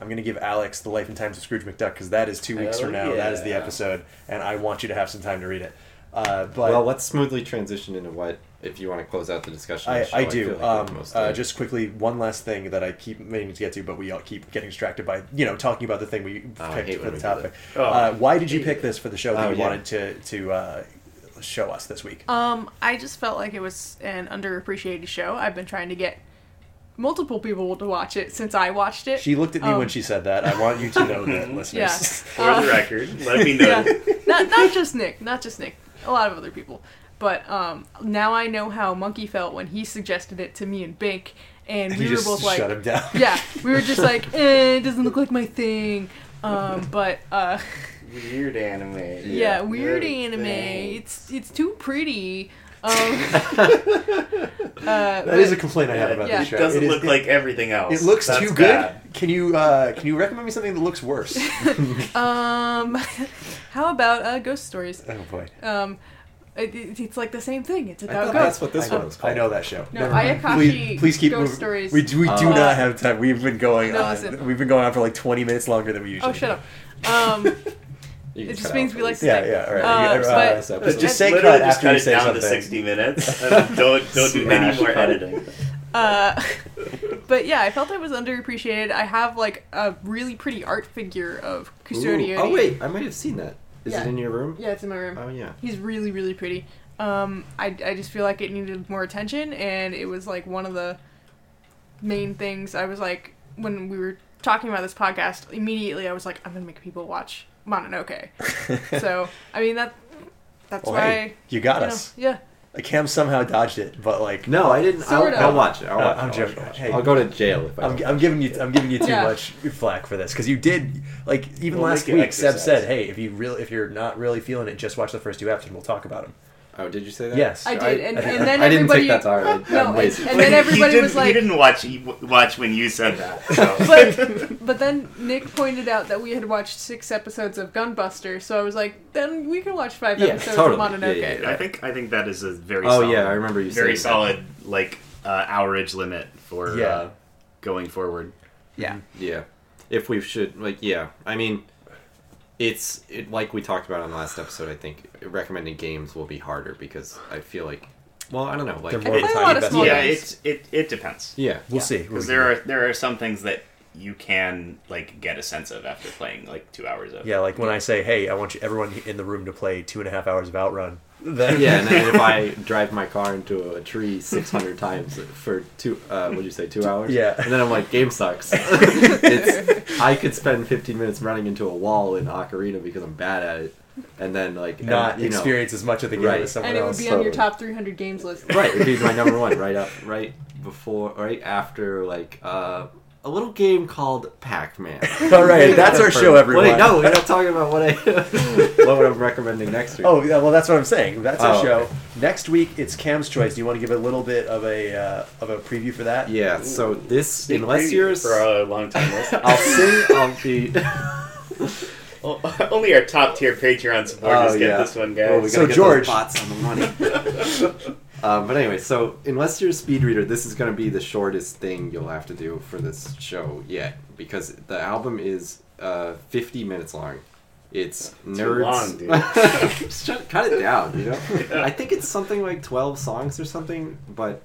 Speaker 1: I'm going to give Alex the Life and Times of Scrooge McDuck because that is two weeks
Speaker 5: Hell
Speaker 1: from now. That is the
Speaker 5: yeah.
Speaker 1: episode, and I want you to have some time to read it. Uh, but
Speaker 3: well, let's smoothly transition into what, if you want to close out the discussion.
Speaker 1: I,
Speaker 3: show,
Speaker 1: I
Speaker 3: feel
Speaker 1: do.
Speaker 3: like we've
Speaker 1: um,
Speaker 3: mostly-
Speaker 1: uh, just quickly, one last thing that I keep meaning to get to, but we all keep getting distracted by you know talking about the thing we
Speaker 3: Oh, I
Speaker 1: picked
Speaker 3: hate
Speaker 1: for the
Speaker 3: when we do that.
Speaker 1: topic.
Speaker 5: Oh,
Speaker 1: uh, why did you
Speaker 5: hate
Speaker 1: pick
Speaker 5: it.
Speaker 1: this for the show that
Speaker 3: Oh,
Speaker 1: you
Speaker 3: yeah.
Speaker 1: wanted to to uh, show us this week?
Speaker 4: Um, I just felt like it was an underappreciated show. I've been trying to get multiple people to watch it since I watched it.
Speaker 1: She looked at me when
Speaker 4: Um,
Speaker 1: she said that. I want you to know that, listeners.
Speaker 5: For the record, let me know.
Speaker 4: yeah. not not just Nick, not just Nick. A lot of other people. But um, now I know how Monkey felt when he suggested it to me and Bink, and
Speaker 1: And
Speaker 4: we
Speaker 1: you
Speaker 4: were
Speaker 1: just
Speaker 4: both
Speaker 1: shut
Speaker 4: like,
Speaker 1: him down.
Speaker 4: yeah, we were just like, eh, it doesn't look like my thing. Um, but uh,
Speaker 5: Weird anime.
Speaker 4: yeah, weird
Speaker 5: Weird
Speaker 4: anime.
Speaker 5: thing.
Speaker 4: It's it's too pretty. Um, uh,
Speaker 1: That is a complaint I have
Speaker 5: Yeah,
Speaker 1: about
Speaker 4: yeah.
Speaker 1: this show.
Speaker 5: It doesn't
Speaker 1: It is-
Speaker 5: look
Speaker 1: it-
Speaker 5: like everything else.
Speaker 1: it looks
Speaker 5: That's
Speaker 1: too good.
Speaker 5: bad.
Speaker 1: Can you uh, can you recommend me something that looks worse?
Speaker 4: um, how about uh, ghost stories?
Speaker 1: oh boy,
Speaker 4: Um, it, it- it's like the same thing. It's
Speaker 3: I
Speaker 4: about
Speaker 3: thought
Speaker 4: ghosts.
Speaker 3: that's what this
Speaker 1: I,
Speaker 3: one
Speaker 1: know,
Speaker 3: was called.
Speaker 1: I know that show.
Speaker 4: No,
Speaker 1: Never mind.
Speaker 4: Ayakashi
Speaker 1: Please, please keep
Speaker 4: Ghost
Speaker 1: moving.
Speaker 4: Stories.
Speaker 1: We, do- we do
Speaker 4: Uh,
Speaker 5: Oh.
Speaker 1: not have time. We've been going
Speaker 4: no,
Speaker 1: on.
Speaker 4: listen.
Speaker 1: We've been going on for like twenty minutes longer than we usually.
Speaker 4: Oh, shut
Speaker 1: do.
Speaker 4: up. Um,
Speaker 3: You can
Speaker 4: it just
Speaker 3: cut
Speaker 4: means
Speaker 3: out
Speaker 4: we like to
Speaker 1: Yeah,
Speaker 4: say.
Speaker 1: yeah. All
Speaker 4: Uh,
Speaker 1: right. You-
Speaker 4: but-
Speaker 1: this episode.
Speaker 3: But
Speaker 1: just
Speaker 5: Just
Speaker 1: say
Speaker 5: literally
Speaker 1: cut
Speaker 5: just
Speaker 1: after
Speaker 5: cut
Speaker 1: you
Speaker 5: it
Speaker 1: say
Speaker 5: down
Speaker 1: something.
Speaker 5: to 60 minutes. And don't don't do any
Speaker 3: Smash
Speaker 5: more
Speaker 3: cut.
Speaker 5: editing.
Speaker 4: Uh, but yeah, I felt it was underappreciated. I have like a really pretty art figure of
Speaker 3: Ooh.
Speaker 4: Custodian.
Speaker 3: Oh wait, I might have seen that. Is
Speaker 4: Yeah.
Speaker 3: it in your room?
Speaker 4: Yeah, it's in my room.
Speaker 3: Oh yeah.
Speaker 4: He's really, really pretty. Um, I, I just feel like it needed more attention, and it was like one of the main things I was like, when we were talking about this podcast, immediately I was like, I'm gonna make people watch Mononoke. so, I mean, that that's
Speaker 1: Well,
Speaker 4: why.
Speaker 1: Oh, hey, you got
Speaker 4: you know,
Speaker 1: us.
Speaker 4: yeah.
Speaker 1: Like, Cam somehow dodged it, but like,
Speaker 6: No, I didn't. I'll,
Speaker 4: Sort of.
Speaker 6: I'll watch it. I'll
Speaker 1: No,
Speaker 6: watch it.
Speaker 1: I'm
Speaker 6: I'll
Speaker 1: joking.
Speaker 6: watch it.
Speaker 1: Hey,
Speaker 3: Uh, I'll go to jail if I
Speaker 1: I'm,
Speaker 3: don't.
Speaker 1: I'm giving you I'm giving you too
Speaker 4: Yeah.
Speaker 1: much flack for this because you did like even
Speaker 6: Well,
Speaker 1: last
Speaker 6: make it
Speaker 1: week like Seb
Speaker 6: exercise.
Speaker 1: said hey if you really if you're not really feeling it just watch the first two episodes and we'll talk about them
Speaker 3: Oh, did you say that?
Speaker 1: Yes.
Speaker 4: I did, and, and then
Speaker 3: I didn't
Speaker 4: everybody,
Speaker 3: take that to heart. I-
Speaker 4: No,
Speaker 3: I'm
Speaker 4: and-
Speaker 3: lazy.
Speaker 4: and then everybody
Speaker 5: he
Speaker 4: was
Speaker 5: didn't-
Speaker 4: like,
Speaker 5: he didn't watch he w- watch when you said that. So.
Speaker 4: but but then Nick pointed out that we had watched six episodes of Gunbuster, so I was like, then we can watch five
Speaker 3: Yeah,
Speaker 4: episodes
Speaker 3: totally.
Speaker 4: of Mononoke.
Speaker 3: Yeah, yeah, yeah.
Speaker 5: I think I think that is a very
Speaker 3: Oh,
Speaker 5: solid,
Speaker 3: yeah, I remember you
Speaker 5: very
Speaker 3: saying that.
Speaker 5: solid like uh, hourage limit for
Speaker 1: Yeah.
Speaker 5: uh, going forward.
Speaker 1: yeah
Speaker 3: Yeah. If we should, like, yeah. I mean, it's it, like we talked about on the last episode. I think recommending games will be harder because I feel like, well, I don't know, like,
Speaker 1: They're
Speaker 4: I
Speaker 1: more
Speaker 4: play a
Speaker 1: tiny
Speaker 4: lot of
Speaker 1: best
Speaker 4: small
Speaker 5: yeah,
Speaker 1: friends.
Speaker 4: games.
Speaker 5: it's it it depends
Speaker 3: yeah,
Speaker 1: we'll see
Speaker 5: because there are there are some things that you can like get a sense of after playing like two hours of.
Speaker 1: yeah like when I say hey I want you everyone in the room to play two and a half hours of Outrun then
Speaker 3: yeah. And then if I drive my car into a tree six hundred times for two, uh, what would you say, two hours?
Speaker 1: Yeah.
Speaker 3: And then I'm like, game sucks. it's, I could spend fifteen minutes running into a wall in Ocarina because I'm bad at it, and then like and,
Speaker 1: not
Speaker 3: you know,
Speaker 1: experience as much of the game
Speaker 3: Right.
Speaker 1: as someone
Speaker 4: and it would
Speaker 1: else
Speaker 4: be on your
Speaker 3: totally.
Speaker 4: top 300 games list.
Speaker 3: Right, it'd be my number one right up right before right after like uh a little game called Pac-Man.
Speaker 1: all right that's our show everyone
Speaker 3: Wait, no, Oh, we're not talking about what I what I'm recommending next week.
Speaker 1: oh yeah well that's what I'm saying that's our
Speaker 3: Oh,
Speaker 1: show
Speaker 3: okay.
Speaker 1: next week it's Cam's choice do you want to give a little bit of a uh, of a preview for that
Speaker 3: yeah. So this, unless you're, s-
Speaker 5: for a long time listener.
Speaker 3: I'll sing. I'll be.
Speaker 5: Only our top tier Patreon supporters
Speaker 3: Oh,
Speaker 5: get
Speaker 3: yeah.
Speaker 5: this one, guys.
Speaker 3: Oh, we gotta
Speaker 1: So,
Speaker 3: get those
Speaker 1: George-
Speaker 3: bots on the money. um, but anyway, so unless you're a speed reader, this is going to be the shortest thing you'll have to do for this show yet, because the album is uh, 50 minutes long. It's nerds.
Speaker 5: long,
Speaker 3: Shut, cut it down. You know, I think it's something like 12 songs or something, but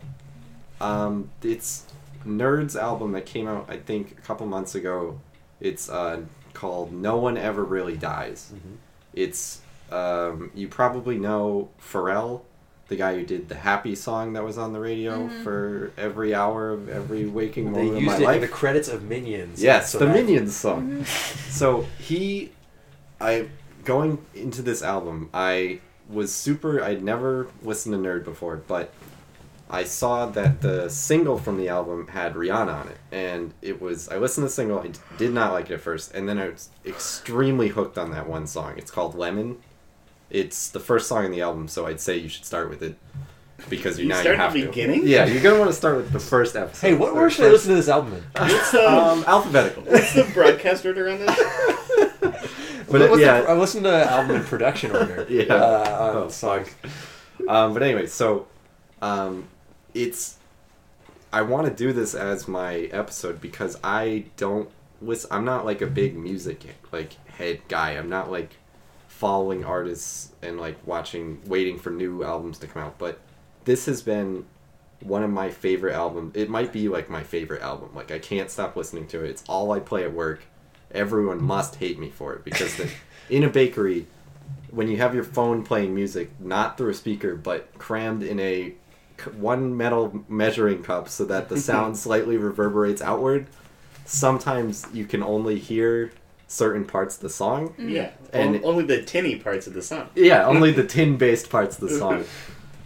Speaker 3: um, it's Nerds album that came out, I think, a couple months ago. It's uh, called No One Ever Really Dies.
Speaker 1: Mm-hmm.
Speaker 3: It's um, you probably know Pharrell, the guy who did the happy song that was on the radio for every hour of every waking
Speaker 1: they
Speaker 3: moment of
Speaker 1: used
Speaker 3: my
Speaker 1: it in
Speaker 3: life.
Speaker 1: the credits of Minions
Speaker 3: Yes,
Speaker 1: So
Speaker 3: the
Speaker 1: that-
Speaker 3: Minions song. So he, I going into this album, I was super. I'd never listened to Nerd before, but I saw that the single from the album had Rihanna on it, and it was. I listened to the single. I did not like it at first, and then I was extremely hooked on that one song. It's called Lemon. It's the first song in the album, so I'd say you should start with it because you,
Speaker 5: You
Speaker 3: now
Speaker 5: start
Speaker 3: you
Speaker 5: at
Speaker 3: have
Speaker 5: the
Speaker 3: to.
Speaker 5: beginning?
Speaker 3: Yeah, you're gonna want to start with the first episode.
Speaker 1: Hey, what order should I listen to this album in?
Speaker 5: What's the,
Speaker 3: Um, alphabetical.
Speaker 5: what's the broadcast order on this?
Speaker 3: But
Speaker 1: What was
Speaker 3: it,
Speaker 1: the-
Speaker 3: yeah,
Speaker 1: I listened to the album in production order.
Speaker 3: Yeah.
Speaker 1: uh, on
Speaker 3: Oh,
Speaker 1: song.
Speaker 3: Um, but anyway, so um, it's I want to do this as my episode because I don't listen. I'm not like a big music like head guy. I'm not like following artists and like watching, waiting for new albums to come out. But this has been one of my favorite albums. It might be like my favorite album. Like I can't stop listening to it. It's all I play at work. Everyone must hate me for it because the, in a bakery, when you have your phone playing music, not through a speaker, but crammed in a c- one metal measuring cup so that the sound slightly reverberates outward. Sometimes you can only hear certain parts of the song.
Speaker 4: Mm-hmm.
Speaker 5: Yeah,
Speaker 3: And-
Speaker 5: on- only the tinny parts of the song.
Speaker 3: Yeah, only the tin-based parts of the song.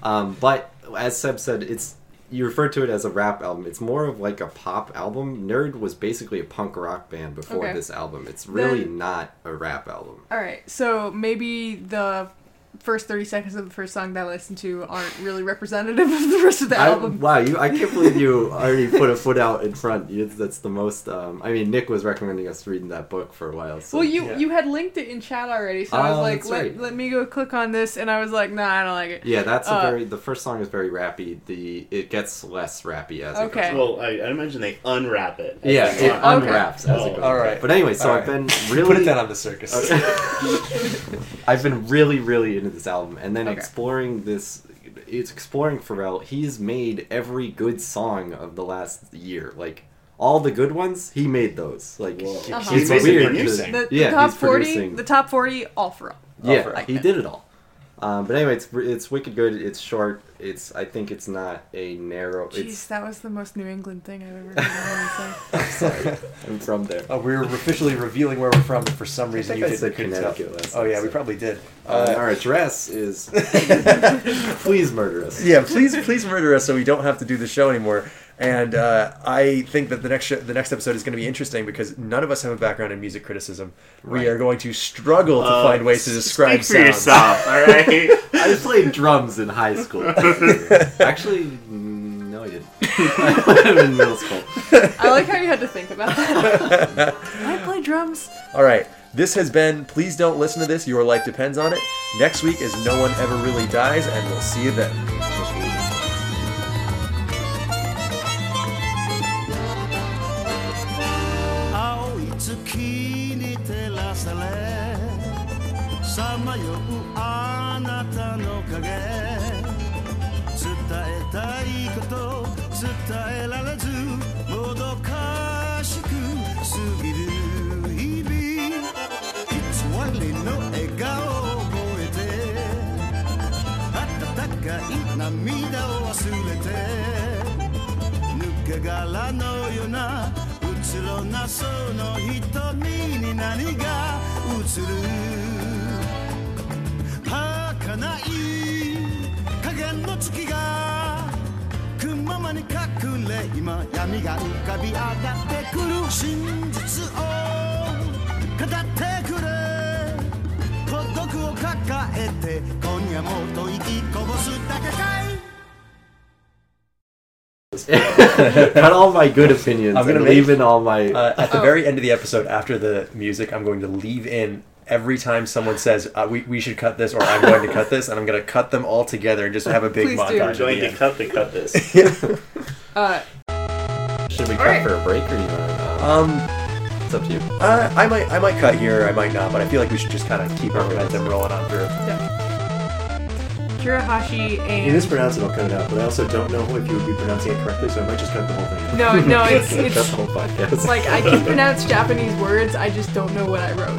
Speaker 3: Um, but as Seb said, it's you refer to it as a rap album. It's more of like a pop album. Nerd was basically a punk rock band before
Speaker 4: Okay.
Speaker 3: this album. It's really
Speaker 4: Then-
Speaker 3: not a rap album.
Speaker 4: All right, so maybe the first 30 seconds of the first song that I listened to aren't really representative of the rest of the
Speaker 3: I,
Speaker 4: album.
Speaker 3: wow, you! I can't believe you already put a foot out in front. You, that's the most. Um, I mean, Nick was recommending us reading that book for a while. So
Speaker 4: Well, you
Speaker 1: Yeah.
Speaker 4: you had linked it in chat already, so I was
Speaker 3: Oh,
Speaker 4: like,
Speaker 3: that's
Speaker 4: let,
Speaker 3: right.
Speaker 4: let me go click on this, and I was like, nah, I don't like it.
Speaker 3: yeah, that's
Speaker 4: uh,
Speaker 3: a very. The first song is very rappy. The it gets less rappy as it goes
Speaker 4: Okay.
Speaker 5: Well, I, I imagine they unwrap it. as
Speaker 3: Yeah,
Speaker 5: they
Speaker 3: it
Speaker 5: walk.
Speaker 4: un-
Speaker 3: unwraps as it
Speaker 5: Oh.
Speaker 3: goes.
Speaker 1: All right.
Speaker 3: But anyway, so
Speaker 1: All
Speaker 3: I've
Speaker 1: right.
Speaker 3: been really
Speaker 1: Put it down on the circus.
Speaker 3: I've been really, really into this album, and then
Speaker 4: Okay.
Speaker 3: exploring this. It's exploring Pharrell. He's made every good song of the last year. Like all the good ones, he made those. Like
Speaker 5: Whoa.
Speaker 4: Uh-huh.
Speaker 3: it's
Speaker 4: He's
Speaker 5: basically
Speaker 3: weird. to-
Speaker 5: producing.
Speaker 4: The, the
Speaker 3: yeah,
Speaker 4: top
Speaker 3: he's
Speaker 4: 40,
Speaker 3: producing.
Speaker 4: the top 40, all for all.
Speaker 3: yeah,
Speaker 4: Like
Speaker 3: he
Speaker 4: that.
Speaker 3: did it all. Um, but anyway, it's it's wicked good. It's short. It's I think it's not a narrow.
Speaker 4: Jeez, that was the most New England thing I've ever heard.
Speaker 3: It's I'm sorry, I'm from there.
Speaker 1: Oh, we're officially revealing where we're from, but for some reason
Speaker 3: think
Speaker 1: you
Speaker 3: I
Speaker 1: didn't.
Speaker 3: said
Speaker 1: couldn't
Speaker 3: Connecticut last
Speaker 1: tell. Oh yeah, we
Speaker 3: episode.
Speaker 1: probably did.
Speaker 3: Uh,
Speaker 1: Uh,
Speaker 3: our address is. please murder us.
Speaker 1: yeah, please, please murder us so we don't have to do the show anymore. And uh, I think that the next show, the next episode is going to be interesting because none of us have a background in music criticism. We
Speaker 3: Right. Uh,
Speaker 1: are going to struggle to find ways to describe
Speaker 5: Speak for
Speaker 1: sounds.
Speaker 5: yourself, all right?
Speaker 3: I played drums in high school. Actually, mm, no, I didn't. I am in middle school.
Speaker 4: I like how you had to think about that. I play drums.
Speaker 1: All right. This has been Please Don't Listen to This, Your Life Depends on It. Next week is No One Ever Really Dies, and we'll see you then.
Speaker 7: 青い月に照らされさまようあなたの影伝えたいこと伝えられずもどかしく過ぎる日々偽りの笑顔を覚えて温かい涙を忘れて抜け殻のようなうつろなその瞳に何が映る儚い影の月が雲間に隠れ今闇が浮かび上がってくる真実を語ってくれ孤独を抱えて今夜もっと息こぼすだけかい
Speaker 3: Cut all my good opinions.
Speaker 1: I'm gonna
Speaker 3: and
Speaker 1: make-
Speaker 3: leave in all my.
Speaker 1: Uh, at the
Speaker 4: Oh.
Speaker 1: very end of the episode, after the music, I'm going to leave in every time someone says, uh, we, we should cut this, or I'm going to cut this, and I'm going to cut them all together and just have a big
Speaker 4: Please do.
Speaker 1: montage.
Speaker 4: We're
Speaker 1: at the end.
Speaker 5: cut the cut this.
Speaker 4: Uh,
Speaker 3: should we cut
Speaker 4: Alright.
Speaker 3: for a break or you want
Speaker 1: Um,
Speaker 3: It's up to you.
Speaker 1: uh, I might I might cut here, I might not, but I feel like we should just kind of keep our momentum rolling on through.
Speaker 4: Kirahashi
Speaker 6: You
Speaker 4: and
Speaker 6: mispronounce it, I'll cut it out. But I also don't know if you would be pronouncing it correctly, so I might just cut the whole thing.
Speaker 4: no, no,
Speaker 3: That's
Speaker 4: it's
Speaker 3: the
Speaker 4: it's
Speaker 3: whole podcast.
Speaker 4: like I can pronounce Japanese words. I just don't know what I wrote.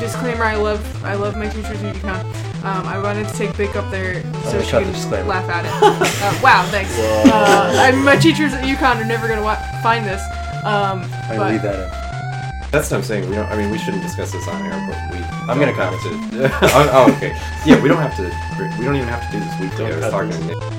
Speaker 4: Disclaimer: I love I love my teachers at UConn. Um, I wanted to take Vic up there so
Speaker 1: they
Speaker 4: she
Speaker 1: cut Oh, the
Speaker 4: could
Speaker 1: disclaimer.
Speaker 4: laugh at it. Uh, wow, thanks. Uh, I, my teachers at UConn are never gonna wa- find this.
Speaker 1: I'm
Speaker 4: Um, but
Speaker 1: going to leave that in.
Speaker 3: That's what I'm saying. We don't. I mean, we shouldn't discuss this on air, but we.
Speaker 1: I'm gonna
Speaker 3: don't have to. oh, oh, okay. Yeah, we don't have to. We don't even have to do this weekly.
Speaker 6: Don't
Speaker 3: I was
Speaker 6: cut
Speaker 3: talking
Speaker 6: this.
Speaker 3: to Nick.